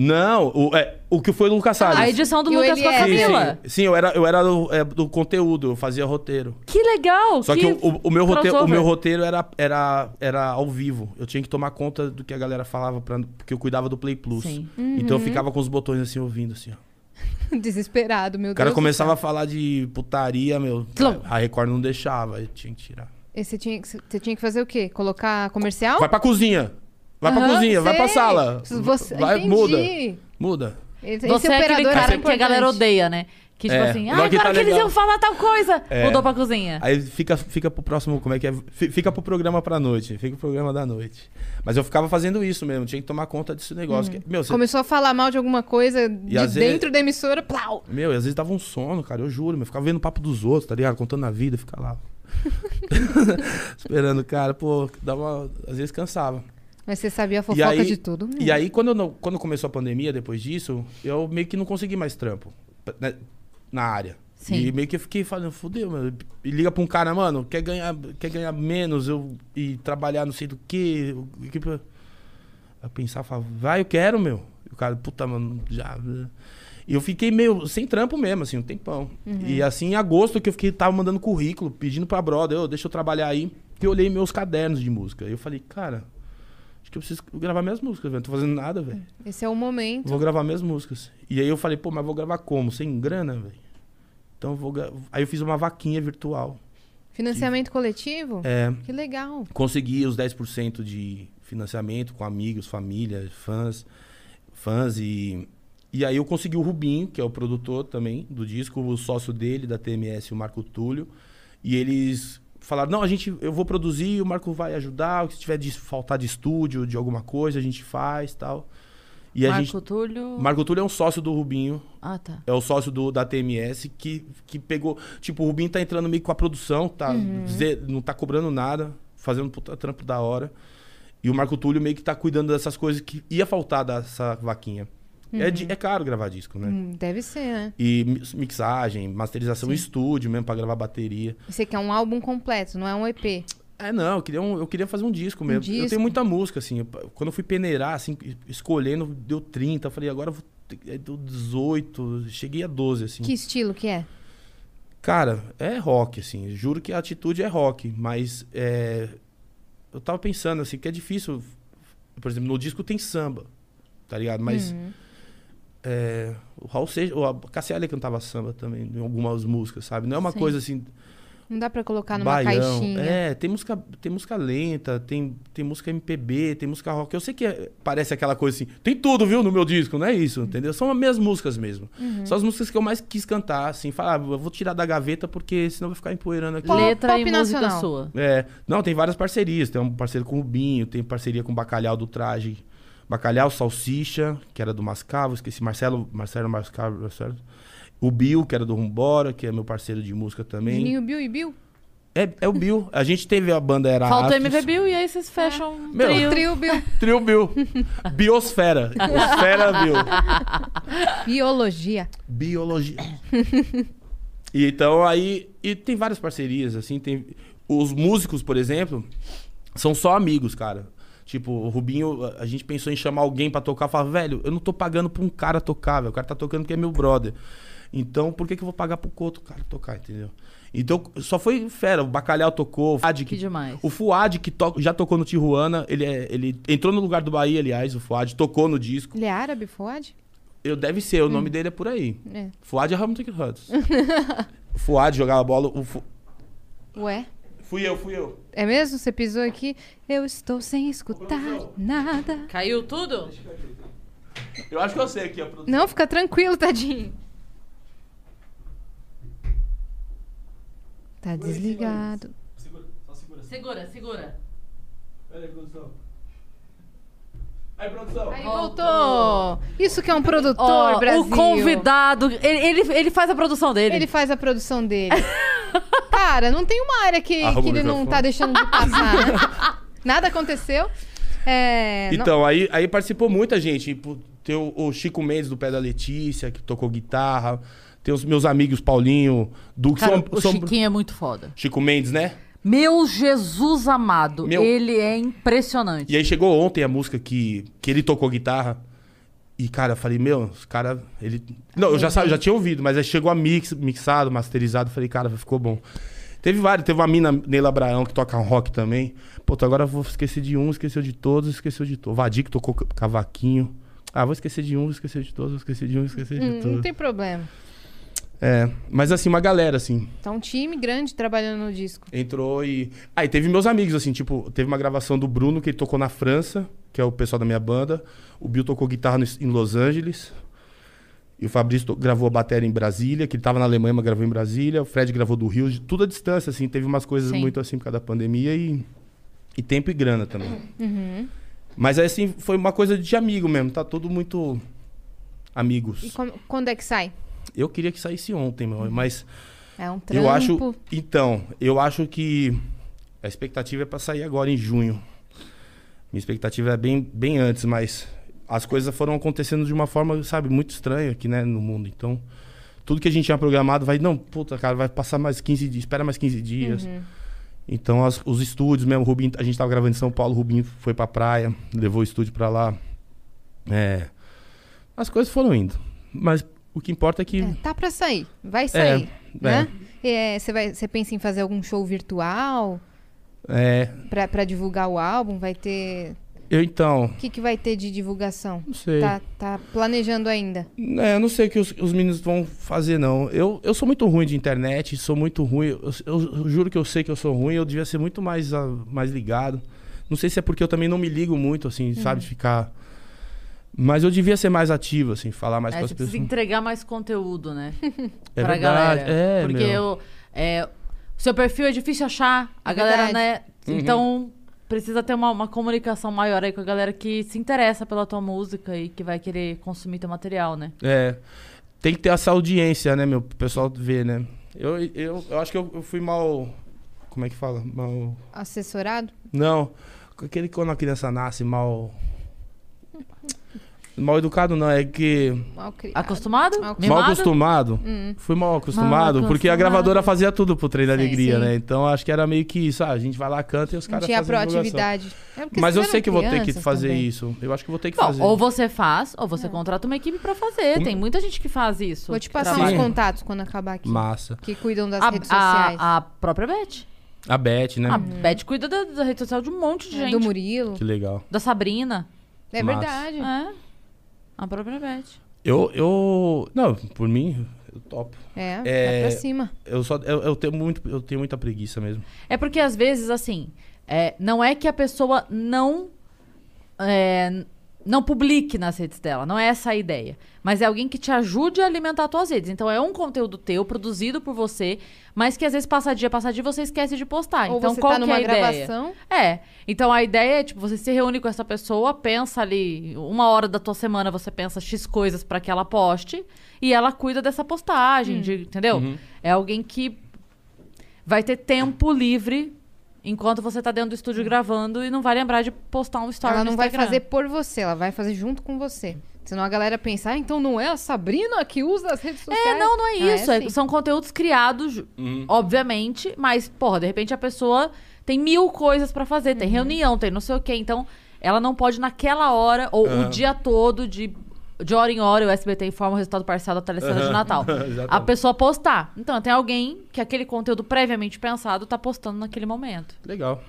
[SPEAKER 3] Não, o, é, o que foi do Lucas Salles.
[SPEAKER 1] A edição do
[SPEAKER 2] E o
[SPEAKER 1] Lucas com a
[SPEAKER 2] LR.
[SPEAKER 3] sim,
[SPEAKER 1] Camila.
[SPEAKER 3] sim, sim, eu era, eu era do, é, do conteúdo, eu fazia roteiro.
[SPEAKER 1] Que legal!
[SPEAKER 3] Só que, o- o, o meu roteiro, o
[SPEAKER 1] crossover.
[SPEAKER 3] meu roteiro era, era, era ao vivo. Eu tinha que tomar conta do que a galera falava, pra, porque eu cuidava do Play Plus.
[SPEAKER 1] Sim.
[SPEAKER 3] Então eu
[SPEAKER 2] Uhum.
[SPEAKER 3] ficava com os botões assim, ouvindo assim, ó.
[SPEAKER 1] É.
[SPEAKER 2] Desesperado, meu
[SPEAKER 3] O cara
[SPEAKER 2] Deus. do
[SPEAKER 3] começava a
[SPEAKER 2] céu.
[SPEAKER 3] falar de putaria, meu.
[SPEAKER 1] Tlum.
[SPEAKER 3] A Record não deixava, eu tinha que tirar.
[SPEAKER 2] E Você tinha, que- você tinha que fazer o quê? Colocar comercial?
[SPEAKER 3] Vai pra cozinha. Vai pra
[SPEAKER 1] Aham,
[SPEAKER 3] cozinha, vai pra
[SPEAKER 2] Sei.
[SPEAKER 3] sala.
[SPEAKER 2] Você,
[SPEAKER 3] vai,
[SPEAKER 2] entendi.
[SPEAKER 3] muda.
[SPEAKER 2] Ele-
[SPEAKER 3] Muda.
[SPEAKER 2] Esse
[SPEAKER 1] Você é aquele
[SPEAKER 2] operador
[SPEAKER 1] cara
[SPEAKER 2] era
[SPEAKER 1] que a galera
[SPEAKER 2] importante.
[SPEAKER 1] odeia, né? Que tipo
[SPEAKER 3] É,
[SPEAKER 1] assim, ah,
[SPEAKER 3] agora
[SPEAKER 1] agora
[SPEAKER 3] que
[SPEAKER 1] que,
[SPEAKER 3] tá
[SPEAKER 1] eles
[SPEAKER 3] legal."
[SPEAKER 1] iam falar tal coisa,
[SPEAKER 3] É.
[SPEAKER 1] mudou pra cozinha.
[SPEAKER 3] Aí fica, fica pro próximo, como é que é? Fi- Fica pro programa pra noite, fica pro programa da noite. Mas eu ficava fazendo isso mesmo, tinha que tomar conta desse negócio.
[SPEAKER 2] Uhum.
[SPEAKER 3] que- meu, cê-
[SPEAKER 2] Começou a falar mal de alguma coisa de
[SPEAKER 3] às
[SPEAKER 2] dentro
[SPEAKER 3] vezes-
[SPEAKER 2] da emissora, plau!
[SPEAKER 3] meu, e às vezes dava um sono, cara, eu juro, meu, eu ficava vendo o papo dos outros, tá ligado? Contando a vida, ficava lá. Esperando, cara, pô, dava, às vezes cansava.
[SPEAKER 2] Mas você sabia a
[SPEAKER 3] E
[SPEAKER 2] fofoca
[SPEAKER 3] aí,
[SPEAKER 2] de tudo. né?
[SPEAKER 3] E aí, quando, eu não- quando começou a pandemia, depois disso, eu meio que não consegui mais trampo pra- né, na área.
[SPEAKER 1] Sim.
[SPEAKER 3] E meio que eu fiquei falando, fudeu, mano. E liga pra um cara, mano, quer ganhar, quer ganhar menos eu, e trabalhar não sei do quê, o que. pra-" Eu pensava, falava, vai, eu quero, meu. E o cara, puta, mano, já. né." E eu fiquei meio sem trampo mesmo, assim, um tempão. E assim, em agosto que eu fiquei, tava mandando currículo, pedindo pra brother, "Ô, deixa eu trabalhar aí. Que eu olhei meus cadernos de música. E eu falei, cara, Acho que eu preciso gravar minhas músicas, velho. Não tô fazendo nada, velho.
[SPEAKER 2] Esse é o momento.
[SPEAKER 3] Vou gravar minhas músicas. E aí eu falei, pô, mas vou gravar como? Sem grana, velho? Então eu vou. gra- Aí eu fiz uma vaquinha virtual.
[SPEAKER 2] Financiamento coletivo?
[SPEAKER 3] É,
[SPEAKER 2] Que legal.
[SPEAKER 3] consegui os 10% de financiamento com amigos, família, fãs. Fãs e. E aí eu consegui o Rubinho, que é o produtor também do disco, o sócio dele, da TMS, o Marco Túlio. E eles falaram, não, a gente, eu vou produzir, o Marco vai ajudar, o que se tiver de faltar de estúdio, de alguma coisa, a gente faz tal. E a
[SPEAKER 1] Marco
[SPEAKER 3] gente.
[SPEAKER 1] Túlio.
[SPEAKER 3] Marco Túlio é um sócio do Rubinho,
[SPEAKER 1] Ah, tá.
[SPEAKER 3] é o sócio do, da TMS que, que pegou. Tipo, o Rubinho tá entrando meio com a produção, tá,
[SPEAKER 2] Uhum.
[SPEAKER 3] ze- não tá cobrando nada, fazendo um puta trampo da hora. E o Marco Túlio meio que tá cuidando dessas coisas que ia faltar dessa vaquinha. É, di-
[SPEAKER 2] Uhum.
[SPEAKER 3] é caro gravar disco, né?
[SPEAKER 2] Hum, Deve ser, né?
[SPEAKER 3] E mi- mixagem, masterização em estúdio mesmo pra gravar bateria.
[SPEAKER 2] Você quer um álbum completo, não é um EP.
[SPEAKER 3] É, não, eu queria, um- eu queria fazer um disco mesmo. Eu
[SPEAKER 2] disco.
[SPEAKER 3] tenho muita música, assim. eu- quando eu fui peneirar, assim, es- escolhendo, deu 30. Eu falei, agora eu vou. ter- aí Deu 18, cheguei a 12, assim.
[SPEAKER 2] Que estilo que é?
[SPEAKER 3] Cara, é rock, assim. Juro que a atitude é rock, mas é, eu tava pensando, assim, que é difícil. Por exemplo, no disco tem samba, tá ligado? Mas
[SPEAKER 2] Hum. Uhum.
[SPEAKER 3] é, o Raul Seixas, ou a Cassia Eller cantava samba também, em algumas músicas, sabe? Não é uma
[SPEAKER 1] Sim.
[SPEAKER 3] coisa assim,
[SPEAKER 2] Não dá pra colocar tá numa
[SPEAKER 3] baião.
[SPEAKER 2] caixinha.
[SPEAKER 3] É, tem música, tem música lenta, tem, tem música MPB, tem música rock. Eu sei que é- parece aquela coisa assim, tem tudo, viu, no meu disco, não é
[SPEAKER 2] Uhum.
[SPEAKER 3] isso, entendeu? São as minhas músicas mesmo. São as músicas que eu mais quis cantar, assim, falar, ah, eu vou tirar da gaveta porque senão vai ficar empoeirando aqui.
[SPEAKER 2] Pop-
[SPEAKER 1] Letra e
[SPEAKER 2] pop
[SPEAKER 1] música
[SPEAKER 2] nacional.
[SPEAKER 1] sua.
[SPEAKER 3] É, não, tem várias parcerias. Tem um parceiro com o Rubinho, tem parceria com o Bacalhau do Traje. Bacalhau, Salsicha, que era do Mascavo, esqueci, Marcelo, Marcelo Mascavo, Marcelo. O Bill, que era do Rumbora, que é meu parceiro de música também.
[SPEAKER 2] Juninho Bill e Bill?
[SPEAKER 3] É, é o Bill. A gente teve a banda era
[SPEAKER 1] Falta o
[SPEAKER 3] Astros.
[SPEAKER 1] MV Bill e aí vocês fecham um
[SPEAKER 3] É. Meu,
[SPEAKER 1] trio.
[SPEAKER 2] Trio Bill.
[SPEAKER 3] Trio Bill. Biosfera. Biosfera Bill.
[SPEAKER 2] Biologia.
[SPEAKER 3] Biologia. e então aí. E tem várias parcerias, assim. Tem, os músicos, por exemplo, são só amigos, cara. Tipo, o Rubinho, a- a gente pensou em chamar alguém pra tocar. Fala, velho, eu não tô pagando pra um cara tocar, velho. O cara tá tocando porque é meu brother. Então, por que, que eu vou pagar pro outro cara tocar, entendeu? Então, só foi fera. O Bacalhau tocou, o Fad,
[SPEAKER 1] Que demais.
[SPEAKER 3] O Fuad, que to- já tocou no Tijuana, ele, é- ele entrou no lugar do Bahia, aliás, o Fuad, tocou no disco.
[SPEAKER 2] Ele é árabe, Fuad?
[SPEAKER 3] Eu, deve ser, o nome dele é por aí.
[SPEAKER 2] É.
[SPEAKER 3] Fuad é Hamilton que Hudson. O Fuad jogava bola. O Fu-
[SPEAKER 2] Ué?
[SPEAKER 3] Fui eu, fui eu.
[SPEAKER 2] É mesmo? Você pisou aqui? Eu estou sem escutar nada.
[SPEAKER 1] Caiu tudo?
[SPEAKER 3] Eu acho que eu sei aqui a produção.
[SPEAKER 2] Não, fica tranquilo, tadinho.
[SPEAKER 3] é
[SPEAKER 2] Tá desligado.
[SPEAKER 1] Segura, segura.
[SPEAKER 3] Pera aí, produção. Aí, produção.
[SPEAKER 2] Aí voltou! Isso que é um produtor,
[SPEAKER 1] Ó,
[SPEAKER 2] Brasil.
[SPEAKER 1] o convidado, ele, ele, ele faz a produção dele.
[SPEAKER 2] Ele faz a produção dele. Cara, não tem uma área que,
[SPEAKER 3] Arruma
[SPEAKER 2] que
[SPEAKER 3] o
[SPEAKER 2] ele não
[SPEAKER 3] microfone.
[SPEAKER 2] tá deixando de passar. né? Nada aconteceu. É, não-
[SPEAKER 3] Então, aí, aí participou muita gente. Tipo, Tem o, o Chico Mendes do Pé da Letícia, que tocou guitarra. Tem os meus amigos Paulinho, Duque.
[SPEAKER 1] Cara,
[SPEAKER 3] São-
[SPEAKER 1] o
[SPEAKER 3] São-
[SPEAKER 1] Chiquinho é muito foda.
[SPEAKER 3] Chico Mendes, né?
[SPEAKER 1] Meu Jesus amado,
[SPEAKER 3] Meu-
[SPEAKER 1] ele é impressionante.
[SPEAKER 3] E aí chegou ontem a música que, que ele tocou guitarra. E, cara, eu falei, meu, os caras. Ele... Não, eu já, sa- eu já tinha ouvido, mas aí chegou a mix, mixado, masterizado. eu Falei, cara, ficou bom. Teve vários, teve uma mina Neila Abraão que toca rock também. Pô, então agora eu vou esquecer de um, esqueceu de todos, esqueceu de todos. Vadir que tocou ca- cavaquinho. Ah, vou esquecer de um, vou esquecer de todos, vou esquecer de um, vou esquecer de
[SPEAKER 2] Hum,
[SPEAKER 3] todos.
[SPEAKER 2] não tem problema.
[SPEAKER 3] É, mas assim, uma galera, assim,
[SPEAKER 2] Tá um time grande trabalhando no disco.
[SPEAKER 3] entrou e. Aí teve meus amigos, assim, tipo, teve uma gravação do Bruno que ele tocou na França, que é o pessoal da minha banda. O Bill tocou guitarra no- em Los Angeles. E o Fabrício to- gravou a bateria em Brasília, que ele tava na Alemanha, mas gravou em Brasília. O Fred gravou do Rio, de- tudo à distância, assim. Teve umas coisas
[SPEAKER 2] Sim.
[SPEAKER 3] muito assim por causa da pandemia e, e tempo e grana também.
[SPEAKER 2] Uhum.
[SPEAKER 3] Mas aí, assim, foi uma coisa de amigo mesmo, tá tudo muito amigos.
[SPEAKER 2] E como- quando é que sai?
[SPEAKER 3] Eu queria que saísse ontem, meu, mas
[SPEAKER 2] É um trampo.
[SPEAKER 3] eu acho. Então, eu acho que a expectativa é pra sair agora em junho. Minha expectativa é bem, bem antes, mas as coisas foram acontecendo de uma forma, sabe, muito estranha aqui, né, no mundo. Então, tudo que a gente tinha programado vai, não, puta, cara, vai passar mais 15 dias, espera mais 15 dias. Então, as- os estúdios mesmo, o Rubinho, a gente tava gravando em São Paulo, o Rubinho foi pra praia, levou o estúdio pra lá. É, as coisas foram indo. Mas o que importa é que.
[SPEAKER 2] É, tá pra sair. Vai sair.
[SPEAKER 3] é.
[SPEAKER 2] né? É, Você vai- você pensa em fazer algum show virtual
[SPEAKER 3] é
[SPEAKER 2] pra, pra divulgar o álbum? Vai ter.
[SPEAKER 3] eu então.
[SPEAKER 2] O que, que vai ter de divulgação?
[SPEAKER 3] Não sei.
[SPEAKER 2] Tá, tá planejando ainda.
[SPEAKER 3] É, eu não sei o que os, os meninos vão fazer, não. Eu, eu sou muito ruim de internet, sou muito ruim. Eu, eu- eu juro que eu sei que eu sou ruim, eu devia ser muito mais, ah, mais ligado. Não sei se é porque eu também não me ligo muito, assim,
[SPEAKER 1] Uhum.
[SPEAKER 3] sabe? de Ficar. Mas eu devia ser mais ativo, assim, falar mais
[SPEAKER 1] É,
[SPEAKER 3] com as
[SPEAKER 1] você precisa
[SPEAKER 3] pessoas.
[SPEAKER 1] entregar mais conteúdo, né?
[SPEAKER 3] É
[SPEAKER 1] pra
[SPEAKER 3] verdade,
[SPEAKER 1] galera.
[SPEAKER 3] é,
[SPEAKER 1] Porque
[SPEAKER 3] meu.
[SPEAKER 1] eu, é, o seu perfil é difícil achar. A
[SPEAKER 2] É
[SPEAKER 1] galera,
[SPEAKER 2] verdade.
[SPEAKER 1] né?
[SPEAKER 3] Uhum.
[SPEAKER 1] Então, precisa ter uma, uma comunicação maior aí com a galera que se interessa pela tua música e que vai querer consumir teu material, né?
[SPEAKER 3] É. Tem que ter essa audiência, né, meu? Pro pessoal ver, né? Eu, eu, eu acho que eu, eu fui mal. Como é que fala? Mal.
[SPEAKER 2] Assessorado?
[SPEAKER 3] Não. Aquele que quando a criança nasce mal. Mal educado não, é que.
[SPEAKER 2] Mal criado.
[SPEAKER 1] Acostumado?
[SPEAKER 2] Mal
[SPEAKER 3] Mal
[SPEAKER 1] Mimado?
[SPEAKER 3] acostumado. Fui mal acostumado, porque a
[SPEAKER 1] acostumado.
[SPEAKER 3] gravadora fazia tudo pro Trem da
[SPEAKER 2] Hum. Sim,
[SPEAKER 3] Alegria,
[SPEAKER 2] sim.
[SPEAKER 3] né? Então acho que era meio que isso, ah, a gente vai lá, canta e os
[SPEAKER 2] Não
[SPEAKER 3] caras
[SPEAKER 2] tinha a
[SPEAKER 3] fazem a divulgação.
[SPEAKER 2] proatividade. É porque
[SPEAKER 3] Mas eu
[SPEAKER 2] vocês
[SPEAKER 3] sei
[SPEAKER 2] eram
[SPEAKER 3] que eu vou ter que
[SPEAKER 2] crianças
[SPEAKER 3] fazer
[SPEAKER 2] também.
[SPEAKER 3] isso. Eu acho que eu vou ter que
[SPEAKER 1] Bom,
[SPEAKER 3] fazer. Um
[SPEAKER 1] ou você faz, ou você contrata uma equipe pra fazer. Tem muita gente que faz isso.
[SPEAKER 2] É. Vou te
[SPEAKER 1] que
[SPEAKER 2] passar
[SPEAKER 1] trabalha.
[SPEAKER 2] uns
[SPEAKER 3] Sim.
[SPEAKER 2] contatos quando acabar aqui.
[SPEAKER 3] Massa.
[SPEAKER 2] Que cuidam das
[SPEAKER 1] a,
[SPEAKER 2] redes sociais.
[SPEAKER 1] a, a própria Beth.
[SPEAKER 3] A Beth, né?
[SPEAKER 1] A Beth cuida da, da rede social de um monte de
[SPEAKER 2] É,
[SPEAKER 1] gente.
[SPEAKER 2] Do Murilo.
[SPEAKER 3] Que legal.
[SPEAKER 1] Da Sabrina.
[SPEAKER 2] É
[SPEAKER 3] Massa.
[SPEAKER 2] verdade.
[SPEAKER 1] É. A própria Beth.
[SPEAKER 3] Eu, eu. Não, por mim, eu topo.
[SPEAKER 2] É,
[SPEAKER 3] É,
[SPEAKER 2] vai pra cima.
[SPEAKER 3] Eu só. Eu, eu tenho muito, eu tenho muita preguiça mesmo.
[SPEAKER 1] É porque às vezes, assim, é, não é que a pessoa não. é, não publique nas redes dela, não é essa a ideia. Mas é alguém que te ajude a alimentar tuas redes. Então é um conteúdo teu, produzido por você, mas que às vezes passa dia, passa dia, você esquece de postar.
[SPEAKER 2] Ou
[SPEAKER 1] então
[SPEAKER 2] você
[SPEAKER 1] qual
[SPEAKER 2] tá
[SPEAKER 1] que
[SPEAKER 2] numa
[SPEAKER 1] é a ideia?
[SPEAKER 2] gravação.
[SPEAKER 1] É. Então a ideia é, tipo, você se reúne com essa pessoa, pensa ali, uma hora da tua semana você pensa X coisas pra que ela poste e ela cuida dessa
[SPEAKER 2] Hum.
[SPEAKER 1] postagem, de- entendeu? É alguém que vai ter tempo livre enquanto você tá dentro do estúdio gravando e não vai lembrar de postar um story
[SPEAKER 2] Ela
[SPEAKER 1] no
[SPEAKER 2] não vai
[SPEAKER 1] Instagram.
[SPEAKER 2] fazer por você, ela vai fazer junto com você. Senão a galera pensa, ah, então não é a Sabrina que usa as redes sociais.
[SPEAKER 1] É, não, não é
[SPEAKER 2] Ah,
[SPEAKER 1] isso. É-
[SPEAKER 2] sim.
[SPEAKER 1] são conteúdos criados, ju-
[SPEAKER 3] Uhum.
[SPEAKER 1] obviamente, mas, porra, de repente a pessoa tem mil coisas pra fazer,
[SPEAKER 2] Uhum.
[SPEAKER 1] tem reunião, tem não sei o quê. Então, ela não pode naquela hora ou o
[SPEAKER 3] Aham.
[SPEAKER 1] dia todo de. De hora em hora, o SBT informa o resultado parcial da telecena de
[SPEAKER 3] Aham.
[SPEAKER 1] Natal. a
[SPEAKER 3] Exatamente.
[SPEAKER 1] pessoa postar. Então, tem alguém que aquele conteúdo previamente pensado tá postando naquele momento.
[SPEAKER 3] Legal.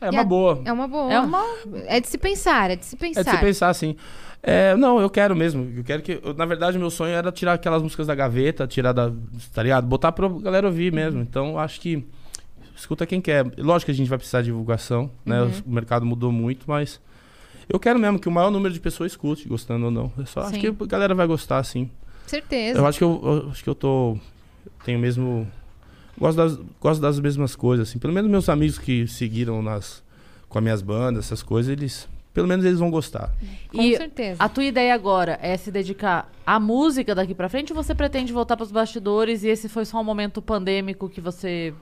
[SPEAKER 3] É
[SPEAKER 2] E
[SPEAKER 3] uma
[SPEAKER 2] a-
[SPEAKER 3] boa.
[SPEAKER 2] É uma boa.
[SPEAKER 1] É uma.
[SPEAKER 2] É de se pensar, é de se pensar.
[SPEAKER 3] É de se pensar assim. É, não, eu quero mesmo. Eu quero que. eu- na verdade, meu sonho era tirar aquelas músicas da gaveta, tirar da. Tá ligado? Botar pra galera ouvir mesmo. Então, acho que. Escuta quem quer. Lógico que a gente vai precisar de divulgação, né? O mercado mudou muito, mas. Eu quero mesmo que o maior número de pessoas escute, gostando ou não. Eu só acho
[SPEAKER 1] Sim.
[SPEAKER 3] que a galera vai gostar, sim.
[SPEAKER 2] Certeza.
[SPEAKER 3] Eu acho que eu, eu acho que eu tô. Tenho mesmo. Gosto das, gosto das mesmas coisas, assim. Pelo menos meus amigos que seguiram nas, com as minhas bandas, essas coisas, eles. Pelo menos eles vão gostar.
[SPEAKER 2] Com
[SPEAKER 1] e
[SPEAKER 2] certeza.
[SPEAKER 1] a tua ideia agora é se dedicar à música daqui pra frente ou você pretende voltar pros bastidores e esse foi só um momento pandêmico que você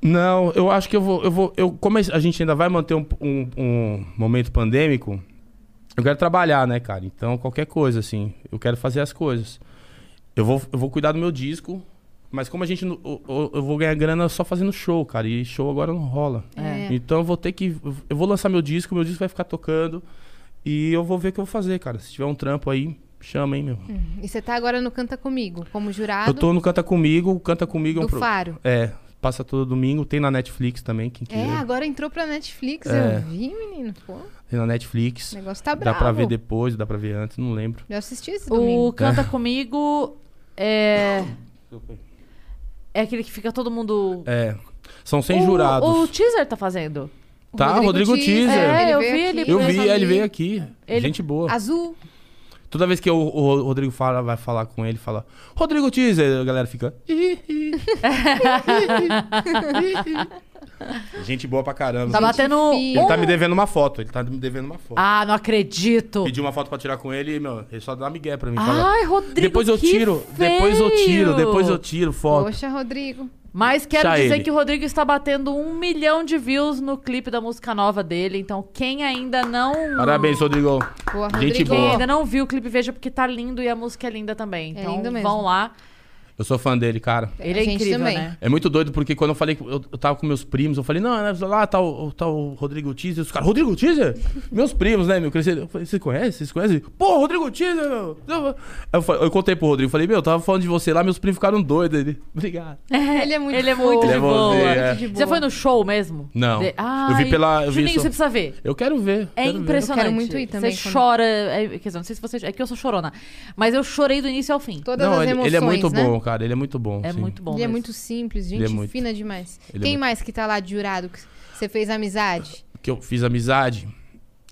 [SPEAKER 3] Não, eu acho que eu vou. Eu vou eu, como a gente ainda vai manter um, um- um momento pandêmico, eu quero trabalhar, né, cara? Então, qualquer coisa, assim. Eu quero fazer as coisas. Eu vou, eu vou cuidar do meu disco, mas como a gente. não- Eu, eu- eu vou ganhar grana só fazendo show, cara. E show agora não rola.
[SPEAKER 2] É.
[SPEAKER 3] Então, eu vou ter que. Eu vou lançar meu disco, meu disco vai ficar tocando. E eu vou ver o que eu vou fazer, cara. Se tiver um trampo aí, chama, hein, meu.
[SPEAKER 2] E você tá agora no Canta Comigo, como jurado
[SPEAKER 3] Eu tô no Canta Comigo. O Canta Comigo é um
[SPEAKER 2] do Faro.
[SPEAKER 3] É, passa todo domingo. Tem na Netflix também, quem
[SPEAKER 2] É,
[SPEAKER 3] quiser.
[SPEAKER 2] agora entrou pra Netflix,
[SPEAKER 3] É.
[SPEAKER 2] eu vi, menino. Pô, o
[SPEAKER 3] Tem na Netflix.
[SPEAKER 2] negócio tá
[SPEAKER 3] dá
[SPEAKER 2] bravo.
[SPEAKER 3] pra ver depois, dá pra ver antes, não lembro.
[SPEAKER 2] Eu assisti esse
[SPEAKER 1] O
[SPEAKER 2] domingo.
[SPEAKER 1] Canta Comigo é. É aquele que fica todo mundo.
[SPEAKER 3] É. São 100
[SPEAKER 1] O-
[SPEAKER 3] jurados.
[SPEAKER 1] O teaser tá fazendo.
[SPEAKER 3] Tá, Rodrigo Teaser.
[SPEAKER 1] É, eu
[SPEAKER 2] veio
[SPEAKER 1] vi
[SPEAKER 2] aqui.
[SPEAKER 1] ele
[SPEAKER 3] Eu vi,
[SPEAKER 1] Essa
[SPEAKER 3] ele
[SPEAKER 1] ali.
[SPEAKER 3] veio aqui.
[SPEAKER 1] Ele-
[SPEAKER 3] Gente boa.
[SPEAKER 2] Azul.
[SPEAKER 3] Toda vez que o, o Rodrigo fala, vai falar com ele, fala, Rodrigo Teaser, a galera fica. "Ih, ih, ih, ih". Gente boa pra caramba.
[SPEAKER 1] Tá batendo.
[SPEAKER 2] fina.
[SPEAKER 3] Ele tá
[SPEAKER 1] um-
[SPEAKER 3] me devendo uma foto, ele tá me devendo uma foto.
[SPEAKER 1] Ah, não acredito.
[SPEAKER 3] Pedi uma foto pra tirar com ele e, meu, ele só dá migué pra mim. fala,
[SPEAKER 1] Ai, Ah, Rodrigo.
[SPEAKER 3] depois eu
[SPEAKER 1] que
[SPEAKER 3] tiro, depois eu tiro, depois eu
[SPEAKER 1] feio.
[SPEAKER 3] tiro foto.
[SPEAKER 2] Poxa, Rodrigo.
[SPEAKER 1] Mas quero
[SPEAKER 3] Já
[SPEAKER 1] dizer
[SPEAKER 3] ele.
[SPEAKER 1] que o Rodrigo está batendo um milhão de views no clipe da música nova dele. Então, quem ainda não.
[SPEAKER 3] Parabéns, Rodrigo.
[SPEAKER 2] Boa,
[SPEAKER 3] Gente
[SPEAKER 2] Rodrigo.
[SPEAKER 1] Quem
[SPEAKER 3] boa.
[SPEAKER 1] ainda não viu o clipe, veja, porque tá lindo e a música é linda também.
[SPEAKER 2] É
[SPEAKER 1] Então,
[SPEAKER 2] lindo mesmo.
[SPEAKER 1] vão lá.
[SPEAKER 3] Eu sou fã dele, cara.
[SPEAKER 1] Ele é
[SPEAKER 2] gente
[SPEAKER 1] incrível,
[SPEAKER 2] também.
[SPEAKER 1] né?
[SPEAKER 3] É muito doido, porque quando eu falei que eu, eu tava com meus primos, eu falei, não, né, lá tá o, tá o Rodrigo Teaser. Os caras, Rodrigo Teaser? meus primos, né, meu? Cresceram. Eu falei, vocês conhecem? Vocês conhecem? Pô, Rodrigo Teaser, meu! Eu, eu, falei- eu contei pro Rodrigo, falei, meu, eu tava falando de você lá, meus primos ficaram doidos. Ele, obrigado.
[SPEAKER 2] Ele é muito
[SPEAKER 1] Ele é
[SPEAKER 2] fofo.
[SPEAKER 1] muito
[SPEAKER 3] Ele
[SPEAKER 1] de
[SPEAKER 3] é
[SPEAKER 1] boa.
[SPEAKER 3] bonzinho, é.
[SPEAKER 2] Muito de boa.
[SPEAKER 1] Você foi no show mesmo?
[SPEAKER 3] Não.
[SPEAKER 1] De-
[SPEAKER 3] Eu vi
[SPEAKER 1] Ai,
[SPEAKER 3] pela- eu vi
[SPEAKER 1] Juninho,
[SPEAKER 3] só-
[SPEAKER 1] você precisa ver.
[SPEAKER 3] Eu quero ver.
[SPEAKER 1] É
[SPEAKER 3] quero ver.
[SPEAKER 1] impressionante.
[SPEAKER 2] Eu quero muito ir também
[SPEAKER 1] Você
[SPEAKER 2] quando-
[SPEAKER 1] chora. É, quer dizer, não sei se você. É que eu sou chorona. Mas eu chorei do início ao fim.
[SPEAKER 2] Todas
[SPEAKER 3] Não,
[SPEAKER 2] as
[SPEAKER 3] ele,
[SPEAKER 2] emoções,
[SPEAKER 3] ele é muito
[SPEAKER 2] né?
[SPEAKER 3] bom, cara. Ele é muito bom.
[SPEAKER 1] É
[SPEAKER 3] sim.
[SPEAKER 1] muito bom.
[SPEAKER 2] Ele é
[SPEAKER 1] mesmo.
[SPEAKER 2] muito simples, gente
[SPEAKER 3] Ele é muito-
[SPEAKER 2] fina demais.
[SPEAKER 3] ele é
[SPEAKER 2] Quem
[SPEAKER 3] muito-
[SPEAKER 2] mais que tá lá de jurado? que Você fez amizade?
[SPEAKER 3] Que eu fiz amizade.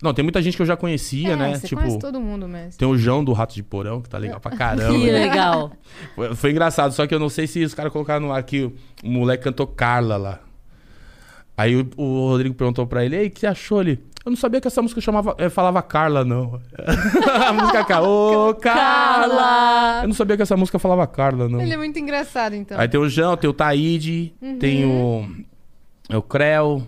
[SPEAKER 3] Não, tem muita gente que eu já conhecia,
[SPEAKER 2] é,
[SPEAKER 3] né?
[SPEAKER 2] Você
[SPEAKER 3] tipo,
[SPEAKER 2] conhece todo É. mundo, mas...
[SPEAKER 3] tem o João do Rato de Porão, que tá legal pra caramba.
[SPEAKER 1] Que
[SPEAKER 3] né?
[SPEAKER 1] legal.
[SPEAKER 3] Foi, foi engraçado, só que eu não sei se os caras colocaram no ar que o, o moleque cantou Carla lá. Aí o, o Rodrigo perguntou pra ele, ei, o que você achou ali? Eu não sabia que essa música chamava, eh, falava Carla, não. a música Carla. Ô, Carla!
[SPEAKER 1] Carla!
[SPEAKER 3] Eu não sabia que essa música falava Carla, não.
[SPEAKER 2] Ele é muito engraçado, então.
[SPEAKER 3] um Aí tem o Jão, tem o Taíde, tem o, é o Creu,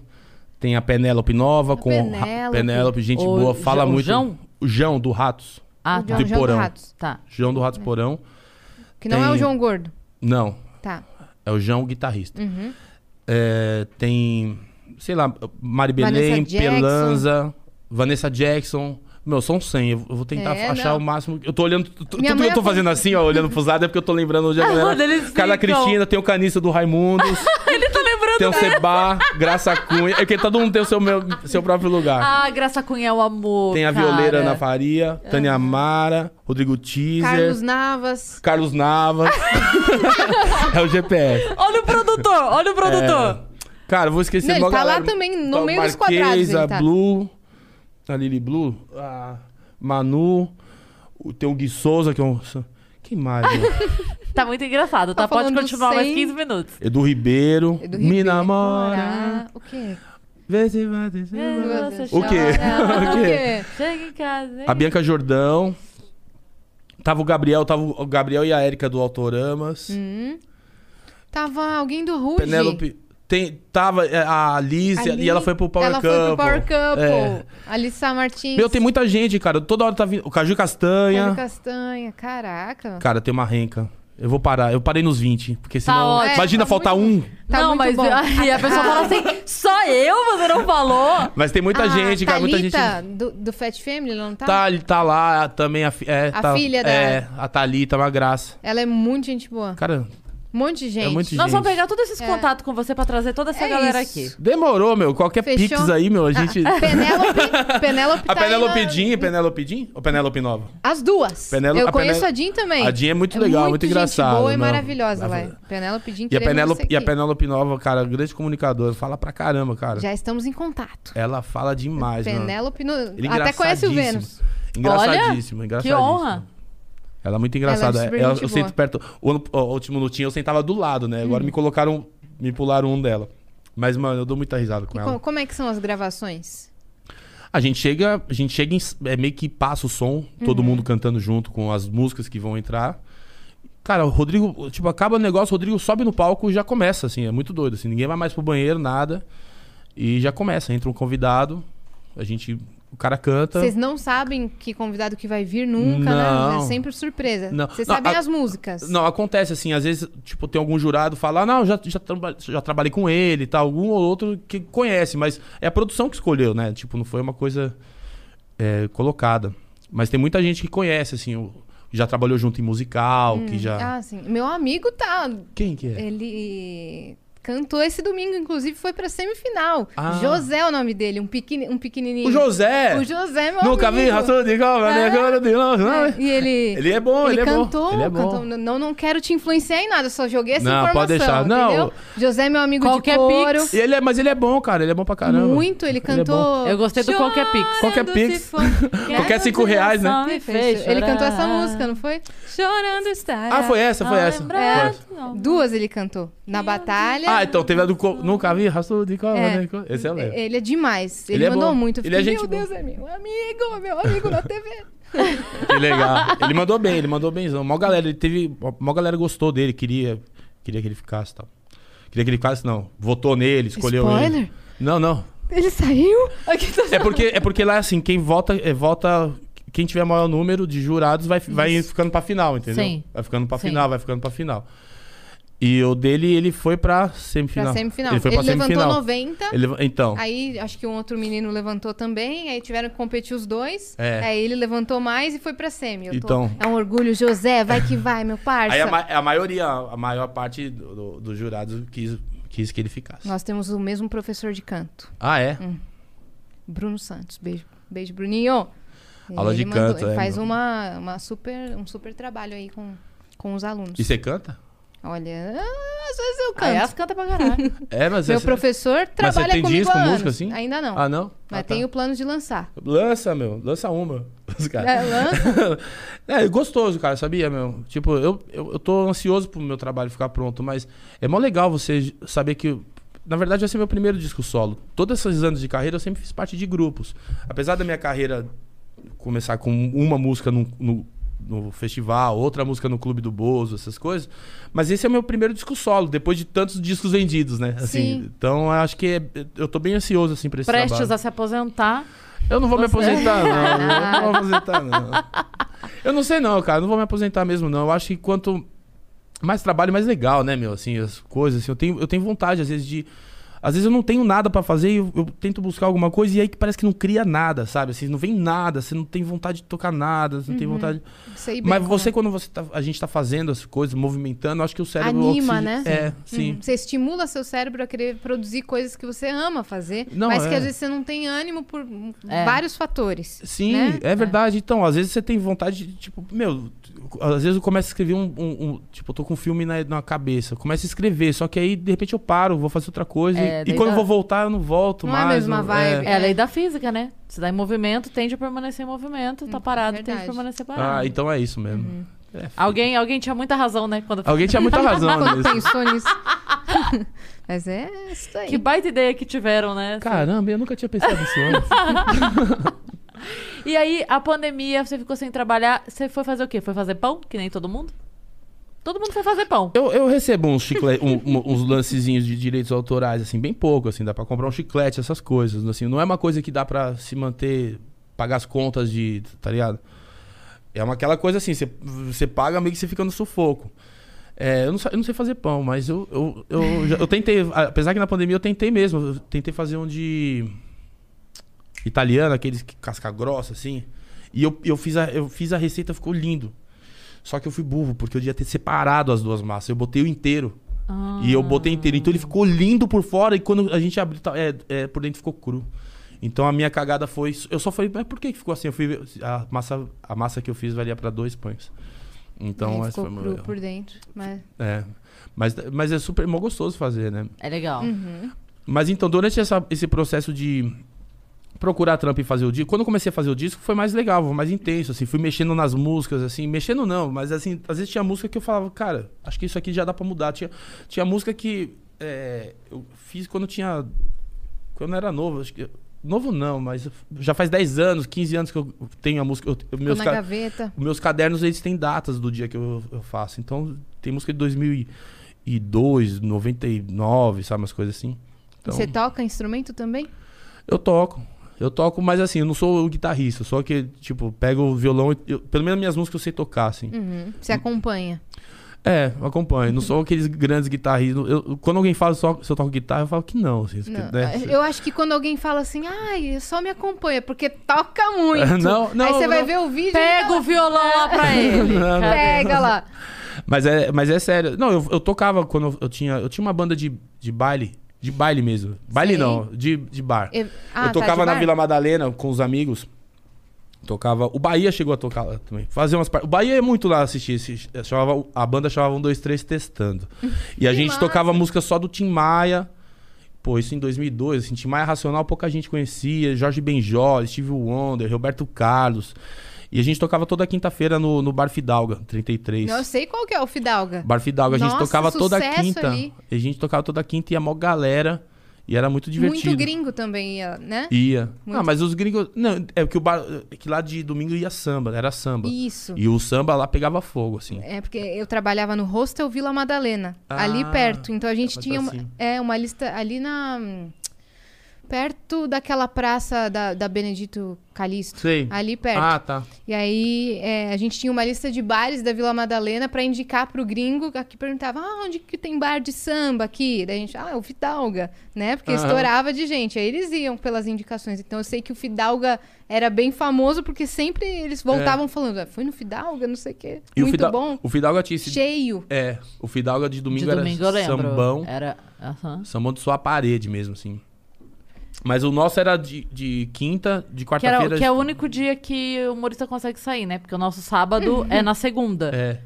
[SPEAKER 3] tem a Penélope Nova com o Ra-
[SPEAKER 2] Penélope.
[SPEAKER 3] Penélope, gente
[SPEAKER 1] O
[SPEAKER 3] boa, fala
[SPEAKER 1] Jão- o
[SPEAKER 3] muito.
[SPEAKER 1] Jão?
[SPEAKER 3] O Jão do Ratos.
[SPEAKER 1] Ah,
[SPEAKER 2] o
[SPEAKER 1] tá.
[SPEAKER 2] João, João
[SPEAKER 3] Porão.
[SPEAKER 2] Ratos.
[SPEAKER 1] Tá.
[SPEAKER 3] Jão do Ratos Porão.
[SPEAKER 2] Que não é o
[SPEAKER 3] Tem-
[SPEAKER 2] João Gordo.
[SPEAKER 3] Não,
[SPEAKER 2] Tá.
[SPEAKER 3] É o João, o guitarrista.
[SPEAKER 2] Uhum.
[SPEAKER 3] É, tem, sei lá, Mari
[SPEAKER 2] Vanessa
[SPEAKER 3] Belém,
[SPEAKER 2] Jackson.
[SPEAKER 3] Pelanza, Vanessa Jackson. Meu, são 100. Eu eu vou tentar
[SPEAKER 2] É,
[SPEAKER 3] achar
[SPEAKER 2] não.
[SPEAKER 3] o máximo. Eu tô olhando. tu- tu- Tudo
[SPEAKER 2] Minha
[SPEAKER 3] que
[SPEAKER 2] mãe
[SPEAKER 3] eu tô
[SPEAKER 2] é Ah,
[SPEAKER 3] fazendo assim, ó, olhando pros lados, é porque eu tô lembrando onde a
[SPEAKER 1] Onde
[SPEAKER 3] galera.
[SPEAKER 1] eles
[SPEAKER 3] Carla
[SPEAKER 1] ficam.
[SPEAKER 3] Cristina, tem o Caniço do Raimundos,
[SPEAKER 1] Ele tá lembrando.
[SPEAKER 3] tem um o Seba, Graça Cunha. É porque todo mundo tem o seu, meu- seu próprio lugar.
[SPEAKER 1] Ah, Graça Cunha é o amor.
[SPEAKER 3] tem a
[SPEAKER 1] cara.
[SPEAKER 3] Violeira na Faria, Tânia Mara, Rodrigo Teaser,
[SPEAKER 2] Carlos
[SPEAKER 3] Carlos,
[SPEAKER 2] Navas.
[SPEAKER 3] Navas. é o GPS.
[SPEAKER 1] Olha o produtor, olha o produtor.
[SPEAKER 3] É. Cara, eu vou esquecer
[SPEAKER 2] Não, ele
[SPEAKER 3] mó
[SPEAKER 2] tá
[SPEAKER 3] galera.
[SPEAKER 2] lá também, no
[SPEAKER 3] Tá o
[SPEAKER 2] meio dos
[SPEAKER 3] Marquesa,
[SPEAKER 2] quadrados ele tá.
[SPEAKER 3] Blue, tá a Lili Blue, a Manu, o- tem o Gui Souza, que é um... Quem mais? meu?
[SPEAKER 1] Tá muito engraçado, tá?
[SPEAKER 2] Tá
[SPEAKER 1] Pode
[SPEAKER 2] falando
[SPEAKER 1] continuar mais
[SPEAKER 2] sem-
[SPEAKER 1] 15 minutos.
[SPEAKER 3] Edu Ribeiro,
[SPEAKER 2] Edu
[SPEAKER 3] me
[SPEAKER 2] Ribeiro.
[SPEAKER 3] namora.
[SPEAKER 2] O quê?
[SPEAKER 3] Vê se vai descer.
[SPEAKER 1] Você
[SPEAKER 3] O quê?
[SPEAKER 1] chora,
[SPEAKER 3] O quê?
[SPEAKER 1] Chega em casa. hein?
[SPEAKER 3] A Bianca Jordão. Tava o Gabriel, tava o Gabriel e a Érica do Autoramas.
[SPEAKER 2] Hum. Tava alguém do Ruge.
[SPEAKER 3] Penélope. Tem, tava é, a Alice
[SPEAKER 2] Ali-
[SPEAKER 3] e ela foi pro Power
[SPEAKER 2] Ela
[SPEAKER 3] Couple.
[SPEAKER 2] foi pro Power Couple.
[SPEAKER 3] É.
[SPEAKER 2] Alissa Martins.
[SPEAKER 3] Meu, tem muita gente, cara. Toda hora tá vindo. O Caju
[SPEAKER 2] Castanha.
[SPEAKER 3] Castanha.
[SPEAKER 2] Castanha. Caraca.
[SPEAKER 3] Cara, tem uma renca. Eu vou parar. Eu parei nos 20, porque senão.
[SPEAKER 1] ótimo.
[SPEAKER 3] Imagina
[SPEAKER 2] É, tá
[SPEAKER 3] faltar
[SPEAKER 2] muito-
[SPEAKER 3] um.
[SPEAKER 2] Tá
[SPEAKER 1] não, mas
[SPEAKER 2] muito bom.
[SPEAKER 1] aí a pessoa fala assim: só eu, você não falou?
[SPEAKER 3] Mas tem muita
[SPEAKER 2] A
[SPEAKER 3] gente, cara. Muita gente.
[SPEAKER 2] Ah, Thalita, Tá. Do, do Fat Family, ela não tá?
[SPEAKER 3] Tá, tá lá também a, fi- é,
[SPEAKER 2] A
[SPEAKER 3] tá-
[SPEAKER 2] filha da-
[SPEAKER 3] É, a Thalita, uma graça.
[SPEAKER 2] Ela é muito gente boa.
[SPEAKER 3] Cara,
[SPEAKER 2] Um monte de gente.
[SPEAKER 3] é muito
[SPEAKER 1] Nós
[SPEAKER 3] gente.
[SPEAKER 1] vamos pegar todos esses contatos com você pra trazer toda essa
[SPEAKER 2] É
[SPEAKER 1] galera
[SPEAKER 2] isso.
[SPEAKER 1] aqui.
[SPEAKER 3] Demorou, meu. Qualquer
[SPEAKER 2] Fechou?
[SPEAKER 3] Pix aí, meu, a gente.
[SPEAKER 2] Penélope. Penélope
[SPEAKER 3] A
[SPEAKER 2] tá aí
[SPEAKER 3] Penélope
[SPEAKER 2] na-
[SPEAKER 3] Jean, Penélope Jean? Ou Penélope Nova?
[SPEAKER 2] As duas.
[SPEAKER 3] Penélope-
[SPEAKER 2] Eu
[SPEAKER 3] a
[SPEAKER 2] conheço
[SPEAKER 3] Pené-
[SPEAKER 2] a Jean também.
[SPEAKER 3] a Jean é muito legal, muito engraçada,
[SPEAKER 2] Gente boa e
[SPEAKER 3] não.
[SPEAKER 2] maravilhosa,
[SPEAKER 3] Ela-
[SPEAKER 2] vai. Penélope Jean
[SPEAKER 3] E a,
[SPEAKER 2] queremos
[SPEAKER 3] Penélope,
[SPEAKER 2] você
[SPEAKER 3] e a
[SPEAKER 2] aqui.
[SPEAKER 3] Penélope Nova, cara, grande comunicadora. Fala pra caramba, cara.
[SPEAKER 2] Já estamos em contato.
[SPEAKER 3] Ela fala demais, mano.
[SPEAKER 2] Penélope no...
[SPEAKER 3] Ele é
[SPEAKER 2] até conhece o
[SPEAKER 3] engraçadíssimo.
[SPEAKER 2] Vênus.
[SPEAKER 3] Engraçadíssimo,
[SPEAKER 1] Olha, que
[SPEAKER 3] engraçadíssimo.
[SPEAKER 1] honra.
[SPEAKER 3] Ela é muito
[SPEAKER 2] é
[SPEAKER 3] engraçada.
[SPEAKER 2] super
[SPEAKER 3] Ela-
[SPEAKER 2] gente
[SPEAKER 3] eu
[SPEAKER 2] boa. Uhum.
[SPEAKER 3] sento perto. O, ano- o último lutinho eu sentava do lado, né? Agora me colocaram. Me pularam um dela. Mas, mano, eu dou muita risada com
[SPEAKER 2] E
[SPEAKER 3] ela.
[SPEAKER 2] como, como é que são as gravações?
[SPEAKER 3] A gente chega, a gente chega em, é, meio que passa o som,
[SPEAKER 2] Uhum.
[SPEAKER 3] todo mundo cantando junto com as músicas que vão entrar. Cara, o Rodrigo, tipo, acaba o negócio, o Rodrigo sobe no palco e já começa, assim, é muito doido, assim, ninguém vai mais pro banheiro, nada. E já começa, entra um convidado, a gente, o cara canta.
[SPEAKER 2] Vocês não sabem que convidado que vai vir nunca, né?
[SPEAKER 3] Não.
[SPEAKER 2] É sempre surpresa.
[SPEAKER 3] Não.
[SPEAKER 2] Vocês
[SPEAKER 3] Não,
[SPEAKER 2] sabem
[SPEAKER 3] a-
[SPEAKER 2] as músicas.
[SPEAKER 3] Não, acontece assim, às vezes, tipo, tem algum jurado falar, não, já, já, traba- já trabalhei com ele e tal, algum ou outro que conhece, mas é a produção que escolheu, né? Tipo, não foi uma coisa. é, colocada. Mas tem muita gente que conhece, assim, o- já trabalhou junto em musical, que já.
[SPEAKER 2] Ah, sim. Meu amigo tá.
[SPEAKER 3] Quem que é?
[SPEAKER 2] Ele cantou esse domingo, inclusive foi pra semifinal.
[SPEAKER 3] Ah.
[SPEAKER 2] José é o nome dele, um, pequeni, um pequenininho.
[SPEAKER 3] O José!
[SPEAKER 2] O José, é meu
[SPEAKER 3] Nunca vi
[SPEAKER 2] amigo.
[SPEAKER 3] rato de cobra,
[SPEAKER 2] É.
[SPEAKER 3] né? Agora de longe, não.
[SPEAKER 2] É, E ele.
[SPEAKER 3] Ele é bom, ele, é
[SPEAKER 2] cantou,
[SPEAKER 3] bom. Ele é bom.
[SPEAKER 2] cantou. Não, não quero te influenciar em nada, só joguei essa
[SPEAKER 3] Não,
[SPEAKER 2] informação.
[SPEAKER 3] pode deixar. Não.
[SPEAKER 2] entendeu? José, é meu amigo
[SPEAKER 1] Qualquer
[SPEAKER 2] de couro.
[SPEAKER 1] pix.
[SPEAKER 3] E ele é- mas ele é bom, cara. Ele é bom pra caramba.
[SPEAKER 2] Muito, ele
[SPEAKER 3] é bom.
[SPEAKER 2] cantou.
[SPEAKER 1] Eu gostei do Qualquer Pix. um
[SPEAKER 3] Qualquer é Pix. Qualquer cinco reais, né?
[SPEAKER 2] Perfeito. Ele cantou essa música, não foi?
[SPEAKER 1] Chorando está.
[SPEAKER 3] Ah, foi essa, foi essa.
[SPEAKER 1] lembrado.
[SPEAKER 3] Foi essa.
[SPEAKER 2] Duas ele cantou. Na batalha.
[SPEAKER 3] Ah, então teve a do. co- Nunca vi rato de cobra,
[SPEAKER 2] É.
[SPEAKER 3] né? Co- Esse é o Léo.
[SPEAKER 2] Ele é demais. Ele,
[SPEAKER 3] Ele é
[SPEAKER 2] mandou
[SPEAKER 3] bom.
[SPEAKER 2] muito. Eu
[SPEAKER 3] Ele é
[SPEAKER 2] fiquei,
[SPEAKER 3] gente
[SPEAKER 2] meu
[SPEAKER 3] boa.
[SPEAKER 2] Deus, é meu amigo, meu amigo na TV.
[SPEAKER 3] Que legal. Ele mandou bem, ele mandou bemzão. Mó galera, ele teve. Mó galera gostou dele, queria, queria que ele ficasse e tal. Queria que ele ficasse, não. Votou nele, escolheu
[SPEAKER 2] Spoiler?
[SPEAKER 3] ele. Não, não.
[SPEAKER 2] Ele saiu. Aqui tá-
[SPEAKER 3] É porque, é porque lá, assim, quem vota, é, vota. Quem tiver maior número de jurados vai, vai ficando pra final, entendeu?
[SPEAKER 1] Sim.
[SPEAKER 3] Vai ficando pra
[SPEAKER 1] Sim.
[SPEAKER 3] final, vai ficando pra final. E o dele, ele foi pra semifinal.
[SPEAKER 2] Pra semifinal.
[SPEAKER 3] Ele foi pra
[SPEAKER 2] levantou
[SPEAKER 3] semifinal.
[SPEAKER 2] 90.
[SPEAKER 3] Ele leva- então.
[SPEAKER 2] Aí acho que um outro menino levantou também, aí tiveram que competir os dois.
[SPEAKER 3] É.
[SPEAKER 2] Aí ele levantou mais e foi pra semi. Eu tô-
[SPEAKER 3] Então.
[SPEAKER 2] É um orgulho, José, vai que vai, meu parça.
[SPEAKER 3] Aí a, ma- a maioria, a maior parte do- do- dos jurados quis, quis que ele ficasse.
[SPEAKER 2] Nós temos o mesmo professor de canto,
[SPEAKER 3] Ah, é?
[SPEAKER 2] Hum. Bruno Santos. Beijo, beijo Bruninho.
[SPEAKER 3] Aula de
[SPEAKER 2] Ele mandou-
[SPEAKER 3] canto,
[SPEAKER 2] ele
[SPEAKER 3] é,
[SPEAKER 2] faz
[SPEAKER 3] meu.
[SPEAKER 2] uma, uma super, um super trabalho aí com, com os alunos.
[SPEAKER 3] E você canta?
[SPEAKER 2] Olha, ah, às vezes eu
[SPEAKER 1] Aí
[SPEAKER 2] canto.
[SPEAKER 1] elas cantam pra caralho.
[SPEAKER 3] É, mas
[SPEAKER 2] Meu
[SPEAKER 3] você-
[SPEAKER 2] professor trabalha
[SPEAKER 3] mas você tem
[SPEAKER 2] comigo
[SPEAKER 3] disco,
[SPEAKER 2] há anos.
[SPEAKER 3] música, assim?
[SPEAKER 2] Ainda não.
[SPEAKER 3] Ah, não?
[SPEAKER 2] Mas
[SPEAKER 3] Ah, tá.
[SPEAKER 2] tenho o plano de lançar.
[SPEAKER 3] Lança, meu. Lança uma. Os caras.
[SPEAKER 2] É, lança.
[SPEAKER 3] É, gostoso, cara, sabia, meu? Tipo, eu, eu, eu tô ansioso pro meu trabalho ficar pronto, mas é mó legal você j- saber que. Na verdade, vai ser meu primeiro disco solo. Todos esses anos de carreira eu sempre fiz parte de grupos. Apesar da minha carreira começar com uma música no, no, no festival, outra música no Clube do Bozo, essas coisas. Mas esse é o meu primeiro disco solo, depois de tantos discos vendidos, né? Assim,
[SPEAKER 2] Sim.
[SPEAKER 3] então eu acho que é- eu tô bem ansioso assim, pra esse
[SPEAKER 1] Prestes
[SPEAKER 3] trabalho.
[SPEAKER 1] a se aposentar.
[SPEAKER 3] Eu não vou me aposentar, não. Eu não vou aposentar, não. Eu não sei, não, cara. Eu não vou me aposentar mesmo, não. Eu acho que quanto mais trabalho, mais legal, né, meu? Assim, as coisas. Assim, eu, tenho, eu tenho vontade, às vezes, de. Às vezes eu não tenho nada pra fazer e eu, eu tento buscar alguma coisa e aí que parece que não cria nada, sabe? Assim, não vem nada, você não tem vontade de tocar nada, você não tem vontade.
[SPEAKER 2] Sei Uhum. bem
[SPEAKER 3] Mas
[SPEAKER 2] como é.
[SPEAKER 3] você, quando você tá- a gente tá fazendo as coisas, movimentando, eu acho que o cérebro.
[SPEAKER 2] Anima,
[SPEAKER 3] oxi-
[SPEAKER 2] né?
[SPEAKER 3] É, sim.
[SPEAKER 2] Uhum. Você estimula seu cérebro a querer produzir coisas que você ama fazer,
[SPEAKER 3] Não,
[SPEAKER 2] mas que
[SPEAKER 3] é.
[SPEAKER 2] às vezes você não tem ânimo por
[SPEAKER 1] É.
[SPEAKER 2] vários fatores.
[SPEAKER 3] Sim,
[SPEAKER 2] né?
[SPEAKER 3] é verdade. Então, às vezes você tem vontade de, tipo, meu, às vezes eu começo a escrever um. um- um- tipo, eu tô com um filme na, na cabeça. Eu começo a escrever, só que aí, de repente, eu paro, vou fazer outra coisa.
[SPEAKER 1] É,
[SPEAKER 3] e,
[SPEAKER 1] daí
[SPEAKER 3] e quando
[SPEAKER 1] dá-
[SPEAKER 3] eu vou voltar, eu não volto
[SPEAKER 2] Não é a
[SPEAKER 3] mais.
[SPEAKER 2] mesma
[SPEAKER 3] não-
[SPEAKER 2] vibe.
[SPEAKER 1] É a lei da física, né? Se dá em movimento, tende a permanecer em movimento. Tá parado, tende
[SPEAKER 2] Hum, verdade.
[SPEAKER 1] a permanecer parado.
[SPEAKER 3] Ah, então é isso mesmo.
[SPEAKER 2] Uhum.
[SPEAKER 3] É, filho.
[SPEAKER 1] Alguém, alguém tinha muita razão, né? Quando
[SPEAKER 3] Alguém tinha muita razão
[SPEAKER 2] Quando
[SPEAKER 3] nisso.
[SPEAKER 2] pensou nisso. mas é isso aí.
[SPEAKER 1] Que baita ideia que tiveram, né?
[SPEAKER 3] Caramba, eu nunca tinha pensado nisso antes.
[SPEAKER 1] E aí, a pandemia, você ficou sem trabalhar. Você foi fazer o quê? Foi fazer pão? Que nem todo mundo? Todo mundo foi fazer pão.
[SPEAKER 3] Eu, eu recebo uns, chicle- um- um- uns lancezinhos de direitos autorais, assim, bem pouco, assim, dá pra comprar um chiclete, essas coisas, assim, não é uma coisa que dá pra se manter, pagar as contas de, tá ligado? É uma, aquela coisa assim, você- você paga meio que você fica no sufoco. É, eu, não, sa- eu não sei fazer pão, mas eu, eu, eu, já- eu tentei, apesar que na pandemia eu tentei mesmo, eu tentei fazer um de italiano, aqueles que casca grossa, assim, e eu, eu, fiz a, eu fiz a receita, ficou lindo. Só que eu fui burro, porque eu devia ter separado as duas massas. Eu botei o inteiro. E eu botei inteiro. Então ele ficou lindo por fora e quando a gente abriu, tá- é, é, por dentro ficou cru. Então a minha cagada foi. Eu só falei, mas por que que ficou assim? Eu fui ver- a massa, a massa que eu fiz valia pra dois pães. Então,
[SPEAKER 2] Ele
[SPEAKER 3] esse
[SPEAKER 2] ficou
[SPEAKER 3] foi o meu.
[SPEAKER 2] cru
[SPEAKER 3] erro.
[SPEAKER 2] por dentro. Mas...
[SPEAKER 3] É. Mas, mas é super mó gostoso fazer, né?
[SPEAKER 1] É legal.
[SPEAKER 2] Uhum.
[SPEAKER 3] Mas então, durante essa- esse processo de procurar trampo e fazer o disco, quando eu comecei a fazer o disco, foi mais legal, foi mais intenso, assim, fui mexendo nas músicas, assim, mexendo não, mas assim, às vezes tinha música que eu falava, cara, acho que isso aqui já dá pra mudar. Tinha, tinha música que é, eu fiz quando eu tinha. Quando eu era novo, acho que. Novo não, mas já faz 10 anos, 15 anos que eu tenho a música. Eu, eu-
[SPEAKER 2] Ficou
[SPEAKER 3] meus
[SPEAKER 2] na
[SPEAKER 3] ca-
[SPEAKER 2] gaveta.
[SPEAKER 3] os meus cadernos, eles têm datas do dia que eu, eu faço. Então, tem música de 2002, 99, sabe? Umas coisas assim. Então,
[SPEAKER 2] Você tá toca instrumento também?
[SPEAKER 3] Eu toco. Eu toco, mas assim, eu não sou o guitarrista. Só
[SPEAKER 2] Hum.
[SPEAKER 3] que, tipo, pego o violão... e- eu- pelo menos minhas músicas eu sei tocar, assim.
[SPEAKER 2] Uhum. Você acompanha.
[SPEAKER 3] É, eu acompanho. Não sou aqueles grandes guitarristas. Eu- quando alguém fala só se eu toco guitarra, eu falo que não. assim, porque,
[SPEAKER 2] Não, é,
[SPEAKER 3] né?
[SPEAKER 2] Eu acho que quando alguém fala assim, ai, só me acompanha, porque toca muito.
[SPEAKER 3] Não, não,
[SPEAKER 2] Aí você vai
[SPEAKER 3] não.
[SPEAKER 2] ver o vídeo. e
[SPEAKER 1] Pega
[SPEAKER 2] tá
[SPEAKER 1] o
[SPEAKER 2] lá.
[SPEAKER 1] violão lá pra ele.
[SPEAKER 3] Não, não.
[SPEAKER 2] Pega lá.
[SPEAKER 3] Mas é, mas é sério. Não, eu, eu tocava quando eu, eu tinha. Eu tinha uma banda de, de baile. De baile mesmo. Baile
[SPEAKER 2] Sei.
[SPEAKER 3] não, de, de bar.
[SPEAKER 2] E- ah, tá,
[SPEAKER 3] eu tocava
[SPEAKER 2] de
[SPEAKER 3] na
[SPEAKER 2] bar?
[SPEAKER 3] Vila Madalena com os amigos. Tocava. O Bahia chegou a tocar lá também. Fazia umas par- O Bahia é muito lá assistir. esse- chamava- a banda chamava 1, 2, 3 testando. E a
[SPEAKER 2] Que
[SPEAKER 3] gente
[SPEAKER 2] massa.
[SPEAKER 3] tocava música só do Tim Maia. Pô, isso em 2002, assim, Tim Maia Racional pouca gente conhecia, Jorge Benjol, Steve Wonder, Roberto Carlos. E a gente tocava toda quinta-feira no, no Bar Fidalga, 33.
[SPEAKER 2] Não, eu sei qual que é o Fidalga.
[SPEAKER 3] Bar Fidalga, a gente
[SPEAKER 2] Nossa,
[SPEAKER 3] tocava toda
[SPEAKER 2] sucesso
[SPEAKER 3] quinta.
[SPEAKER 2] ali.
[SPEAKER 3] A gente tocava toda quinta e ia mó galera. E era muito divertido.
[SPEAKER 2] Muito gringo também ia, né?
[SPEAKER 3] Ia.
[SPEAKER 2] Muito.
[SPEAKER 3] Ah, mas os gringos. Não, é que o bar. É que lá de domingo ia samba, era samba.
[SPEAKER 2] Isso.
[SPEAKER 3] E o samba lá pegava fogo, assim.
[SPEAKER 2] É porque eu trabalhava no Hostel Vila Madalena,
[SPEAKER 3] Ah,
[SPEAKER 2] ali perto. Então a gente
[SPEAKER 3] mas
[SPEAKER 2] tinha uma,
[SPEAKER 3] assim.
[SPEAKER 2] é, uma lista ali na. perto daquela praça da, da Benedito Calixto.
[SPEAKER 3] Sei.
[SPEAKER 2] Ali perto.
[SPEAKER 3] Ah, tá.
[SPEAKER 2] E aí é, a gente tinha uma lista de bares da Vila Madalena pra indicar pro gringo que perguntava: ah, onde que tem bar de samba aqui? Daí a gente, ah, é o Fidalga, né? Porque
[SPEAKER 3] Aham.
[SPEAKER 2] estourava de gente. Aí eles iam pelas indicações. Então eu sei que o Fidalga era bem famoso porque sempre eles voltavam falando: ah, foi no Fidalga, não sei o quê.
[SPEAKER 3] É. E
[SPEAKER 2] Muito
[SPEAKER 3] o Fidal...
[SPEAKER 2] bom.
[SPEAKER 3] O Fidalga tinha esse.
[SPEAKER 2] Cheio.
[SPEAKER 3] É, o Fidalga de domingo,
[SPEAKER 1] De domingo eu
[SPEAKER 3] era
[SPEAKER 1] lembro. É.
[SPEAKER 3] sambão.
[SPEAKER 1] Era. aham.
[SPEAKER 3] Sambão de sua parede mesmo, assim. Mas o nosso era de, de quinta, de
[SPEAKER 1] Que, era-
[SPEAKER 3] quarta-feira.
[SPEAKER 1] que é o único dia que o humorista consegue sair, né? Porque o nosso sábado é na segunda.
[SPEAKER 3] É.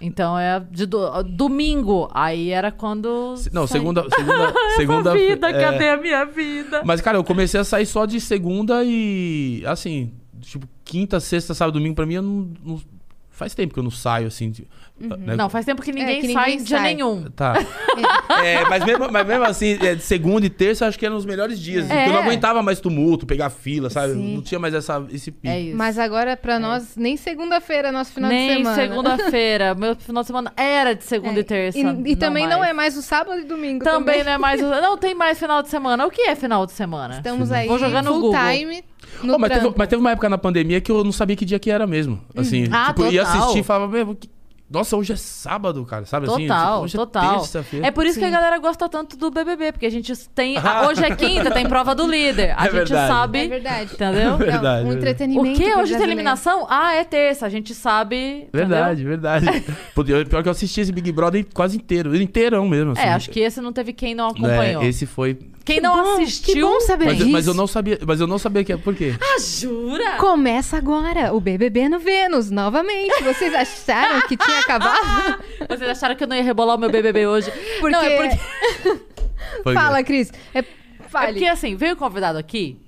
[SPEAKER 1] Então é de do- domingo. Aí era quando.
[SPEAKER 3] Se- Não,
[SPEAKER 1] saía.
[SPEAKER 3] segunda. Segunda. segunda
[SPEAKER 1] Minha vida,
[SPEAKER 3] é.
[SPEAKER 1] cadê a minha vida?
[SPEAKER 3] Mas, cara, eu comecei a sair só de segunda e. Assim, tipo, quinta, sexta, sábado, domingo, pra mim, eu não. não- faz tempo que eu não saio, assim. de- né?
[SPEAKER 1] Não, faz tempo que ninguém
[SPEAKER 2] É, que
[SPEAKER 1] sai
[SPEAKER 2] ninguém
[SPEAKER 1] dia
[SPEAKER 2] sai.
[SPEAKER 1] nenhum.
[SPEAKER 3] Tá. É, mas, mesmo, mas mesmo assim, é, de segunda e terça, eu acho que eram os melhores dias. assim,
[SPEAKER 1] É.
[SPEAKER 3] porque eu não aguentava mais tumulto, pegar fila, sabe?
[SPEAKER 2] Sim.
[SPEAKER 3] Não tinha mais essa, esse pico.
[SPEAKER 1] É isso.
[SPEAKER 2] Mas agora, pra nós, nem segunda-feira é nosso final de
[SPEAKER 1] Nem
[SPEAKER 2] semana.
[SPEAKER 1] segunda-feira. Meu final de semana era de segunda
[SPEAKER 2] É.
[SPEAKER 1] e terça.
[SPEAKER 2] E, e também não
[SPEAKER 1] mais.
[SPEAKER 2] é mais o sábado e domingo.
[SPEAKER 1] Também não é mais. Não tem mais final de semana. O que é final de semana?
[SPEAKER 2] Estamos aí
[SPEAKER 1] Vou jogar no
[SPEAKER 2] full
[SPEAKER 1] Google. Oh,
[SPEAKER 2] time no
[SPEAKER 3] Ô, mas, teve,
[SPEAKER 2] trampo.
[SPEAKER 3] mas teve uma época na pandemia que eu não sabia que dia que era mesmo. Assim,
[SPEAKER 1] Ah,
[SPEAKER 3] tipo, eu ia
[SPEAKER 1] total.
[SPEAKER 3] assistir e falava, "Meu, que- nossa, hoje é sábado, cara, sabe assim?
[SPEAKER 1] Total,
[SPEAKER 3] Tipo, hoje
[SPEAKER 1] total.
[SPEAKER 3] É terça-feira.
[SPEAKER 1] É por isso que a
[SPEAKER 2] Sim.
[SPEAKER 1] galera gosta tanto do BBB, porque a gente tem. a- hoje é quinta, tem prova do líder. A
[SPEAKER 3] É
[SPEAKER 1] gente
[SPEAKER 3] verdade.
[SPEAKER 1] sabe.
[SPEAKER 2] É verdade.
[SPEAKER 1] Entendeu?
[SPEAKER 3] Verdade,
[SPEAKER 2] É um
[SPEAKER 3] verdade.
[SPEAKER 2] entretenimento.
[SPEAKER 1] O que?
[SPEAKER 2] pro
[SPEAKER 1] Hoje tem
[SPEAKER 2] brasileiro.
[SPEAKER 1] eliminação? Ah, é terça. A gente sabe. entendeu?
[SPEAKER 3] Verdade, verdade. Pô, eu- Pior que eu assisti esse Big Brother quase inteiro, inteirão mesmo. Assim.
[SPEAKER 1] É, acho que esse não teve quem não
[SPEAKER 3] Né,
[SPEAKER 1] acompanhou.
[SPEAKER 3] esse foi.
[SPEAKER 1] Quem não
[SPEAKER 2] Bom, Que
[SPEAKER 1] assistiu.
[SPEAKER 2] bom saber
[SPEAKER 3] Mas,
[SPEAKER 2] disso.
[SPEAKER 3] mas eu não sabia, mas eu não sabia que é. Por quê?
[SPEAKER 1] Ah, jura?
[SPEAKER 2] Começa agora o BBB no Vênus, novamente. Vocês acharam que tinha acabado?
[SPEAKER 1] Vocês acharam que eu não ia rebolar o meu BBB hoje?
[SPEAKER 2] Porque...
[SPEAKER 1] Não, é porque.
[SPEAKER 3] Foi-
[SPEAKER 2] Fala, Cris. É...
[SPEAKER 1] É
[SPEAKER 2] Fale.
[SPEAKER 1] porque assim, veio o convidado aqui.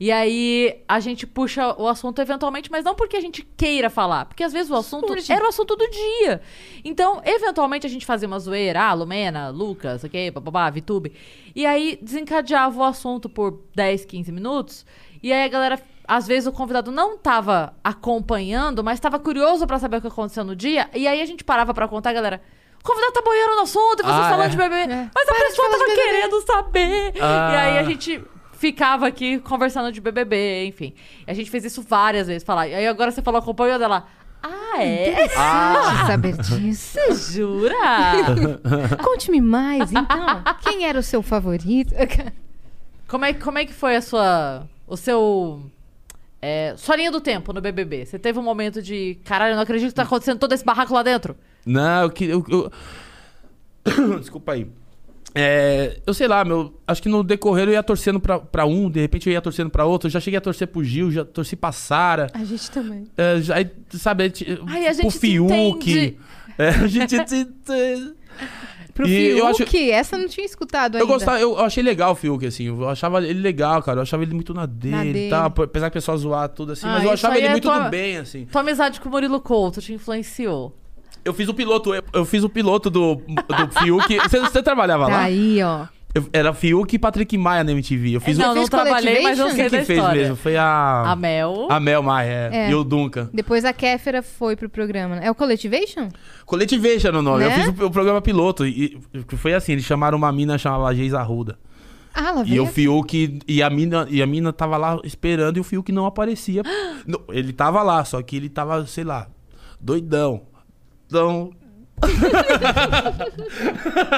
[SPEAKER 1] E aí a gente puxa o assunto eventualmente, mas não porque a gente queira falar, porque às vezes o assunto
[SPEAKER 2] Surge.
[SPEAKER 1] era o assunto do dia. Então, eventualmente a gente fazia uma zoeira, ah, Lumena, Lucas, ok, bababá, Vitube. E aí desencadeava o assunto por 10, 15 minutos. E aí a galera, às vezes o convidado não tava acompanhando, mas tava curioso pra saber o que aconteceu no dia. E aí a gente parava pra contar, a galera. O convidado tá boiando no assunto, e você
[SPEAKER 3] Ah,
[SPEAKER 1] falando
[SPEAKER 3] é.
[SPEAKER 1] de bebê.
[SPEAKER 2] É.
[SPEAKER 1] Mas a pessoa tava querendo saber.
[SPEAKER 3] Ah.
[SPEAKER 1] E aí a gente ficava aqui conversando de BBB, enfim. A gente fez isso várias vezes, falar. E aí agora você falou acompanhou dela. Ah, é?
[SPEAKER 2] Ah. saber disso.
[SPEAKER 1] Você jura?
[SPEAKER 2] Conte-me mais, então. Quem era o seu favorito?
[SPEAKER 1] como, é, como é que foi a sua... O seu... É, sua linha do tempo no BBB. Você teve um momento de... Caralho, eu não acredito que tá acontecendo todo esse barraco lá dentro.
[SPEAKER 3] Não, eu que. Eu, eu- Desculpa aí. É, eu sei lá, meu. Acho que no decorrer eu ia torcendo pra, pra um, de repente eu ia torcendo pra outro. Eu já cheguei a torcer pro Gil, já torci pra Sara.
[SPEAKER 2] A gente também.
[SPEAKER 3] É, já- aí, sabe, aí ti-
[SPEAKER 1] Ai, a gente
[SPEAKER 3] pro
[SPEAKER 1] se
[SPEAKER 3] Fiuk.
[SPEAKER 1] entende.
[SPEAKER 3] É, a gente se entende.
[SPEAKER 2] Pro
[SPEAKER 3] E eu
[SPEAKER 2] Fiuk,
[SPEAKER 3] acho-
[SPEAKER 2] essa eu não tinha escutado
[SPEAKER 3] Eu
[SPEAKER 2] ainda.
[SPEAKER 3] gostava, eu eu achei legal o Fiuk, assim. Eu achava ele legal, cara. Eu achava ele muito na dele
[SPEAKER 2] dele.
[SPEAKER 3] e tal. p- Apesar que o pessoal zoar tudo assim.
[SPEAKER 1] Ah,
[SPEAKER 3] mas eu
[SPEAKER 1] isso
[SPEAKER 3] achava
[SPEAKER 1] aí
[SPEAKER 3] ele
[SPEAKER 1] é
[SPEAKER 3] muito
[SPEAKER 1] tua-
[SPEAKER 3] do bem, assim.
[SPEAKER 1] Tua amizade com o Murilo Couto te influenciou.
[SPEAKER 3] Eu fiz o piloto, eu, eu fiz o piloto do, do Fiuk. Você, você trabalhava
[SPEAKER 2] Tá
[SPEAKER 3] lá?
[SPEAKER 2] aí, ó. Eu
[SPEAKER 3] Eu- era Fiuk e Patrick Maia na MTV. Eu fiz
[SPEAKER 1] É, não,
[SPEAKER 3] o.
[SPEAKER 1] não
[SPEAKER 2] fez
[SPEAKER 1] trabalhei, mas eu
[SPEAKER 2] Collectivation?
[SPEAKER 3] Quem
[SPEAKER 1] sei
[SPEAKER 3] que
[SPEAKER 1] da
[SPEAKER 3] fez
[SPEAKER 1] história.
[SPEAKER 3] mesmo? Foi a.
[SPEAKER 1] A Mel.
[SPEAKER 3] A Mel Maia, é.
[SPEAKER 2] É.
[SPEAKER 3] E o Duncan.
[SPEAKER 2] Depois a Kéfera foi pro programa. né? É o Collectivation?
[SPEAKER 3] Coletivation era o nome. Eu
[SPEAKER 2] Né?
[SPEAKER 3] fiz o, o programa piloto. E, e foi assim, eles chamaram uma mina, chamava Geis Arruda.
[SPEAKER 2] Ah, lá
[SPEAKER 3] E
[SPEAKER 2] veio.
[SPEAKER 3] o Fiuk. E a, mina, e a mina tava lá esperando e o Fiuk não aparecia. Não, ele tava lá, só que ele tava, sei lá, doidão. Então.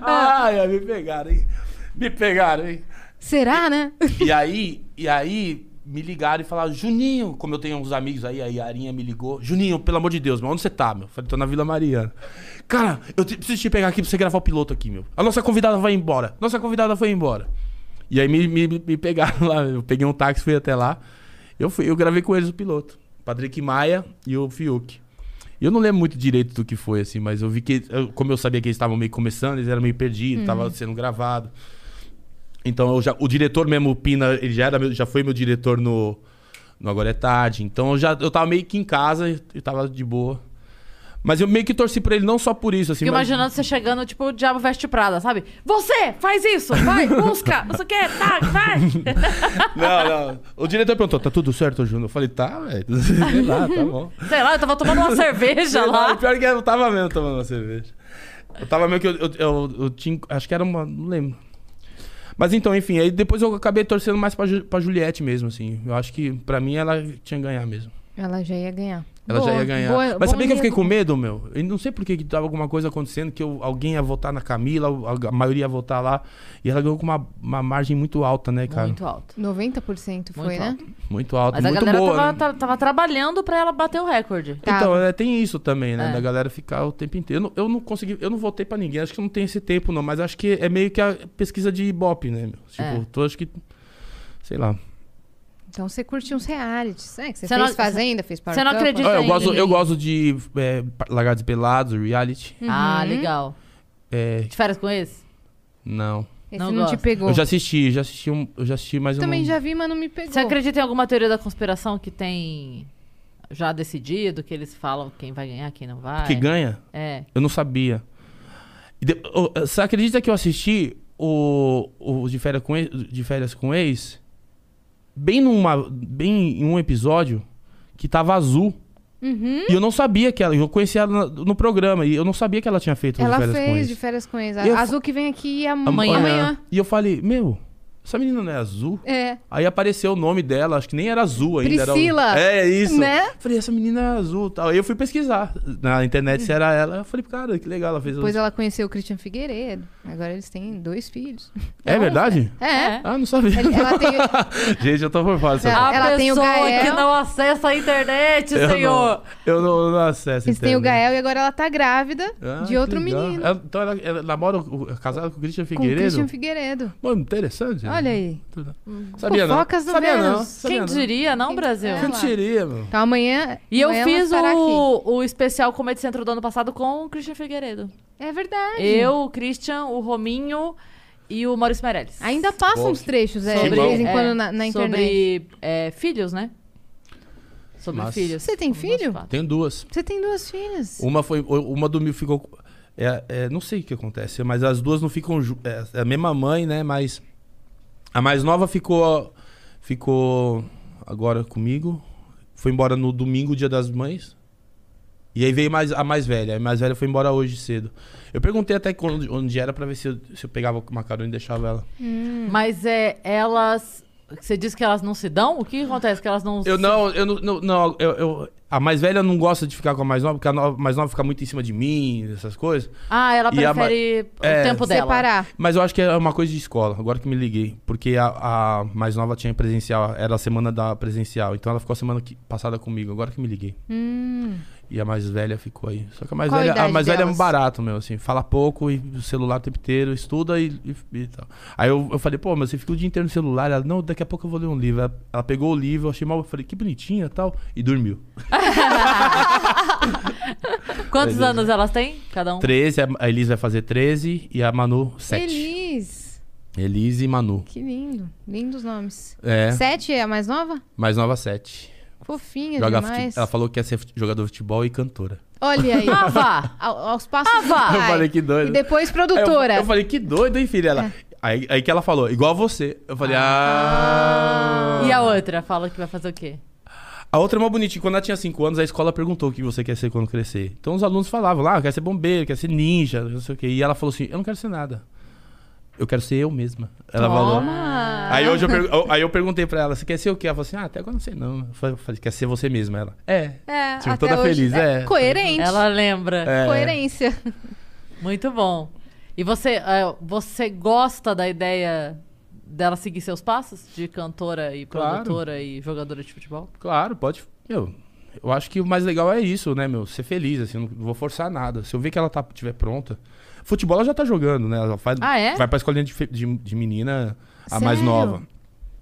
[SPEAKER 3] Ai, me pegaram, hein? Me pegaram, hein?
[SPEAKER 2] Será, né?
[SPEAKER 3] E aí, e aí me ligaram e falaram, Juninho, como eu tenho uns amigos aí, a Yarinha me ligou. Juninho, pelo amor de Deus, meu, onde você tá, meu? Falei, tô na Vila Mariana. Cara, eu te- preciso te pegar aqui pra você gravar o piloto aqui, meu. A nossa convidada vai embora. Nossa convidada foi embora. E aí me, me, me pegaram lá, eu peguei um táxi, fui até lá. Eu, fui, eu gravei com eles o piloto. Patrick Maia e o Fiuk. E Eu não lembro muito direito do que foi, assim, mas eu vi que, eu- como eu sabia que eles estavam meio começando, eles eram meio perdidos, tava sendo gravado. Então eu já, o diretor mesmo, o Pina, ele já, era meu- já foi meu diretor no, no Agora é Tarde. Então eu já eu tava meio que em casa e e tava de boa. Mas eu meio que torci pra ele não só por isso, assim.
[SPEAKER 1] Fico
[SPEAKER 3] mas-
[SPEAKER 1] imaginando você chegando, tipo, o Diabo Veste Prada, sabe? Você, faz isso, vai, busca, não sei o que, tá, vai.
[SPEAKER 3] Não, não. O diretor perguntou: tá tudo certo, Júnior? Eu falei, tá, velho. Sei lá, tá bom.
[SPEAKER 1] Sei lá, eu tava tomando uma cerveja
[SPEAKER 3] Sei lá,
[SPEAKER 1] lá.
[SPEAKER 3] o Pior que eu tava mesmo tomando uma cerveja. Eu tava meio que. Eu, eu, eu- eu tinha. Acho que era uma. Não lembro. Mas então, enfim, aí depois eu acabei torcendo mais pra, Ju- pra Juliette mesmo, assim. Eu acho que pra mim ela tinha que ganhar mesmo.
[SPEAKER 2] Ela já ia ganhar.
[SPEAKER 3] Ela já
[SPEAKER 2] Boa,
[SPEAKER 3] ia ganhar.
[SPEAKER 2] boa-
[SPEAKER 3] Mas
[SPEAKER 2] bom
[SPEAKER 3] sabia que eu fiquei
[SPEAKER 2] enredo.
[SPEAKER 3] com medo, meu? Eu não sei por que que tava alguma coisa acontecendo, que eu- alguém ia votar na Camila, a, a maioria ia votar lá. E ela ganhou com uma, uma margem muito alta, né, cara? Muito,
[SPEAKER 1] Muito alto.
[SPEAKER 2] 90% foi,
[SPEAKER 1] Muito
[SPEAKER 2] né?
[SPEAKER 1] alto.
[SPEAKER 3] alta,
[SPEAKER 1] Mas a
[SPEAKER 3] muito
[SPEAKER 1] galera
[SPEAKER 3] boa.
[SPEAKER 1] tava,
[SPEAKER 3] né?
[SPEAKER 1] ta- tava trabalhando pra ela bater o recorde.
[SPEAKER 3] Então,
[SPEAKER 2] Tava.
[SPEAKER 3] é, tem isso também, né?
[SPEAKER 1] É.
[SPEAKER 3] Da galera ficar o tempo inteiro. Eu não, eu não consegui, eu não votei pra ninguém, acho que não tem esse tempo, não, mas acho que é meio que a pesquisa de Ibope, né, meu? Tipo,
[SPEAKER 1] É.
[SPEAKER 3] tô, acho que. Sei lá.
[SPEAKER 2] Então você curtiu uns realities, né? Que você,
[SPEAKER 1] Você
[SPEAKER 2] fez
[SPEAKER 1] não-
[SPEAKER 2] Fazenda, fez Power
[SPEAKER 1] você não
[SPEAKER 2] Couple.
[SPEAKER 1] acredita
[SPEAKER 3] Ah, eu,
[SPEAKER 1] em
[SPEAKER 3] gosto, eu
[SPEAKER 1] ninguém.
[SPEAKER 3] gosto de é, pa- Lagartos Pelados, reality.
[SPEAKER 1] Ah, legal.
[SPEAKER 3] É,
[SPEAKER 1] De férias com esse?
[SPEAKER 3] não.
[SPEAKER 2] Esse
[SPEAKER 1] Não
[SPEAKER 2] não,
[SPEAKER 1] gosto.
[SPEAKER 2] te pegou.
[SPEAKER 3] Eu já assisti, já assisti, um, eu já assisti mais um.
[SPEAKER 2] Também já vi, mas não me pegou.
[SPEAKER 1] Você acredita em alguma teoria da conspiração que tem já decidido, que eles falam quem vai ganhar, quem não vai?
[SPEAKER 3] Que ganha?
[SPEAKER 1] É.
[SPEAKER 3] Eu não sabia. E de- oh, Você acredita que eu assisti o, o de, férias com, Ex- de Férias com Ex? Bem, numa, bem em um episódio que tava azul.
[SPEAKER 2] Uhum.
[SPEAKER 3] E eu não sabia que ela. Eu conheci ela na- no programa e eu não sabia que ela tinha feito o de
[SPEAKER 2] Ela
[SPEAKER 3] Férias com
[SPEAKER 2] fez
[SPEAKER 3] Ex.
[SPEAKER 2] de férias com ex.
[SPEAKER 3] E eu-
[SPEAKER 2] Azul que vem aqui
[SPEAKER 1] Amanhã.
[SPEAKER 2] amanhã.
[SPEAKER 3] E eu falei, meu, essa menina não é azul?
[SPEAKER 2] É.
[SPEAKER 3] Aí apareceu o nome dela, acho que nem era azul ainda. era o-
[SPEAKER 2] Priscila,
[SPEAKER 3] É, isso.
[SPEAKER 2] né?
[SPEAKER 3] Falei, essa menina é azul tal. Aí eu fui pesquisar na internet se era ela. Eu falei, cara, que legal, ela fez
[SPEAKER 2] Depois ela conheceu o Christian Figueiredo. Agora eles têm dois filhos.
[SPEAKER 3] É verdade?
[SPEAKER 2] É.
[SPEAKER 3] Ah, não sabia.
[SPEAKER 2] Ele- Ela tem.
[SPEAKER 3] Gente, eu tô por fora. dessa
[SPEAKER 2] Ela-
[SPEAKER 1] A
[SPEAKER 3] coisa.
[SPEAKER 2] ela
[SPEAKER 1] pessoa
[SPEAKER 2] tem o Gael.
[SPEAKER 1] que não acessa a internet,
[SPEAKER 3] eu
[SPEAKER 1] senhor.
[SPEAKER 3] Não, eu não, eu não acesso.
[SPEAKER 2] Eles têm o
[SPEAKER 3] internet.
[SPEAKER 2] Gael e agora ela tá grávida
[SPEAKER 3] né? Ah, que
[SPEAKER 2] de outro
[SPEAKER 3] legal.
[SPEAKER 2] menino.
[SPEAKER 3] Ela- então ela, ela namora o- o- casada com o Christian
[SPEAKER 2] Com o
[SPEAKER 3] Figueiredo? É.
[SPEAKER 2] Christian Figueiredo.
[SPEAKER 3] Pô, interessante. né?
[SPEAKER 2] Olha aí.
[SPEAKER 3] Sabia não?
[SPEAKER 2] Fofocas do
[SPEAKER 3] Sabia não.
[SPEAKER 2] Vênus.
[SPEAKER 3] Sabia
[SPEAKER 1] Quem
[SPEAKER 3] não.
[SPEAKER 1] diria, não, Brasil?
[SPEAKER 2] É.
[SPEAKER 3] Quem diria, meu?
[SPEAKER 2] Então amanhã.
[SPEAKER 1] E eu
[SPEAKER 2] amanhã ela
[SPEAKER 1] fiz
[SPEAKER 2] estará aqui.
[SPEAKER 1] o, o especial Comédia Centro do ano passado com o Christian Figueiredo.
[SPEAKER 2] É verdade.
[SPEAKER 1] Eu, o Christian, o Rominho e o Maurício Meirelles.
[SPEAKER 2] Ainda passam
[SPEAKER 3] Bom,
[SPEAKER 2] uns trechos, é, de
[SPEAKER 3] sobre-
[SPEAKER 2] vez em
[SPEAKER 1] é,
[SPEAKER 2] quando na, na internet.
[SPEAKER 1] Sobre é, filhos, né? Sobre
[SPEAKER 3] Nossa.
[SPEAKER 1] filhos.
[SPEAKER 2] Você tem
[SPEAKER 1] Um, dois,
[SPEAKER 2] filho?
[SPEAKER 1] quatro.
[SPEAKER 3] Tenho duas.
[SPEAKER 2] Você tem duas filhas.
[SPEAKER 3] Uma foi. Uma do Mil ficou. é- é, não sei o que acontece, mas as duas não ficam. ju- É, é a mesma mãe, né? Mas. A mais nova ficou. Ficou agora comigo. Foi embora no domingo, dia das mães. E aí veio mais, a mais velha. A mais velha foi embora hoje cedo. Eu perguntei até quando- onde era pra ver se eu, se eu pegava uma carona e deixava ela.
[SPEAKER 2] Hum.
[SPEAKER 1] Mas é, elas. Você diz que elas não se dão? O que acontece? Que elas não.
[SPEAKER 3] Eu
[SPEAKER 1] se-
[SPEAKER 3] não, eu não, não, não, eu, eu- a mais velha não gosta de ficar com a mais nova, porque a nova- mais nova fica muito em cima de mim, essas coisas.
[SPEAKER 1] Ah, ela
[SPEAKER 3] E a ma-
[SPEAKER 1] prefere o
[SPEAKER 3] É.
[SPEAKER 1] tempo dela.
[SPEAKER 2] Separar.
[SPEAKER 3] Mas eu acho que é uma coisa de escola, agora que me liguei. Porque a, a mais nova tinha presencial, era a semana da presencial. Então ela ficou a semana que- passada comigo, agora que me liguei.
[SPEAKER 2] Hum.
[SPEAKER 3] E a mais velha ficou aí. Só que a mais
[SPEAKER 2] Qual a
[SPEAKER 3] velha, a
[SPEAKER 2] idade
[SPEAKER 3] mais velha é um
[SPEAKER 2] delas?
[SPEAKER 3] barato, meu, assim. Fala pouco e o celular o tempo inteiro, estuda e, e, e tal. Aí eu, eu falei, pô, mas você fica o dia inteiro no celular. Ela, não, daqui a pouco eu vou ler um livro. Ela, ela pegou o livro, eu achei mal, eu falei, que bonitinha e tal. E dormiu.
[SPEAKER 1] Quantos
[SPEAKER 3] Beleza.
[SPEAKER 1] anos elas têm? Cada um?
[SPEAKER 3] 13, a- a Elis vai fazer 13 e a Manu 7.
[SPEAKER 2] Feliz.
[SPEAKER 3] Elis e Manu.
[SPEAKER 2] Que lindo. Lindos nomes.
[SPEAKER 3] É,
[SPEAKER 2] Sete é a mais nova?
[SPEAKER 3] mais nova 7.
[SPEAKER 2] Fofinha
[SPEAKER 3] Joga fute-
[SPEAKER 2] demais.
[SPEAKER 3] Ela falou que ia ser fut- jogador de futebol e cantora.
[SPEAKER 2] Olha aí.
[SPEAKER 1] Ah, vá! Ah,
[SPEAKER 2] Ao- aos passos do
[SPEAKER 1] vá.
[SPEAKER 2] pai.
[SPEAKER 3] Eu falei que doido.
[SPEAKER 2] E depois É.
[SPEAKER 3] Aí eu-
[SPEAKER 2] produtora.
[SPEAKER 3] Eu, falei, que doido, hein, filha? Ela, aí, aí que ela falou, igual a você. Eu falei, ah.
[SPEAKER 1] E a outra fala que vai fazer o quê?
[SPEAKER 3] A outra é uma bonitinha. Quando ela tinha 5 anos, a escola perguntou o que você quer ser quando crescer. Então os alunos falavam lá, ah, quer ser bombeiro, quer ser ninja, não sei o quê. E ela falou assim, eu não quero ser nada. eu quero ser eu mesma. Ela falou.
[SPEAKER 2] Ah.
[SPEAKER 3] Aí hoje eu, pergu- aí eu perguntei pra ela, você quer ser o quê? Ela falou assim, ah, até agora não sei não. Eu falei, quer ser você mesma? Ela, é.
[SPEAKER 2] É,
[SPEAKER 3] Tipo,
[SPEAKER 2] até
[SPEAKER 3] toda
[SPEAKER 2] hoje-
[SPEAKER 3] feliz, é.
[SPEAKER 2] Coerente.
[SPEAKER 1] Ela lembra.
[SPEAKER 3] É.
[SPEAKER 2] Coerência.
[SPEAKER 1] Muito bom. E você, é, você gosta da ideia dela seguir seus passos? De cantora e
[SPEAKER 3] Claro.
[SPEAKER 1] produtora e jogadora de futebol?
[SPEAKER 3] Claro, pode. Meu, eu acho que o mais legal é isso, né, meu? Ser feliz, assim, não vou forçar nada. Se eu ver que ela tá, tiver pronta. Futebol ela já tá jogando, né? Ela faz,
[SPEAKER 1] Ah, é?
[SPEAKER 3] vai pra escolinha de, fe- de- de menina, a mais
[SPEAKER 2] Sério?
[SPEAKER 3] nova.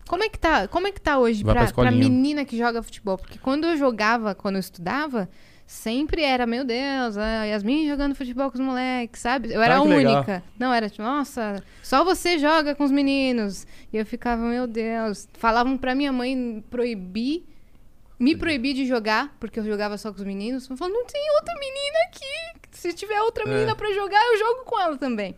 [SPEAKER 2] Como é que tá, como é que tá hoje
[SPEAKER 3] Vai pra
[SPEAKER 2] pra, pra
[SPEAKER 3] escolinha.
[SPEAKER 2] menina que joga futebol? Porque quando eu jogava, quando eu estudava, sempre era, meu Deus, a Yasmin jogando futebol com os moleques, sabe? Eu era
[SPEAKER 3] Ah,
[SPEAKER 2] a
[SPEAKER 3] que legal.
[SPEAKER 2] única. Não, era tipo, nossa, só você joga com os meninos. E eu ficava, meu Deus. Falavam pra minha mãe proibir, me proibir de jogar, porque eu jogava só com os meninos. Eu falava, não tem outra menina aqui. Se tiver
[SPEAKER 3] É.
[SPEAKER 2] outra menina pra jogar, eu jogo com ela também.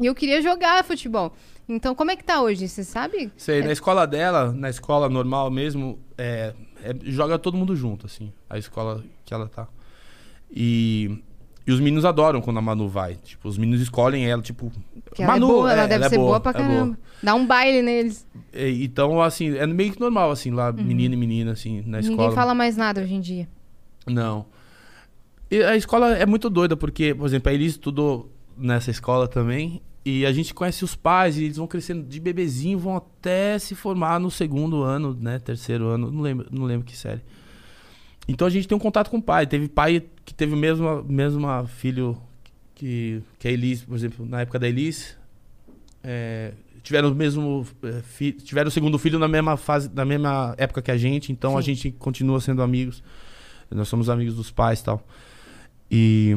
[SPEAKER 2] E eu queria jogar futebol. Então, como é que tá hoje? Você sabe?
[SPEAKER 3] Sei, na escola dela, na escola normal mesmo, é, é- joga todo mundo junto, assim, a escola que ela tá. E, e os meninos adoram quando a Manu vai. Tipo, os meninos escolhem ela, tipo.
[SPEAKER 2] Que ela é boa, ela deve ser boa, pra
[SPEAKER 3] é
[SPEAKER 2] caramba. Dá um baile neles.
[SPEAKER 3] E- então, assim, é meio que normal, assim, lá, menino e menina, assim, na escola.
[SPEAKER 2] Uhum. Ninguém fala mais nada hoje em dia.
[SPEAKER 3] Não. E a escola é muito doida, porque, por exemplo, a Elise estudou nessa escola também. E a gente conhece os pais, e eles vão crescendo de bebezinho, vão até se formar no segundo ano, né? Terceiro ano, não lembro, não lembro que série. Então a gente tem um contato com o pai. Teve pai que teve o mesmo, mesmo filho que, que a Elise, por exemplo, na época da Elise. é, tiveram o mesmo é, fi- tiveram o segundo filho na mesma fase na mesma época que a gente então a gente continua sendo amigos nós somos amigos dos pais e tal. E,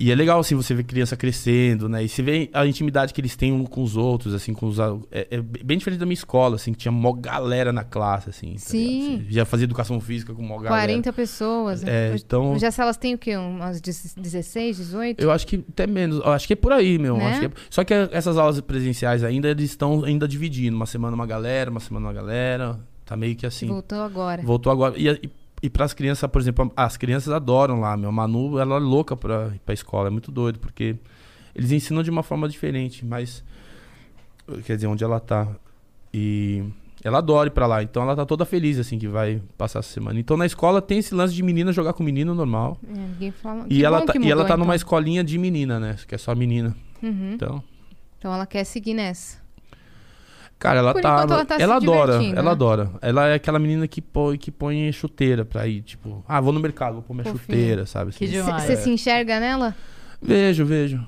[SPEAKER 3] e é legal, assim, você ver criança crescendo, né? E você vê a intimidade que eles têm um com os outros, assim, com os... a- É, é bem diferente da minha escola, assim, que tinha mó galera na classe, assim. tá
[SPEAKER 2] Sim.
[SPEAKER 3] ligado? Você Já fazia educação física com mó galera.
[SPEAKER 2] 40 pessoas. né?
[SPEAKER 3] É, então...
[SPEAKER 2] Já se elas têm o quê? Umas 16, 18?
[SPEAKER 3] Eu acho que até menos. Eu acho que é por aí, meu.
[SPEAKER 2] Né?
[SPEAKER 3] Acho que é- Só que essas aulas presenciais ainda, eles estão ainda dividindo. Uma semana uma galera, uma semana uma galera. Tá meio que assim.
[SPEAKER 2] Voltou agora.
[SPEAKER 3] Voltou agora. E, e, e pras crianças, por exemplo, as crianças adoram lá, meu. A Manu, ela é louca pra ir pra escola. É muito doido, porque eles ensinam de uma forma diferente, mas. Quer dizer, onde ela tá. E ela adora ir pra lá. Então ela tá toda feliz, assim, que vai passar essa semana. Então na escola tem esse lance de menina jogar com menino normal.
[SPEAKER 2] É, ninguém fala.
[SPEAKER 3] E
[SPEAKER 2] Que
[SPEAKER 3] ela,
[SPEAKER 2] bom
[SPEAKER 3] tá,
[SPEAKER 2] que
[SPEAKER 3] e ela
[SPEAKER 2] mudou,
[SPEAKER 3] tá
[SPEAKER 2] então.
[SPEAKER 3] numa escolinha de menina, né? Que é só menina.
[SPEAKER 2] Uhum.
[SPEAKER 3] Então.
[SPEAKER 2] Então ela quer seguir nessa.
[SPEAKER 3] Cara, ela
[SPEAKER 2] Por
[SPEAKER 3] tá.
[SPEAKER 2] enquanto ela tá se
[SPEAKER 3] adora,
[SPEAKER 2] divertindo,
[SPEAKER 3] ela
[SPEAKER 2] né?
[SPEAKER 3] adora. Ela é aquela menina que põe, que põe chuteira pra ir, tipo, ah, vou no mercado, vou pôr minha
[SPEAKER 2] Fofinha.
[SPEAKER 3] chuteira, sabe?
[SPEAKER 1] Que
[SPEAKER 3] assim.
[SPEAKER 1] demais.
[SPEAKER 2] Você se enxerga nela?
[SPEAKER 3] Vejo, vejo.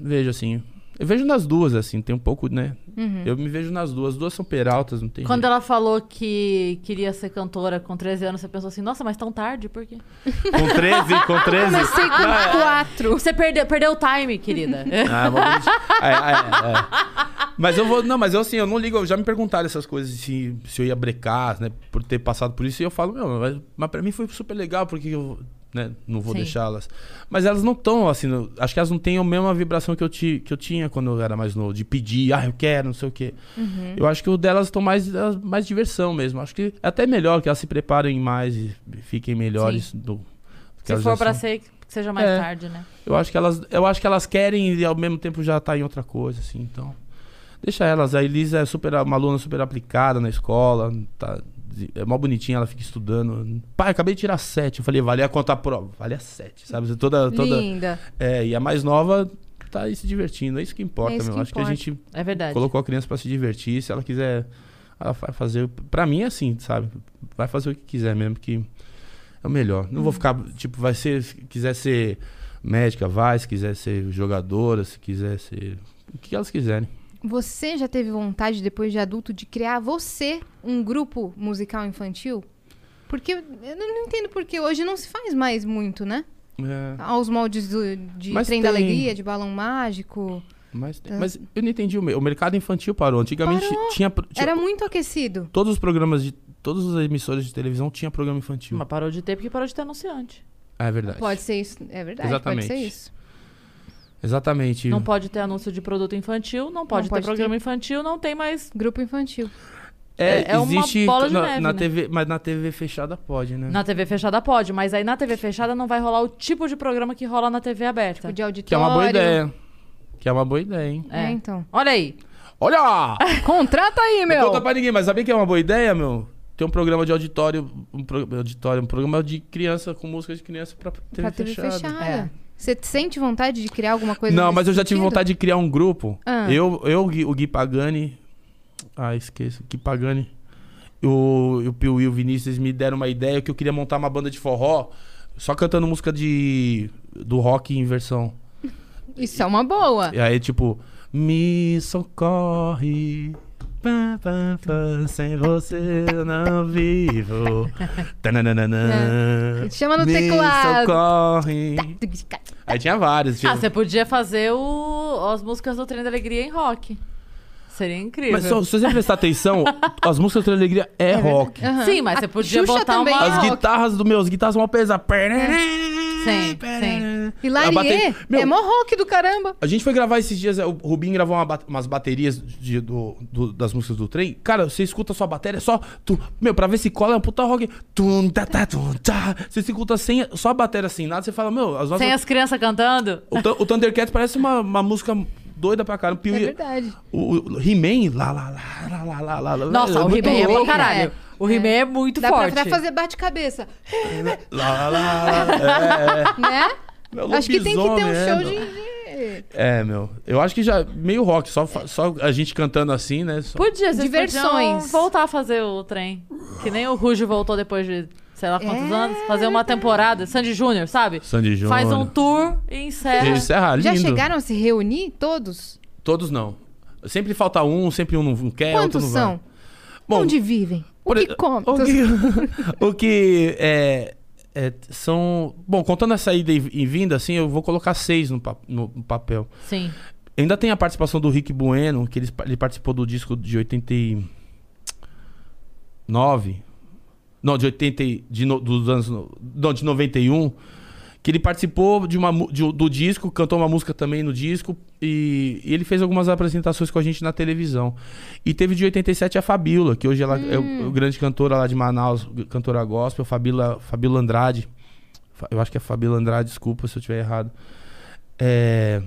[SPEAKER 3] Vejo assim. Eu vejo nas duas, assim, tem um pouco, né?
[SPEAKER 2] Uhum.
[SPEAKER 3] Eu me vejo nas duas. As duas são peraltas, não tem.
[SPEAKER 1] Quando
[SPEAKER 3] jeito.
[SPEAKER 1] ela falou que queria ser cantora com 13 anos, você pensou assim, nossa, mas tão tarde, por quê?
[SPEAKER 3] Com 13, com 13.
[SPEAKER 2] Comecei com
[SPEAKER 3] é.
[SPEAKER 2] quatro.
[SPEAKER 1] Você perdeu, perdeu o time, querida.
[SPEAKER 3] Ah, vou é, é, é. Mas eu vou. Não, mas eu assim, eu não ligo. Já me perguntaram essas coisas se, se eu ia brecar, né? Por ter passado por isso. E eu falo, meu, mas, mas pra mim foi super legal, porque eu né, não vou
[SPEAKER 1] Sim.
[SPEAKER 3] deixá-las. Mas elas não estão, assim, no- acho que elas não têm a mesma vibração que eu, ti, que eu tinha quando eu era mais novo, de pedir, ah, eu quero, não sei o quê.
[SPEAKER 1] Uhum.
[SPEAKER 3] Eu acho que o delas estão mais, elas- mais diversão mesmo. Acho que é até melhor que elas se preparem mais e fiquem melhores do. do que
[SPEAKER 1] Se
[SPEAKER 3] elas já
[SPEAKER 1] for pra
[SPEAKER 3] são.
[SPEAKER 1] ser, que seja mais
[SPEAKER 3] É.
[SPEAKER 1] tarde, né?
[SPEAKER 3] Eu acho que elas, eu acho que elas querem e ao mesmo tempo já tá em outra coisa, assim, então. Deixa elas. A Elisa é super, uma aluna super aplicada na escola. Tá, é mó bonitinha, ela fica estudando. Pai, acabei de tirar sete. Eu falei, valia quanto a prova? Valia sete, sabe? Toda, toda,
[SPEAKER 2] Linda.
[SPEAKER 3] é, e a mais nova tá aí se divertindo. É isso que importa,
[SPEAKER 2] É isso
[SPEAKER 3] meu.
[SPEAKER 2] que
[SPEAKER 3] acho que a
[SPEAKER 2] importa.
[SPEAKER 3] gente
[SPEAKER 1] É verdade.
[SPEAKER 3] colocou a criança pra se divertir. Se ela quiser, ela vai fazer. Pra mim é assim, sabe? Vai fazer o que quiser mesmo, que é o melhor.
[SPEAKER 1] Uhum.
[SPEAKER 3] Não vou ficar, tipo, vai ser. Se quiser ser médica, vai. Se quiser ser jogadora, se quiser ser. O que elas quiserem.
[SPEAKER 2] Você já teve vontade, depois de adulto, de criar você um grupo musical infantil? Porque eu não entendo porque hoje não se faz mais muito, né?
[SPEAKER 3] É,
[SPEAKER 1] Ah.
[SPEAKER 2] Aos moldes do- de
[SPEAKER 3] Mas
[SPEAKER 2] Trem da
[SPEAKER 3] tem.
[SPEAKER 2] Alegria, de Balão Mágico.
[SPEAKER 3] mas,
[SPEAKER 1] É.
[SPEAKER 3] tem- mas eu não entendi. O me- o mercado infantil parou. Antigamente
[SPEAKER 2] Parou.
[SPEAKER 3] tinha. pro- tinha-
[SPEAKER 2] Era muito aquecido.
[SPEAKER 3] Todos os programas de. Todas as emissoras de televisão tinha programa infantil.
[SPEAKER 1] Mas parou de ter porque parou de ter anunciante.
[SPEAKER 3] Ah, é verdade.
[SPEAKER 2] Pode ser isso, é verdade.
[SPEAKER 3] Exatamente.
[SPEAKER 2] Pode ser isso.
[SPEAKER 3] Exatamente.
[SPEAKER 1] Não pode ter anúncio de produto infantil, não pode ter
[SPEAKER 2] pode
[SPEAKER 1] programa infantil, não tem mais.
[SPEAKER 2] Grupo infantil.
[SPEAKER 3] É,
[SPEAKER 1] É uma
[SPEAKER 3] existe
[SPEAKER 1] bola de
[SPEAKER 3] na,
[SPEAKER 1] neve,
[SPEAKER 3] na
[SPEAKER 1] né?
[SPEAKER 3] TV, mas na TV fechada pode, né?
[SPEAKER 1] Na TV fechada pode, mas aí na TV fechada não vai rolar o tipo de programa que rola na TV aberta.
[SPEAKER 2] Tipo de auditório.
[SPEAKER 3] Que é uma boa é ideia. Que é uma boa ideia, hein?
[SPEAKER 2] É, então.
[SPEAKER 1] Olha aí.
[SPEAKER 3] Olha!
[SPEAKER 2] Contrata aí, meu!
[SPEAKER 3] Conta pra ninguém, mas sabia que é uma boa ideia, meu? Ter um programa de auditório, um pro- auditório, um programa de criança com músicas de criança pra TV,
[SPEAKER 2] pra TV
[SPEAKER 3] fechada.
[SPEAKER 2] fechada. Você sente vontade de criar alguma coisa
[SPEAKER 3] Não,
[SPEAKER 2] nesse
[SPEAKER 3] mas eu já tive
[SPEAKER 2] sentido?
[SPEAKER 3] vontade de criar um grupo.
[SPEAKER 2] Ah.
[SPEAKER 3] Eu, eu, Gui- o Gui Pagani. Ah, esqueço. Gui Pagani. O, o Piu e o Vinícius me deram uma ideia que eu queria montar uma banda de forró só cantando música de do rock em versão.
[SPEAKER 2] Isso é uma boa.
[SPEAKER 3] E aí, tipo, me socorre. pá, pá, pá, sem você eu não vivo. Tananana.
[SPEAKER 2] É. Chama no
[SPEAKER 3] me
[SPEAKER 2] teclado. é
[SPEAKER 3] Socorre. Aí tinha vários. Tipo,
[SPEAKER 1] Ah, você podia fazer o... as músicas do Trem da Alegria em rock. Seria incrível.
[SPEAKER 3] Mas só- se você prestar atenção, as músicas do Trem da Alegria é, rock.
[SPEAKER 2] Aham.
[SPEAKER 1] Sim, mas
[SPEAKER 2] A
[SPEAKER 1] você podia
[SPEAKER 2] Xuxa
[SPEAKER 1] botar
[SPEAKER 2] também
[SPEAKER 1] uma-
[SPEAKER 2] é
[SPEAKER 3] As
[SPEAKER 2] rock.
[SPEAKER 3] guitarras do meu, as guitarras são uma pesa.
[SPEAKER 1] Sim,
[SPEAKER 2] E
[SPEAKER 3] A bate-
[SPEAKER 2] Larier
[SPEAKER 3] Meu,
[SPEAKER 2] é mó rock do caramba.
[SPEAKER 3] A gente foi gravar esses dias, é, o Rubinho gravou uma bate- umas baterias de- do- do- das músicas do trem. Cara, você escuta a sua bateria, é só. tu- meu, pra ver se cola é um puta rock. Tum, tá, tá, tum, tá. Você escuta sem, só a bateria assim, nada, você fala, meu, as nossas.
[SPEAKER 1] Sem as crianças cantando.
[SPEAKER 3] O, Thun- o Thundercats parece uma, uma música doida pra caramba. Piu-
[SPEAKER 2] É verdade.
[SPEAKER 3] O, o He-Man, lá, lá, lá, lá, lá, lá, lá, lá.
[SPEAKER 1] Nossa, o
[SPEAKER 3] muito
[SPEAKER 1] He-Man é pra
[SPEAKER 3] louco.
[SPEAKER 1] caralho.
[SPEAKER 2] É.
[SPEAKER 1] O He-Man é muito
[SPEAKER 2] Dá pra
[SPEAKER 1] forte.
[SPEAKER 2] até fazer bate-cabeça,
[SPEAKER 3] Lá, lá, lá, lá. É, é.
[SPEAKER 2] né?
[SPEAKER 3] Meu,
[SPEAKER 2] Acho que tem que ter um
[SPEAKER 3] lobisomem,
[SPEAKER 2] show
[SPEAKER 3] é, meu.
[SPEAKER 2] de... de-
[SPEAKER 3] É, meu. Eu acho que já meio rock, só, fa- só a gente cantando assim, né? Só...
[SPEAKER 1] Podia, vocês
[SPEAKER 2] Diversões.
[SPEAKER 1] podiam voltar a fazer o trem. Que nem o Ruge voltou depois de sei lá quantos
[SPEAKER 2] É
[SPEAKER 1] anos. Fazer uma temporada. Sandy Júnior, sabe?
[SPEAKER 3] Sandy Júnior.
[SPEAKER 1] Faz um tour e encerra.
[SPEAKER 3] Isso é raro,
[SPEAKER 2] Já
[SPEAKER 3] lindo.
[SPEAKER 2] chegaram a se reunir todos?
[SPEAKER 3] Todos não. Sempre falta um, sempre um não quer, outro
[SPEAKER 2] Quantos
[SPEAKER 3] não
[SPEAKER 2] são? Um
[SPEAKER 3] vai. Bom,
[SPEAKER 2] Onde vivem? O
[SPEAKER 3] por
[SPEAKER 2] que
[SPEAKER 3] ex-
[SPEAKER 2] comem?
[SPEAKER 3] O que, o que é, é, são... Bom, contando essa ida e e vinda, assim, eu vou colocar seis no, pa- no- no papel.
[SPEAKER 1] Sim.
[SPEAKER 3] Ainda tem a participação do Rick Bueno, que ele, ele participou do disco de 89. Não, de 80, e- de no- dos anos. no- Não, de 91. Que ele participou de uma, mu- de- do disco, cantou uma música também no disco. E, e ele fez algumas apresentações com a gente na televisão. E teve de 87 a Fabíola, que hoje ela é o, o grande cantora lá de Manaus, cantora gospel, Fabíola, Fabíola Andrade. Fa- Eu acho que é Fabíola Andrade, desculpa se eu estiver errado. É,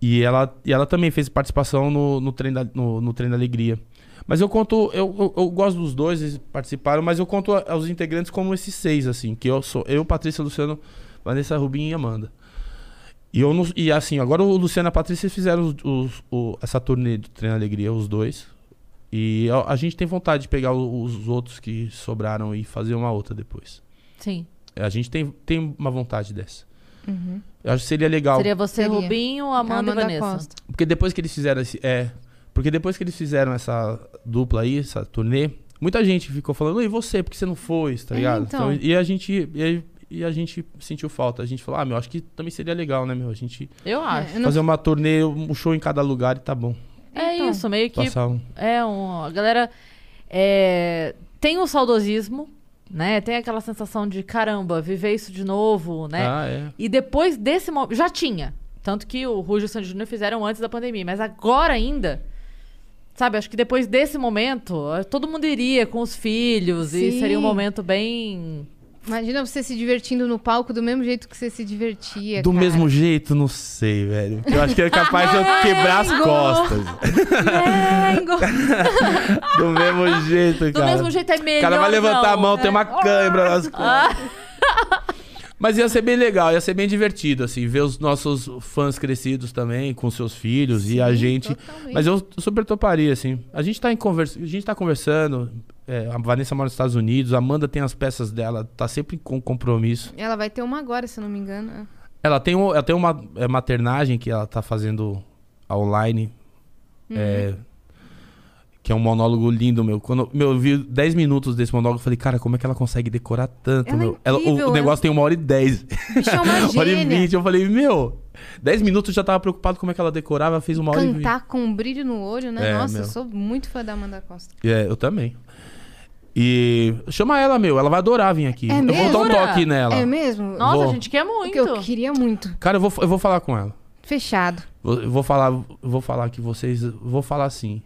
[SPEAKER 3] e ela, e ela também fez participação no, no, trem da, no, no Trem da Alegria. Mas eu conto, eu, eu, eu gosto dos dois, eles participaram, mas eu conto a- aos integrantes como esses seis, assim, que eu sou eu, Patrícia, Luciano, Vanessa Rubim e Amanda. E, eu não, e assim, agora o Luciano e a Patrícia fizeram os- os- o- essa turnê do Trem da Alegria, os dois. E a, a gente tem vontade de pegar o- os outros que sobraram e fazer uma outra depois.
[SPEAKER 1] Sim.
[SPEAKER 3] A gente tem, tem uma vontade dessa. Eu acho que seria legal.
[SPEAKER 1] Seria você,
[SPEAKER 2] Seria.
[SPEAKER 1] Rubinho, Amanda, e Vanessa.
[SPEAKER 2] Costa.
[SPEAKER 3] Porque depois que eles fizeram esse. É. Porque depois que eles fizeram essa dupla aí, essa turnê, muita gente ficou falando, e você, por que você não foi, tá
[SPEAKER 2] É,
[SPEAKER 3] ligado?
[SPEAKER 2] então.
[SPEAKER 3] e a gente. E, aí- e a gente sentiu falta. A gente falou, ah, meu, acho que também seria legal, né, meu? A gente
[SPEAKER 1] Eu acho.
[SPEAKER 2] Eu não-
[SPEAKER 3] fazer uma turnê, um show em cada lugar e tá bom.
[SPEAKER 1] É,
[SPEAKER 2] Então.
[SPEAKER 1] isso, meio que
[SPEAKER 3] Passar um.
[SPEAKER 1] É um. A galera é, tem o saudosismo, né? Tem aquela sensação de caramba, viver isso de novo, né?
[SPEAKER 3] Ah, é.
[SPEAKER 1] E depois desse momento. Já tinha. Tanto que o Rujo e o Sandy Júnior fizeram antes da pandemia. Mas agora ainda. Sabe, acho que depois desse momento, eh, todo mundo iria com os filhos e
[SPEAKER 2] Sim.
[SPEAKER 1] seria um momento bem.
[SPEAKER 2] Imagina você se divertindo no palco do mesmo jeito que você se divertia.
[SPEAKER 3] Do
[SPEAKER 2] cara.
[SPEAKER 3] mesmo jeito, não sei, velho. Eu acho que é capaz de eu quebrar as costas. Do mesmo jeito, cara.
[SPEAKER 1] Do mesmo jeito é Ah. melhor.
[SPEAKER 3] O cara vai levantar a
[SPEAKER 1] não. né?
[SPEAKER 3] mão, tem uma câimbra nas costas. Mas ia ser bem legal, ia ser bem divertido, assim, ver os nossos fãs crescidos também, com seus filhos e a gente.
[SPEAKER 2] totalmente.
[SPEAKER 3] Mas eu super toparia, assim. A gente tá, em conversa... a gente tá conversando, é, a Vanessa mora nos Estados Unidos, a Amanda tem as peças dela, tá sempre com compromisso.
[SPEAKER 2] Ela vai ter uma agora, se eu não me engano.
[SPEAKER 3] Ela tem, um- ela tem uma é, maternagem que ela tá fazendo online.
[SPEAKER 2] Uhum.
[SPEAKER 3] é, que é um monólogo lindo, meu. Quando meu, eu vi 10 minutos desse monólogo, eu falei, cara, como é que ela consegue decorar tanto,
[SPEAKER 2] Ela é
[SPEAKER 3] meu? Ela- o-
[SPEAKER 2] incrível,
[SPEAKER 3] o,
[SPEAKER 2] ela-
[SPEAKER 3] negócio tem uma hora e 10.
[SPEAKER 2] Bicho, é uma
[SPEAKER 3] Uma hora e
[SPEAKER 2] gênia.
[SPEAKER 3] 20. Eu falei, meu, 10 minutos eu já tava preocupado como é que ela decorava, ela fez uma hora e 20.
[SPEAKER 2] Cantar com um brilho no olho, né?
[SPEAKER 3] É,
[SPEAKER 2] Nossa,
[SPEAKER 3] meu.
[SPEAKER 2] eu sou muito fã da Amanda Costa.
[SPEAKER 3] É, eu também. E chama ela, meu, ela vai adorar vir aqui.
[SPEAKER 2] É
[SPEAKER 3] eu vou
[SPEAKER 2] mesmo?
[SPEAKER 3] dar um
[SPEAKER 1] Jura?
[SPEAKER 3] toque nela.
[SPEAKER 2] É mesmo?
[SPEAKER 1] Nossa,
[SPEAKER 3] Vou.
[SPEAKER 1] a gente quer
[SPEAKER 2] O
[SPEAKER 1] muito.
[SPEAKER 2] que eu queria muito.
[SPEAKER 3] Cara, eu vou, eu vou falar com ela.
[SPEAKER 2] Fechado.
[SPEAKER 3] Vou, eu vou falar, vou falar que vocês, vou falar assim.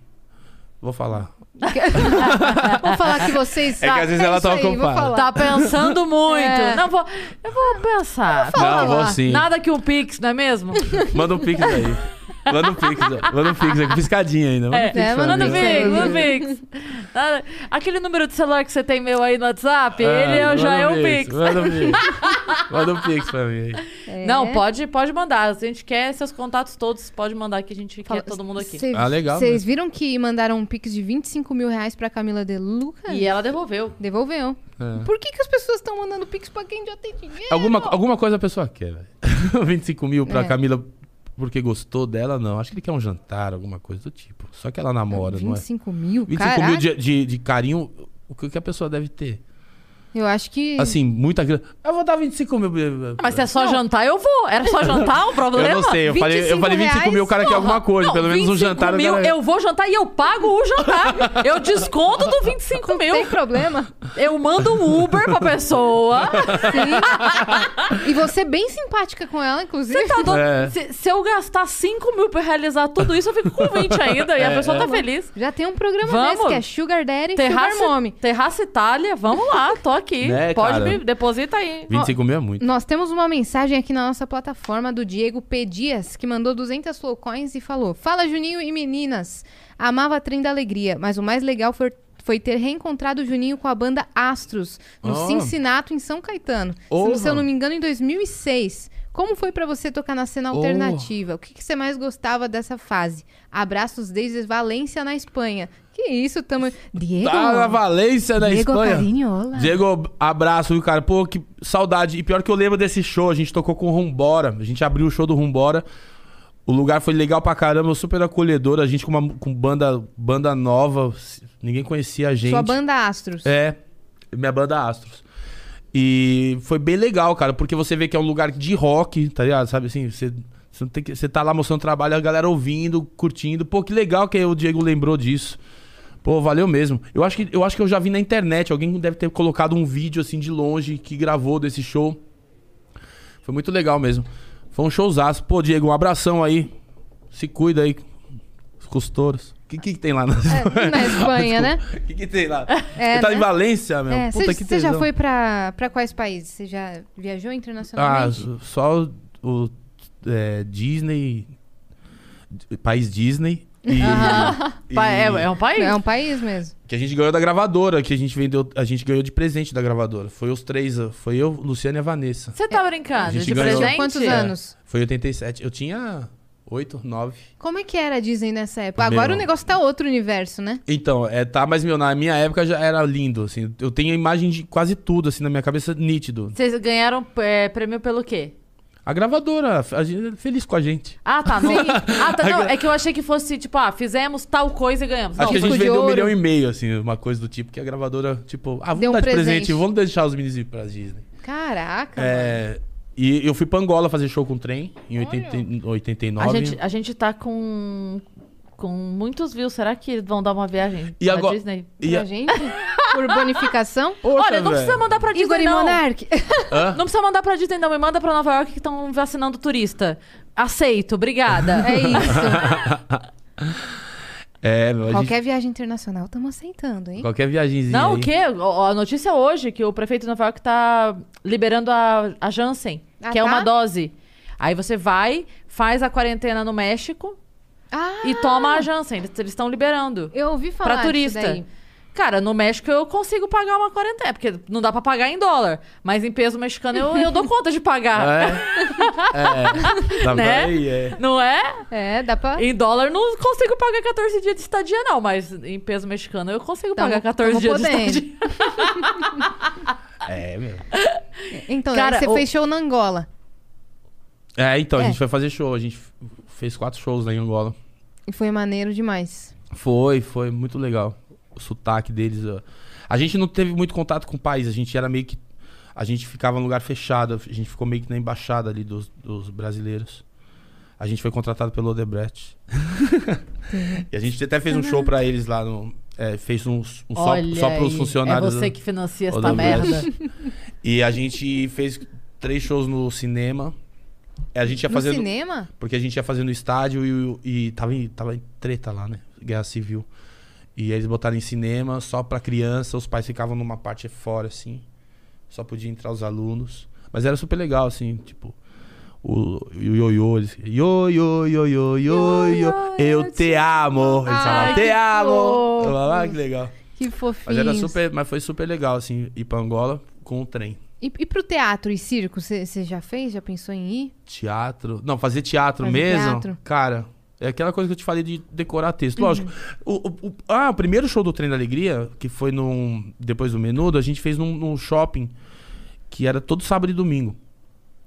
[SPEAKER 3] Vou falar.
[SPEAKER 2] Vou falar que vocês
[SPEAKER 3] É que às
[SPEAKER 2] sabem.
[SPEAKER 3] vezes ela
[SPEAKER 2] isso
[SPEAKER 3] tá
[SPEAKER 2] aí, vou
[SPEAKER 3] ocupada.
[SPEAKER 2] falar.
[SPEAKER 1] Tá pensando muito.
[SPEAKER 2] É.
[SPEAKER 1] Não vou. Eu vou pensar.
[SPEAKER 3] Não, vou sim.
[SPEAKER 1] Nada que um Pix, não é mesmo?
[SPEAKER 3] Manda um pix aí. Manda um pix, ó. manda um pix aqui, piscadinha ainda. Manda um
[SPEAKER 1] É,
[SPEAKER 3] pix pra
[SPEAKER 1] Manda
[SPEAKER 2] manda
[SPEAKER 3] mim.
[SPEAKER 2] pix.
[SPEAKER 1] Vix,
[SPEAKER 2] Sim.
[SPEAKER 1] manda Vix. Ah, Aquele número de celular que você tem meu aí no WhatsApp, ele é-
[SPEAKER 3] Ah,
[SPEAKER 1] já é
[SPEAKER 3] manda
[SPEAKER 1] um Pix.
[SPEAKER 3] Manda um pix. Manda um pix pra mim aí.
[SPEAKER 2] É.
[SPEAKER 1] Não, pode, pode mandar. A gente quer seus contatos todos, pode mandar que a gente
[SPEAKER 2] Fala-
[SPEAKER 1] quer todo mundo aqui.
[SPEAKER 2] Cês-
[SPEAKER 3] Ah, legal,
[SPEAKER 2] Vocês viram que mandaram um pix de 25 mil reais pra Camila de Lucas?
[SPEAKER 1] E ela devolveu.
[SPEAKER 2] Devolveu.
[SPEAKER 3] É.
[SPEAKER 2] Por que, que as pessoas estão mandando pix pra quem já tem dinheiro?
[SPEAKER 3] Alguma, alguma coisa a pessoa quer, velho. 25 mil pra
[SPEAKER 2] É.
[SPEAKER 3] Camila porque gostou dela, não. Acho que ele quer um jantar, alguma coisa do tipo. Só que ela namora, não é?
[SPEAKER 2] 25 mil?
[SPEAKER 3] 25
[SPEAKER 2] Caraca,
[SPEAKER 3] mil de, de, de carinho, o que que a pessoa deve ter?
[SPEAKER 2] Eu acho que.
[SPEAKER 3] Assim, muita grana. Eu vou dar 25 mil.
[SPEAKER 1] Mas se é só jantar, eu vou. Era só jantar o problema?
[SPEAKER 3] Eu não sei, eu falei, eu
[SPEAKER 2] 25
[SPEAKER 3] falei 25 mil, o cara quer
[SPEAKER 1] Porra.
[SPEAKER 3] alguma coisa.
[SPEAKER 1] Não,
[SPEAKER 3] pelo menos um
[SPEAKER 1] 25
[SPEAKER 3] jantar. o
[SPEAKER 1] mil,
[SPEAKER 3] cara-
[SPEAKER 1] Eu vou jantar e eu pago o jantar. Eu desconto do 25
[SPEAKER 2] Tem
[SPEAKER 1] mil.
[SPEAKER 2] problema?
[SPEAKER 1] Eu mando um Uber pra pessoa.
[SPEAKER 3] É.
[SPEAKER 2] Sim. e você é bem simpática com ela, inclusive.
[SPEAKER 1] Você tá do-
[SPEAKER 3] É.
[SPEAKER 1] se, se eu gastar 5 mil pra realizar tudo isso, eu fico com 20 ainda. E a
[SPEAKER 3] É,
[SPEAKER 1] pessoa
[SPEAKER 3] é.
[SPEAKER 1] tá feliz.
[SPEAKER 2] Já tem um programa
[SPEAKER 1] Vamos.
[SPEAKER 2] desse que é Sugar Daddy e Sugar
[SPEAKER 1] Terraça,
[SPEAKER 2] Mommy.
[SPEAKER 1] Terraça Itália, vamos lá, tô aqui.
[SPEAKER 3] Né,
[SPEAKER 1] Pode
[SPEAKER 3] cara?
[SPEAKER 1] me deposita aí.
[SPEAKER 3] 25 mil é muito.
[SPEAKER 2] Nós temos uma mensagem aqui na nossa plataforma do Diego P. Dias, que mandou 200 flowcoins e falou: Fala Juninho e meninas! Amava a Trem da Alegria, mas o mais legal foi, foi ter reencontrado o Juninho com a banda Astros, no
[SPEAKER 3] Ah.
[SPEAKER 2] Cincinnato, em São Caetano. Se-
[SPEAKER 3] Porra.
[SPEAKER 2] Se eu não me engano, em 2006. Como foi pra você tocar na cena
[SPEAKER 3] Porra.
[SPEAKER 2] alternativa? O que, que você mais gostava dessa fase? Abraços desde Valência, na Espanha. Que isso, tamo. Diego!
[SPEAKER 3] Tá na Valência, na
[SPEAKER 2] Diego né?
[SPEAKER 3] Espanha.
[SPEAKER 2] Carinhola.
[SPEAKER 3] Diego, abraço, viu, cara? Pô, que saudade. E pior que eu lembro desse show, a gente tocou com o Rumbora. A gente abriu o show do Rumbora. O lugar foi legal pra caramba, super acolhedor. A gente com uma com banda, banda nova, ninguém conhecia a gente.
[SPEAKER 2] Sua banda Astros.
[SPEAKER 3] É, minha banda Astros. E foi bem legal, cara, porque você vê que é um lugar de rock, tá ligado? Sabe assim, você, você, não tem que, você tá lá mostrando trabalho, a galera ouvindo, curtindo. Pô, que legal que o Diego lembrou disso. Pô, valeu mesmo. Eu acho, que, eu acho que eu já vi na internet, alguém deve ter colocado um vídeo assim de longe que gravou desse show. Foi muito legal mesmo. Foi um showzaço. Pô, Diego, um abração aí. Se cuida aí, os costouros. O que, que tem lá na
[SPEAKER 2] Na Espanha, né?
[SPEAKER 3] o que, que tem lá?
[SPEAKER 2] É,
[SPEAKER 3] Você tá
[SPEAKER 2] né?
[SPEAKER 3] em Valência, meu.
[SPEAKER 2] É,
[SPEAKER 3] um Puta
[SPEAKER 2] você
[SPEAKER 3] que
[SPEAKER 2] você já
[SPEAKER 3] tesão.
[SPEAKER 2] foi pra, pra quais países? Você já viajou
[SPEAKER 3] Ah,
[SPEAKER 2] internacionalmente?
[SPEAKER 3] s- só o, o, é, Disney. d- País Disney. E, e-
[SPEAKER 1] Pa- É, é um
[SPEAKER 3] Ah,
[SPEAKER 1] país.
[SPEAKER 2] é um país mesmo.
[SPEAKER 3] Que a gente ganhou da gravadora, que a gente vendeu. A gente ganhou de presente da gravadora. Foi os três. ó, Foi eu, Luciano e a Vanessa.
[SPEAKER 1] Você tá brincando?
[SPEAKER 3] A gente
[SPEAKER 1] De
[SPEAKER 3] ganhou.
[SPEAKER 1] presente? É.
[SPEAKER 2] Quantos anos?
[SPEAKER 3] Foi em 87. Eu tinha 8, 9.
[SPEAKER 2] Como é que era Disney nessa época?
[SPEAKER 3] Meu.
[SPEAKER 2] Agora o negócio tá outro universo, né?
[SPEAKER 3] Então, é, tá, mas meu, na minha época já era lindo, assim. Eu tenho a imagem de quase tudo, assim, na minha cabeça, nítido.
[SPEAKER 1] Vocês ganharam é, prêmio pelo quê?
[SPEAKER 3] A gravadora, a gente, feliz com a gente.
[SPEAKER 1] Ah, tá. Não. Ah, tá. Não, é que eu achei que fosse tipo, ah, fizemos tal coisa e ganhamos.
[SPEAKER 3] Acho
[SPEAKER 1] Não,
[SPEAKER 3] que a
[SPEAKER 2] disco
[SPEAKER 3] gente
[SPEAKER 2] de
[SPEAKER 3] vendeu um
[SPEAKER 2] ouro.
[SPEAKER 3] milhão e meio, assim, uma coisa do tipo, que a gravadora, tipo, ah, vamos
[SPEAKER 2] Deu um
[SPEAKER 3] dar de presente.
[SPEAKER 2] presente.
[SPEAKER 3] vamos deixar os meninos ir pra Disney.
[SPEAKER 1] Tá
[SPEAKER 2] Caraca. mano.
[SPEAKER 3] É, e eu fui pra Angola fazer show com o trem em 80, em 89.
[SPEAKER 1] a, gente, a gente tá com. Com muitos views, será que vão dar uma viagem
[SPEAKER 3] E
[SPEAKER 1] pra
[SPEAKER 3] agora-
[SPEAKER 1] Disney?
[SPEAKER 3] E
[SPEAKER 2] Pra
[SPEAKER 3] a-
[SPEAKER 2] gente? Por bonificação?
[SPEAKER 3] Poxa,
[SPEAKER 1] Olha, não
[SPEAKER 3] velho.
[SPEAKER 1] precisa mandar pra
[SPEAKER 2] Igor
[SPEAKER 1] Disney,
[SPEAKER 2] e
[SPEAKER 1] não.
[SPEAKER 2] Monark.
[SPEAKER 3] Hã?
[SPEAKER 1] Não precisa mandar pra Disney, não. Me manda pra Nova York que estão vacinando turista. Aceito, obrigada.
[SPEAKER 2] É isso.
[SPEAKER 3] É, meu, a gente- qualquer...
[SPEAKER 2] Qualquer viagem internacional, estamos aceitando, hein?
[SPEAKER 3] viagemzinha.
[SPEAKER 1] Não,
[SPEAKER 3] aí.
[SPEAKER 1] o quê? O- A notícia é hoje que o prefeito de Nova York tá liberando a, a Janssen,
[SPEAKER 2] Ah,
[SPEAKER 1] que é uma
[SPEAKER 2] tá?
[SPEAKER 1] dose. Aí você vai, faz a quarentena no México
[SPEAKER 2] Ah,
[SPEAKER 1] e toma a Janssen. Eles eles estão liberando.
[SPEAKER 2] eu ouvi falar
[SPEAKER 1] Pra
[SPEAKER 2] disso
[SPEAKER 1] turista.
[SPEAKER 2] daí.
[SPEAKER 1] Cara, no México eu consigo pagar uma quarentena, porque não dá pra pagar em dólar. Mas em peso mexicano eu, eu dou conta de pagar.
[SPEAKER 3] É. é. Tá
[SPEAKER 1] Né?
[SPEAKER 3] aí, é.
[SPEAKER 1] Não é?
[SPEAKER 2] É, dá pra...
[SPEAKER 1] Em dólar não consigo pagar 14 dias de estadia, não. Mas em peso mexicano eu consigo
[SPEAKER 2] Tamo-
[SPEAKER 1] pagar 14
[SPEAKER 2] tamo
[SPEAKER 1] dias de
[SPEAKER 2] podendo.
[SPEAKER 1] estadia.
[SPEAKER 3] É, meu.
[SPEAKER 2] Então,
[SPEAKER 1] Cara,
[SPEAKER 2] aí você
[SPEAKER 1] o-
[SPEAKER 2] fez show na Angola.
[SPEAKER 3] É, então,
[SPEAKER 2] É.
[SPEAKER 3] a gente foi fazer show. A gente f- fez quatro shows lá em Angola.
[SPEAKER 2] E foi maneiro demais.
[SPEAKER 3] Foi, foi muito legal. O sotaque deles. ó. A gente não teve muito contato com o país, a gente era meio que. A gente ficava num lugar fechado, a gente ficou meio que na embaixada ali dos, dos brasileiros. A gente foi contratado pelo Odebrecht. e a gente até fez um show pra eles lá no. é, fez um, um só,
[SPEAKER 1] Olha
[SPEAKER 3] só pros
[SPEAKER 1] aí,
[SPEAKER 3] funcionários.
[SPEAKER 1] É
[SPEAKER 3] né?
[SPEAKER 1] você que financia essa
[SPEAKER 3] Odebrecht.
[SPEAKER 1] merda.
[SPEAKER 3] E a gente fez três shows no cinema. A gente ia
[SPEAKER 2] no
[SPEAKER 3] fazer.
[SPEAKER 2] cinema?
[SPEAKER 3] Porque a gente ia fazer no estádio e, e tava, em, tava em treta lá, né? Guerra Civil. E aí eles botaram em cinema só pra criança, os pais ficavam numa parte fora, assim. Só podia entrar os alunos. Mas era super legal, assim, tipo. O, o ioiô, eles- ioiô, ioiô, ioiô, eu te amo. Eles
[SPEAKER 2] Ai,
[SPEAKER 3] falavam, te
[SPEAKER 2] que
[SPEAKER 3] amo.
[SPEAKER 2] fofo.
[SPEAKER 3] Eu falava, ah, que legal.
[SPEAKER 2] Que fofinho.
[SPEAKER 3] Mas, era super, mas foi super legal, assim, ir pra Angola com o trem.
[SPEAKER 2] E, e pro teatro e circo, você já fez? Já pensou em ir?
[SPEAKER 3] Teatro. Não, fazer teatro
[SPEAKER 2] Fazer
[SPEAKER 3] mesmo.
[SPEAKER 2] teatro. Uhum.
[SPEAKER 3] Cara, é aquela coisa que eu te falei de decorar texto. Lógico. O, o- o- ah, o primeiro show do Trem da Alegria, que foi num. Depois do menudo, a gente fez num, num shopping que era todo sábado e domingo.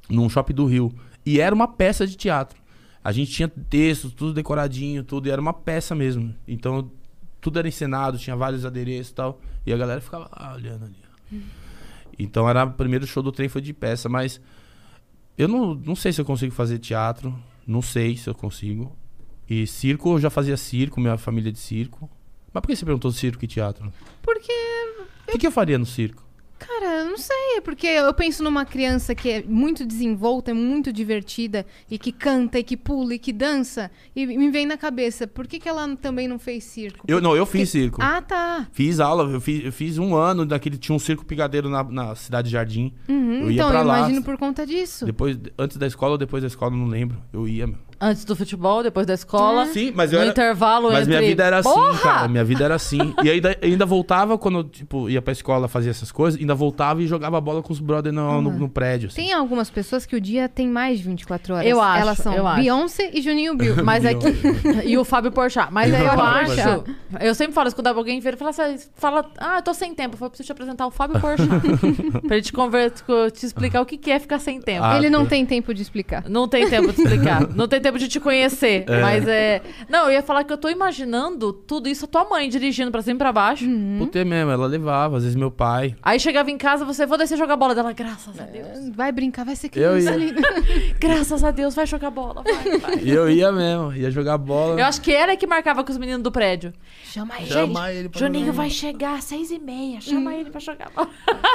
[SPEAKER 3] Num shopping do Rio. E era uma peça de teatro. A gente tinha textos, tudo decoradinho, tudo, e era uma peça mesmo. Então, tudo era encenado, tinha vários adereços e tal. E a galera ficava lá olhando ali.
[SPEAKER 2] Uhum.
[SPEAKER 3] Então era o primeiro show do trem foi de peça, mas eu não, não sei se eu consigo fazer teatro, não sei se eu consigo. E circo, eu já fazia circo, minha família é de circo. Mas por que você perguntou circo e teatro?
[SPEAKER 2] Porque,
[SPEAKER 3] O que, que eu faria no circo?
[SPEAKER 2] cara, eu não sei. É Porque eu penso numa criança que é muito desenvolta, é muito divertida, e que canta, e que pula, e que dança. E me vem na cabeça, por que, que ela também não fez circo?
[SPEAKER 3] Eu não, eu fiz circo.
[SPEAKER 2] Ah, tá.
[SPEAKER 3] Fiz aula, eu fiz, eu fiz um ano daquele. Tinha um circo picadeiro na, na cidade de Jardim.
[SPEAKER 2] Uhum,
[SPEAKER 3] eu ia
[SPEAKER 2] então,
[SPEAKER 3] pra
[SPEAKER 2] eu
[SPEAKER 3] lá.
[SPEAKER 2] imagino por conta disso.
[SPEAKER 3] Depois, antes da escola ou depois da escola, eu não lembro. Eu ia, meu.
[SPEAKER 1] Antes do futebol, depois da escola.
[SPEAKER 3] Sim, mas eu
[SPEAKER 1] no
[SPEAKER 3] era-
[SPEAKER 1] intervalo
[SPEAKER 3] Mas
[SPEAKER 1] entre...
[SPEAKER 3] minha vida era assim,
[SPEAKER 1] Porra!
[SPEAKER 3] cara. Minha vida era assim. E ainda, ainda voltava quando eu, tipo, ia pra escola fazer essas coisas, ainda voltava e jogava bola com os brother no, no, no prédio. assim.
[SPEAKER 2] Tem algumas pessoas que o dia tem mais de 24 horas.
[SPEAKER 1] Eu acho,
[SPEAKER 2] Elas são
[SPEAKER 1] eu acho.
[SPEAKER 2] Beyoncé e Juninho Bill.
[SPEAKER 1] Mas é
[SPEAKER 3] Não.
[SPEAKER 1] que... e o Fábio Porchat. Mas aí eu
[SPEAKER 3] assim. Fábio
[SPEAKER 1] acho... Eu sempre falo isso quando alguém vira e fala assim... Fala, ah, eu tô sem tempo. Eu falo, preciso te apresentar o Fábio Porchat. pra ele te, conver... te explicar o que que é ficar sem tempo.
[SPEAKER 3] Ah,
[SPEAKER 2] Ele não
[SPEAKER 3] tá.
[SPEAKER 2] tem tempo de explicar.
[SPEAKER 1] Não tem tempo de explicar. não tem tempo de te conhecer. Mas é... Não, eu ia falar que eu tô imaginando tudo isso. A tua mãe dirigindo pra cima e pra baixo.
[SPEAKER 2] Hum.
[SPEAKER 3] Puta é mesmo, ela levava, às vezes meu pai.
[SPEAKER 1] Aí chegava em casa, você... Vou descer jogar bola. Dela, graças a Deus.
[SPEAKER 2] Vai brincar, vai ser
[SPEAKER 3] Eu
[SPEAKER 2] criança
[SPEAKER 3] ia.
[SPEAKER 2] ali.
[SPEAKER 3] É.
[SPEAKER 1] Graças a Deus, vai jogar bola. Vai, vai.
[SPEAKER 3] E eu ia mesmo, ia jogar bola.
[SPEAKER 1] Eu acho que ela é que marcava com os meninos do prédio.
[SPEAKER 2] Chama ele.
[SPEAKER 3] Chama ele pra
[SPEAKER 1] Juninho
[SPEAKER 3] jogar.
[SPEAKER 1] vai chegar às seis e meia. Chama ele pra jogar bola.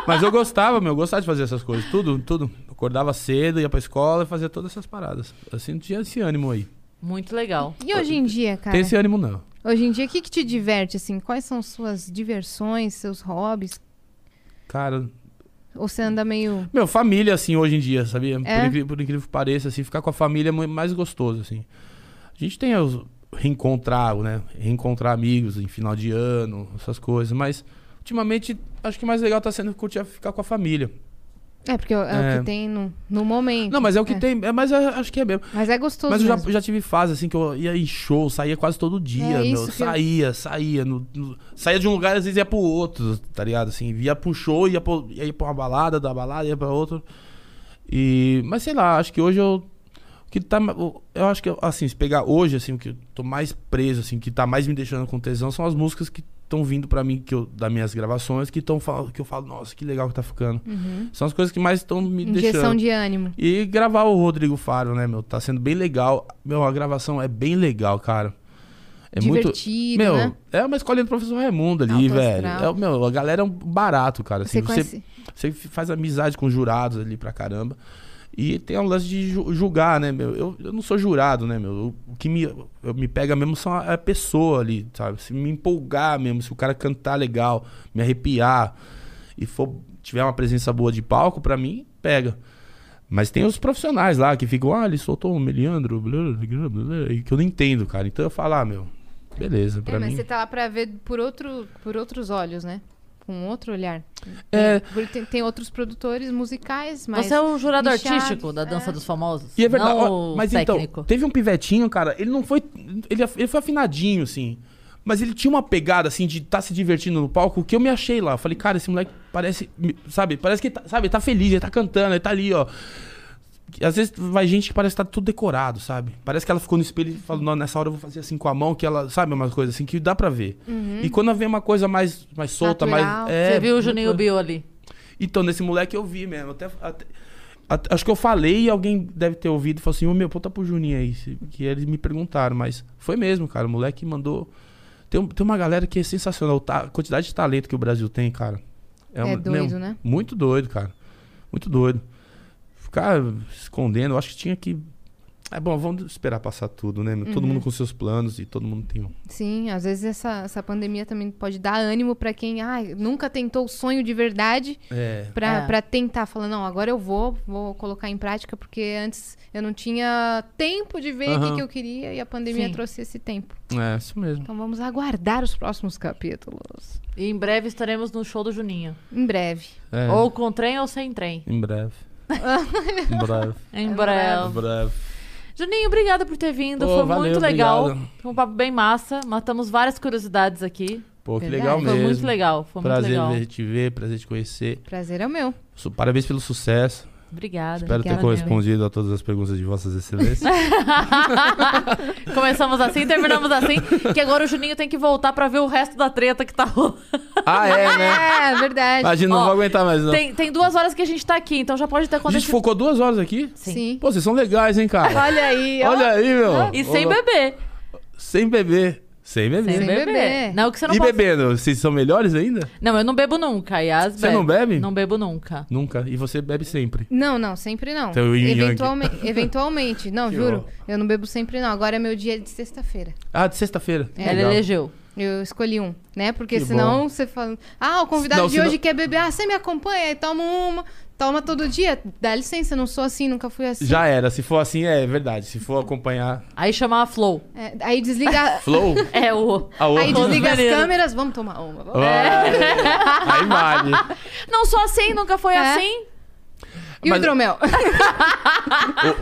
[SPEAKER 3] Mas eu gostava, meu, eu gostava de fazer essas coisas, tudo, tudo. Acordava cedo, ia pra escola e fazia todas essas paradas. Assim, não tinha esse ânimo aí.
[SPEAKER 1] Muito legal.
[SPEAKER 2] E hoje em dia, cara?
[SPEAKER 1] É.
[SPEAKER 3] Tem esse ânimo não.
[SPEAKER 2] Hoje em dia, o que, que te diverte, assim? Quais são suas diversões, seus hobbies?
[SPEAKER 3] Cara,
[SPEAKER 2] Ou você anda meio...
[SPEAKER 3] Meu, família, assim, hoje em dia, sabia?
[SPEAKER 2] É?
[SPEAKER 3] Por, incri- por incrível que pareça, assim, ficar com a família é mu- mais gostoso, assim. A gente tem os reencontrar, né? Reencontrar amigos em final de ano, essas coisas, mas ultimamente acho que mais legal tá sendo curtir ficar com a família.
[SPEAKER 2] É, porque é, o
[SPEAKER 3] É.
[SPEAKER 2] que tem no, no momento.
[SPEAKER 3] Não, mas é o que tem, é, mas é- acho que é mesmo.
[SPEAKER 2] Mas é gostoso
[SPEAKER 3] Mas eu já,
[SPEAKER 2] mesmo.
[SPEAKER 3] já tive fase, assim, que eu ia em show, saía quase todo dia,
[SPEAKER 2] É isso
[SPEAKER 3] meu.
[SPEAKER 2] que eu-
[SPEAKER 3] Saía, saía. no- no- saía de um lugar, às vezes ia pro outro, tá ligado? Assim, via pro show, ia, pro, ia pra uma balada, da balada, ia pra outro. E... Mas sei lá, acho que hoje eu... o Que tá, ma- o- eu acho que, assim, se pegar hoje, assim, o que eu tô mais preso, assim, que tá mais me deixando com tesão são as músicas que estão vindo pra mim, que eu, das minhas gravações, que, tão, fal- que eu falo, nossa, que legal que tá ficando. São as coisas que mais estão me
[SPEAKER 2] Uhum. Injeção
[SPEAKER 3] deixando.
[SPEAKER 2] de ânimo.
[SPEAKER 3] E gravar o Rodrigo Faro, né, meu? Tá sendo bem legal. Meu, a gravação é bem legal, cara. É
[SPEAKER 2] Divertido,
[SPEAKER 3] muito. Meu,
[SPEAKER 2] né?
[SPEAKER 3] é uma escolinha do professor Raimundo ali,
[SPEAKER 2] Alto
[SPEAKER 3] velho.
[SPEAKER 2] astral.
[SPEAKER 3] É, o- meu, a galera é um barato, cara. Assim,
[SPEAKER 2] Você conhece-
[SPEAKER 3] você faz amizade com os jurados ali pra caramba. E tem um lance de ju- julgar, né, meu? Eu, eu não sou jurado, né, meu? O que me, eu- me pega mesmo são a, a pessoa ali, sabe? Se me empolgar mesmo, se o cara cantar legal, me arrepiar e for, tiver uma presença boa de palco, pra mim, pega. Mas tem os profissionais lá que ficam, ah, ele soltou um Meliandro, blá, blá, blá, blá", e que eu não entendo, cara. Então eu falo, ah, meu, beleza, pra
[SPEAKER 2] É, mas
[SPEAKER 3] mim.
[SPEAKER 2] você tá lá pra ver por, outro, por outros olhos, né? Com outro olhar.
[SPEAKER 3] É.
[SPEAKER 2] Tem, tem- tem outros produtores musicais, mas...
[SPEAKER 1] Você é o jurado
[SPEAKER 2] nichados,
[SPEAKER 1] artístico da dança
[SPEAKER 2] é.
[SPEAKER 1] dos famosos?
[SPEAKER 3] E é verdade, ó,
[SPEAKER 1] Não o
[SPEAKER 3] mas
[SPEAKER 1] técnico.
[SPEAKER 3] então, teve um pivetinho, cara, ele não foi. Ele, ele foi afinadinho, assim. Mas ele tinha uma pegada, assim, de tá se divertindo no palco, que eu me achei lá. Eu falei, cara, esse moleque parece. me- Sabe, parece que tá, sabe, ele tá feliz, ele tá cantando, ele tá ali, ó. Às vezes vai gente que parece que tá tudo decorado, sabe? Parece que ela ficou no espelho e falou, não, nessa hora eu vou fazer assim com a mão, que ela, sabe, umas coisas assim que dá pra ver. E quando vem uma coisa mais, mais solta,
[SPEAKER 2] Natural.
[SPEAKER 3] mais. é,
[SPEAKER 1] Uhum. Você viu o
[SPEAKER 3] muito-
[SPEAKER 1] Juninho Bill ali?
[SPEAKER 3] então, nesse moleque eu vi mesmo. Até, até- até- acho que eu falei e alguém deve ter ouvido e falou assim: Ô meu, ponta pro Juninho aí. se- Que eles me perguntaram, mas foi mesmo, cara. O moleque mandou. Tem, um- tem uma galera que é sensacional. tá- a quantidade de talento que o Brasil tem, cara.
[SPEAKER 2] É
[SPEAKER 3] uma-
[SPEAKER 2] doido, né?
[SPEAKER 3] Muito doido, cara. Muito doido. Ficar escondendo, eu acho que tinha que. É bom, vamos esperar passar tudo, né? Todo
[SPEAKER 2] Uhum.
[SPEAKER 3] mundo com seus planos e todo mundo tem um.
[SPEAKER 2] Sim, às vezes essa, essa pandemia também pode dar ânimo pra quem ah, nunca tentou o sonho de verdade
[SPEAKER 3] É.
[SPEAKER 2] pra
[SPEAKER 1] É.
[SPEAKER 2] pra tentar. Falar, não, agora eu vou, vou colocar em prática, porque antes eu não tinha tempo de ver o que
[SPEAKER 3] Aham.
[SPEAKER 2] que eu queria e a pandemia
[SPEAKER 1] Sim.
[SPEAKER 2] trouxe esse tempo.
[SPEAKER 3] É, isso mesmo.
[SPEAKER 2] Então vamos aguardar os próximos capítulos.
[SPEAKER 1] E em breve estaremos no show do Juninho.
[SPEAKER 2] Em breve.
[SPEAKER 3] É,
[SPEAKER 1] Ou com trem ou sem trem.
[SPEAKER 3] Em breve. em breve.
[SPEAKER 2] É
[SPEAKER 1] Em
[SPEAKER 3] Em
[SPEAKER 1] breve.
[SPEAKER 3] breve.
[SPEAKER 1] Juninho, obrigada por ter vindo.
[SPEAKER 3] Pô,
[SPEAKER 1] Foi
[SPEAKER 3] valeu,
[SPEAKER 1] muito legal.
[SPEAKER 3] obrigado.
[SPEAKER 1] Foi um papo bem massa. Matamos várias curiosidades aqui.
[SPEAKER 3] Pô, que
[SPEAKER 2] Verdade.
[SPEAKER 3] legal
[SPEAKER 1] Foi
[SPEAKER 3] mesmo.
[SPEAKER 1] muito legal. Foi
[SPEAKER 3] prazer
[SPEAKER 1] muito legal.
[SPEAKER 3] ver- te ver, prazer te conhecer.
[SPEAKER 2] Prazer é o meu.
[SPEAKER 3] Su- Parabéns pelo sucesso.
[SPEAKER 1] Obrigada.
[SPEAKER 3] Espero
[SPEAKER 2] Obrigada,
[SPEAKER 3] ter correspondido a todas as perguntas de vossas excelências.
[SPEAKER 1] Começamos assim, terminamos assim. Que agora o Juninho tem que voltar pra ver o resto da treta que tá rolando.
[SPEAKER 3] ah, é, né?
[SPEAKER 2] É, verdade.
[SPEAKER 3] Imagina,
[SPEAKER 1] Ó,
[SPEAKER 3] não vou aguentar mais, não.
[SPEAKER 1] Tem, tem duas horas que a gente tá aqui, então já pode ter
[SPEAKER 3] A gente
[SPEAKER 1] acontecido.
[SPEAKER 3] focou duas horas aqui?
[SPEAKER 2] Sim.
[SPEAKER 3] Pô, vocês são legais, hein, cara?
[SPEAKER 1] Olha aí, ó.
[SPEAKER 3] Olha aí, meu.
[SPEAKER 1] E sem
[SPEAKER 3] Ô,
[SPEAKER 1] beber.
[SPEAKER 3] Sem beber. Sem beber.
[SPEAKER 1] Sem,
[SPEAKER 2] Sem
[SPEAKER 1] beber.
[SPEAKER 2] beber.
[SPEAKER 1] Não, que você não
[SPEAKER 3] E
[SPEAKER 1] pode.
[SPEAKER 3] bebendo, vocês são melhores ainda?
[SPEAKER 1] Não, eu não bebo nunca, Yas.
[SPEAKER 3] Você não bebe?
[SPEAKER 1] Não bebo nunca.
[SPEAKER 3] Nunca. E você bebe sempre.
[SPEAKER 2] Não, não, sempre não.
[SPEAKER 3] Então, o yin yang.
[SPEAKER 2] Eventualmente, eventualmente. Não,
[SPEAKER 3] Que
[SPEAKER 2] juro.
[SPEAKER 3] horror.
[SPEAKER 2] Eu não bebo sempre não. Agora é meu dia de sexta-feira.
[SPEAKER 3] Ah, de sexta-feira.
[SPEAKER 1] Ela
[SPEAKER 3] Legal.
[SPEAKER 1] elegeu.
[SPEAKER 2] Eu escolhi um, né? Porque
[SPEAKER 3] Que
[SPEAKER 2] senão
[SPEAKER 3] bom.
[SPEAKER 2] você fala, ah, o convidado
[SPEAKER 3] Não,
[SPEAKER 2] de
[SPEAKER 3] senão-
[SPEAKER 2] hoje quer beber, ah, você me acompanha, aí toma uma, toma todo dia. Dá licença, eu não sou assim, nunca fui assim.
[SPEAKER 3] Já era. Se for assim, é verdade. Se for acompanhar.
[SPEAKER 1] Aí chamar a Flow.
[SPEAKER 2] É, aí desliga,
[SPEAKER 3] Flow?
[SPEAKER 1] É o.
[SPEAKER 3] A outra.
[SPEAKER 2] aí desliga as
[SPEAKER 1] Maneiro.
[SPEAKER 2] câmeras, vamos tomar uma. vamos. É.
[SPEAKER 3] Ah,
[SPEAKER 1] É.
[SPEAKER 3] Aí vale.
[SPEAKER 1] Não sou assim, nunca foi
[SPEAKER 2] É.
[SPEAKER 1] assim.
[SPEAKER 2] E o
[SPEAKER 3] Mas-
[SPEAKER 2] hidromel?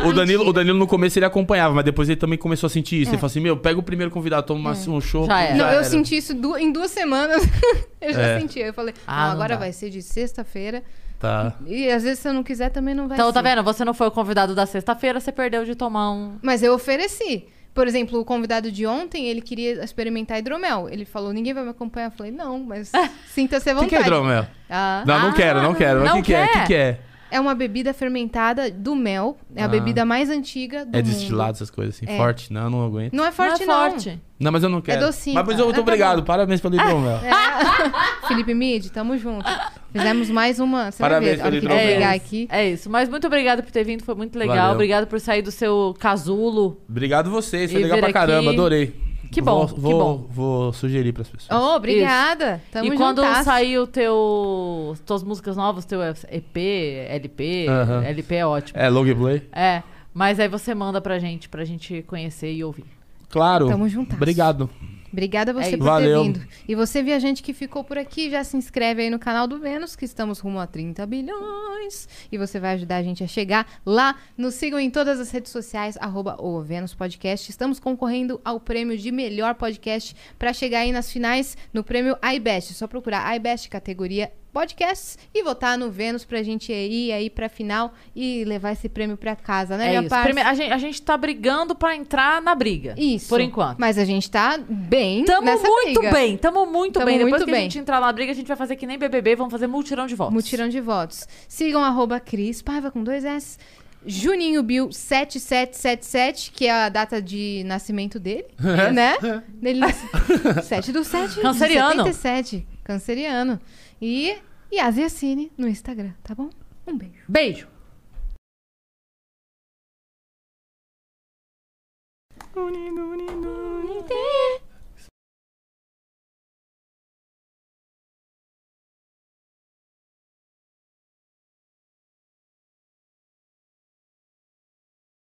[SPEAKER 3] O, o Danilo, o Danilo no começo ele acompanhava, mas depois ele também começou a sentir isso. Ele falou assim: Meu, pega o primeiro convidado, toma uma- um show.
[SPEAKER 1] É. Já era.
[SPEAKER 2] Não, eu
[SPEAKER 3] era.
[SPEAKER 2] senti isso du- em duas semanas. eu já
[SPEAKER 3] É.
[SPEAKER 2] senti. Eu falei, não,
[SPEAKER 1] Ah, não
[SPEAKER 2] agora
[SPEAKER 1] dá.
[SPEAKER 2] vai ser de sexta-feira.
[SPEAKER 3] Tá.
[SPEAKER 2] E às vezes, se eu não quiser, também não vai
[SPEAKER 1] Então,
[SPEAKER 2] ser.
[SPEAKER 1] tá vendo? Você não foi o convidado da sexta-feira, você perdeu de tomar um.
[SPEAKER 2] Mas eu ofereci. Por exemplo, o convidado de ontem, ele queria experimentar hidromel. Ele falou, ninguém vai me acompanhar. Eu falei, não, mas sinta-se à
[SPEAKER 3] O que,
[SPEAKER 2] vontade.
[SPEAKER 3] que é hidromel?
[SPEAKER 2] Ah,
[SPEAKER 3] Não,
[SPEAKER 1] Ah,
[SPEAKER 3] não quero, não quero. Mas o
[SPEAKER 1] não
[SPEAKER 3] que, que é? O
[SPEAKER 1] quer.
[SPEAKER 3] que, que é?
[SPEAKER 2] é uma bebida fermentada do mel. É a
[SPEAKER 3] Ah.
[SPEAKER 2] bebida mais antiga do
[SPEAKER 3] É
[SPEAKER 2] mundo.
[SPEAKER 3] destilado, essas coisas assim.
[SPEAKER 2] É.
[SPEAKER 3] Forte? Não, não aguento.
[SPEAKER 2] Não é forte,
[SPEAKER 1] não
[SPEAKER 2] não.
[SPEAKER 1] é forte.
[SPEAKER 3] Não, mas eu não quero.
[SPEAKER 2] docinho,
[SPEAKER 3] Mas, mas
[SPEAKER 2] tá?
[SPEAKER 3] eu muito
[SPEAKER 2] Ah, tá
[SPEAKER 3] obrigado. Parabéns
[SPEAKER 1] É.
[SPEAKER 3] pelo hidromel.
[SPEAKER 2] Felipe Mid, tamo junto. Fizemos mais uma
[SPEAKER 3] Parabéns
[SPEAKER 2] cerveja.
[SPEAKER 3] pelo
[SPEAKER 2] Olha que
[SPEAKER 3] hidromel.
[SPEAKER 2] vou pegar
[SPEAKER 1] isso.
[SPEAKER 2] aqui.
[SPEAKER 1] É isso. Mas muito obrigada por ter vindo, foi muito legal.
[SPEAKER 3] Valeu.
[SPEAKER 1] Obrigado por sair do seu casulo.
[SPEAKER 3] Obrigado vocês,
[SPEAKER 1] E
[SPEAKER 3] foi legal
[SPEAKER 1] vir
[SPEAKER 3] pra caramba,
[SPEAKER 1] aqui.
[SPEAKER 3] adorei.
[SPEAKER 1] Que bom,
[SPEAKER 3] vou,
[SPEAKER 1] que
[SPEAKER 3] vou,
[SPEAKER 1] bom.
[SPEAKER 3] Vou sugerir pras pessoas.
[SPEAKER 2] Oh, obrigada. Tamo
[SPEAKER 1] e quando um
[SPEAKER 2] juntas.
[SPEAKER 1] sair o teu. tuas músicas novas, teu EP, LP,
[SPEAKER 3] Aham.
[SPEAKER 1] LP é ótimo.
[SPEAKER 3] É, long play?
[SPEAKER 1] É. Mas aí você manda pra gente, pra gente conhecer e ouvir.
[SPEAKER 3] Claro.
[SPEAKER 2] Tamo juntas.
[SPEAKER 3] Obrigado.
[SPEAKER 2] Obrigada a você
[SPEAKER 1] É isso.
[SPEAKER 2] por
[SPEAKER 3] Valeu.
[SPEAKER 2] ter vindo. E você, viajante que ficou por aqui, já se inscreve aí no canal do Vênus, que estamos rumo a 30 bilhões. E você vai ajudar a gente a chegar lá. Nos sigam em todas as redes sociais, arroba o Vênus Podcast. Estamos concorrendo ao prêmio de melhor podcast para chegar aí nas finais no prêmio iBest. É só procurar iBest categoria podcasts e votar no Vênus pra gente ir aí pra final e levar esse prêmio pra casa, né,
[SPEAKER 1] É
[SPEAKER 2] minha
[SPEAKER 1] isso.
[SPEAKER 2] parça?
[SPEAKER 1] Prime- a, gente, a gente tá brigando pra entrar na briga.
[SPEAKER 2] Isso.
[SPEAKER 1] Por enquanto.
[SPEAKER 2] Mas a gente tá bem
[SPEAKER 1] Tamo
[SPEAKER 2] nessa
[SPEAKER 1] muito
[SPEAKER 2] briga.
[SPEAKER 1] bem, tamo muito
[SPEAKER 2] Tamo
[SPEAKER 1] bem. Depois
[SPEAKER 2] muito
[SPEAKER 1] que a
[SPEAKER 2] bem.
[SPEAKER 1] gente entrar lá na briga, a gente vai fazer que nem BBB, vamos fazer multirão de votos.
[SPEAKER 2] Mutirão de votos. Sigam arroba Cris Paiva com dois S. Juninho Bill 7777, que é a data de nascimento dele, né? Ele nasce... 7 do 7.
[SPEAKER 1] Canceriano.
[SPEAKER 2] 77, canceriano. E Yasiacine no Instagram, tá bom? Um beijo.
[SPEAKER 1] Beijo.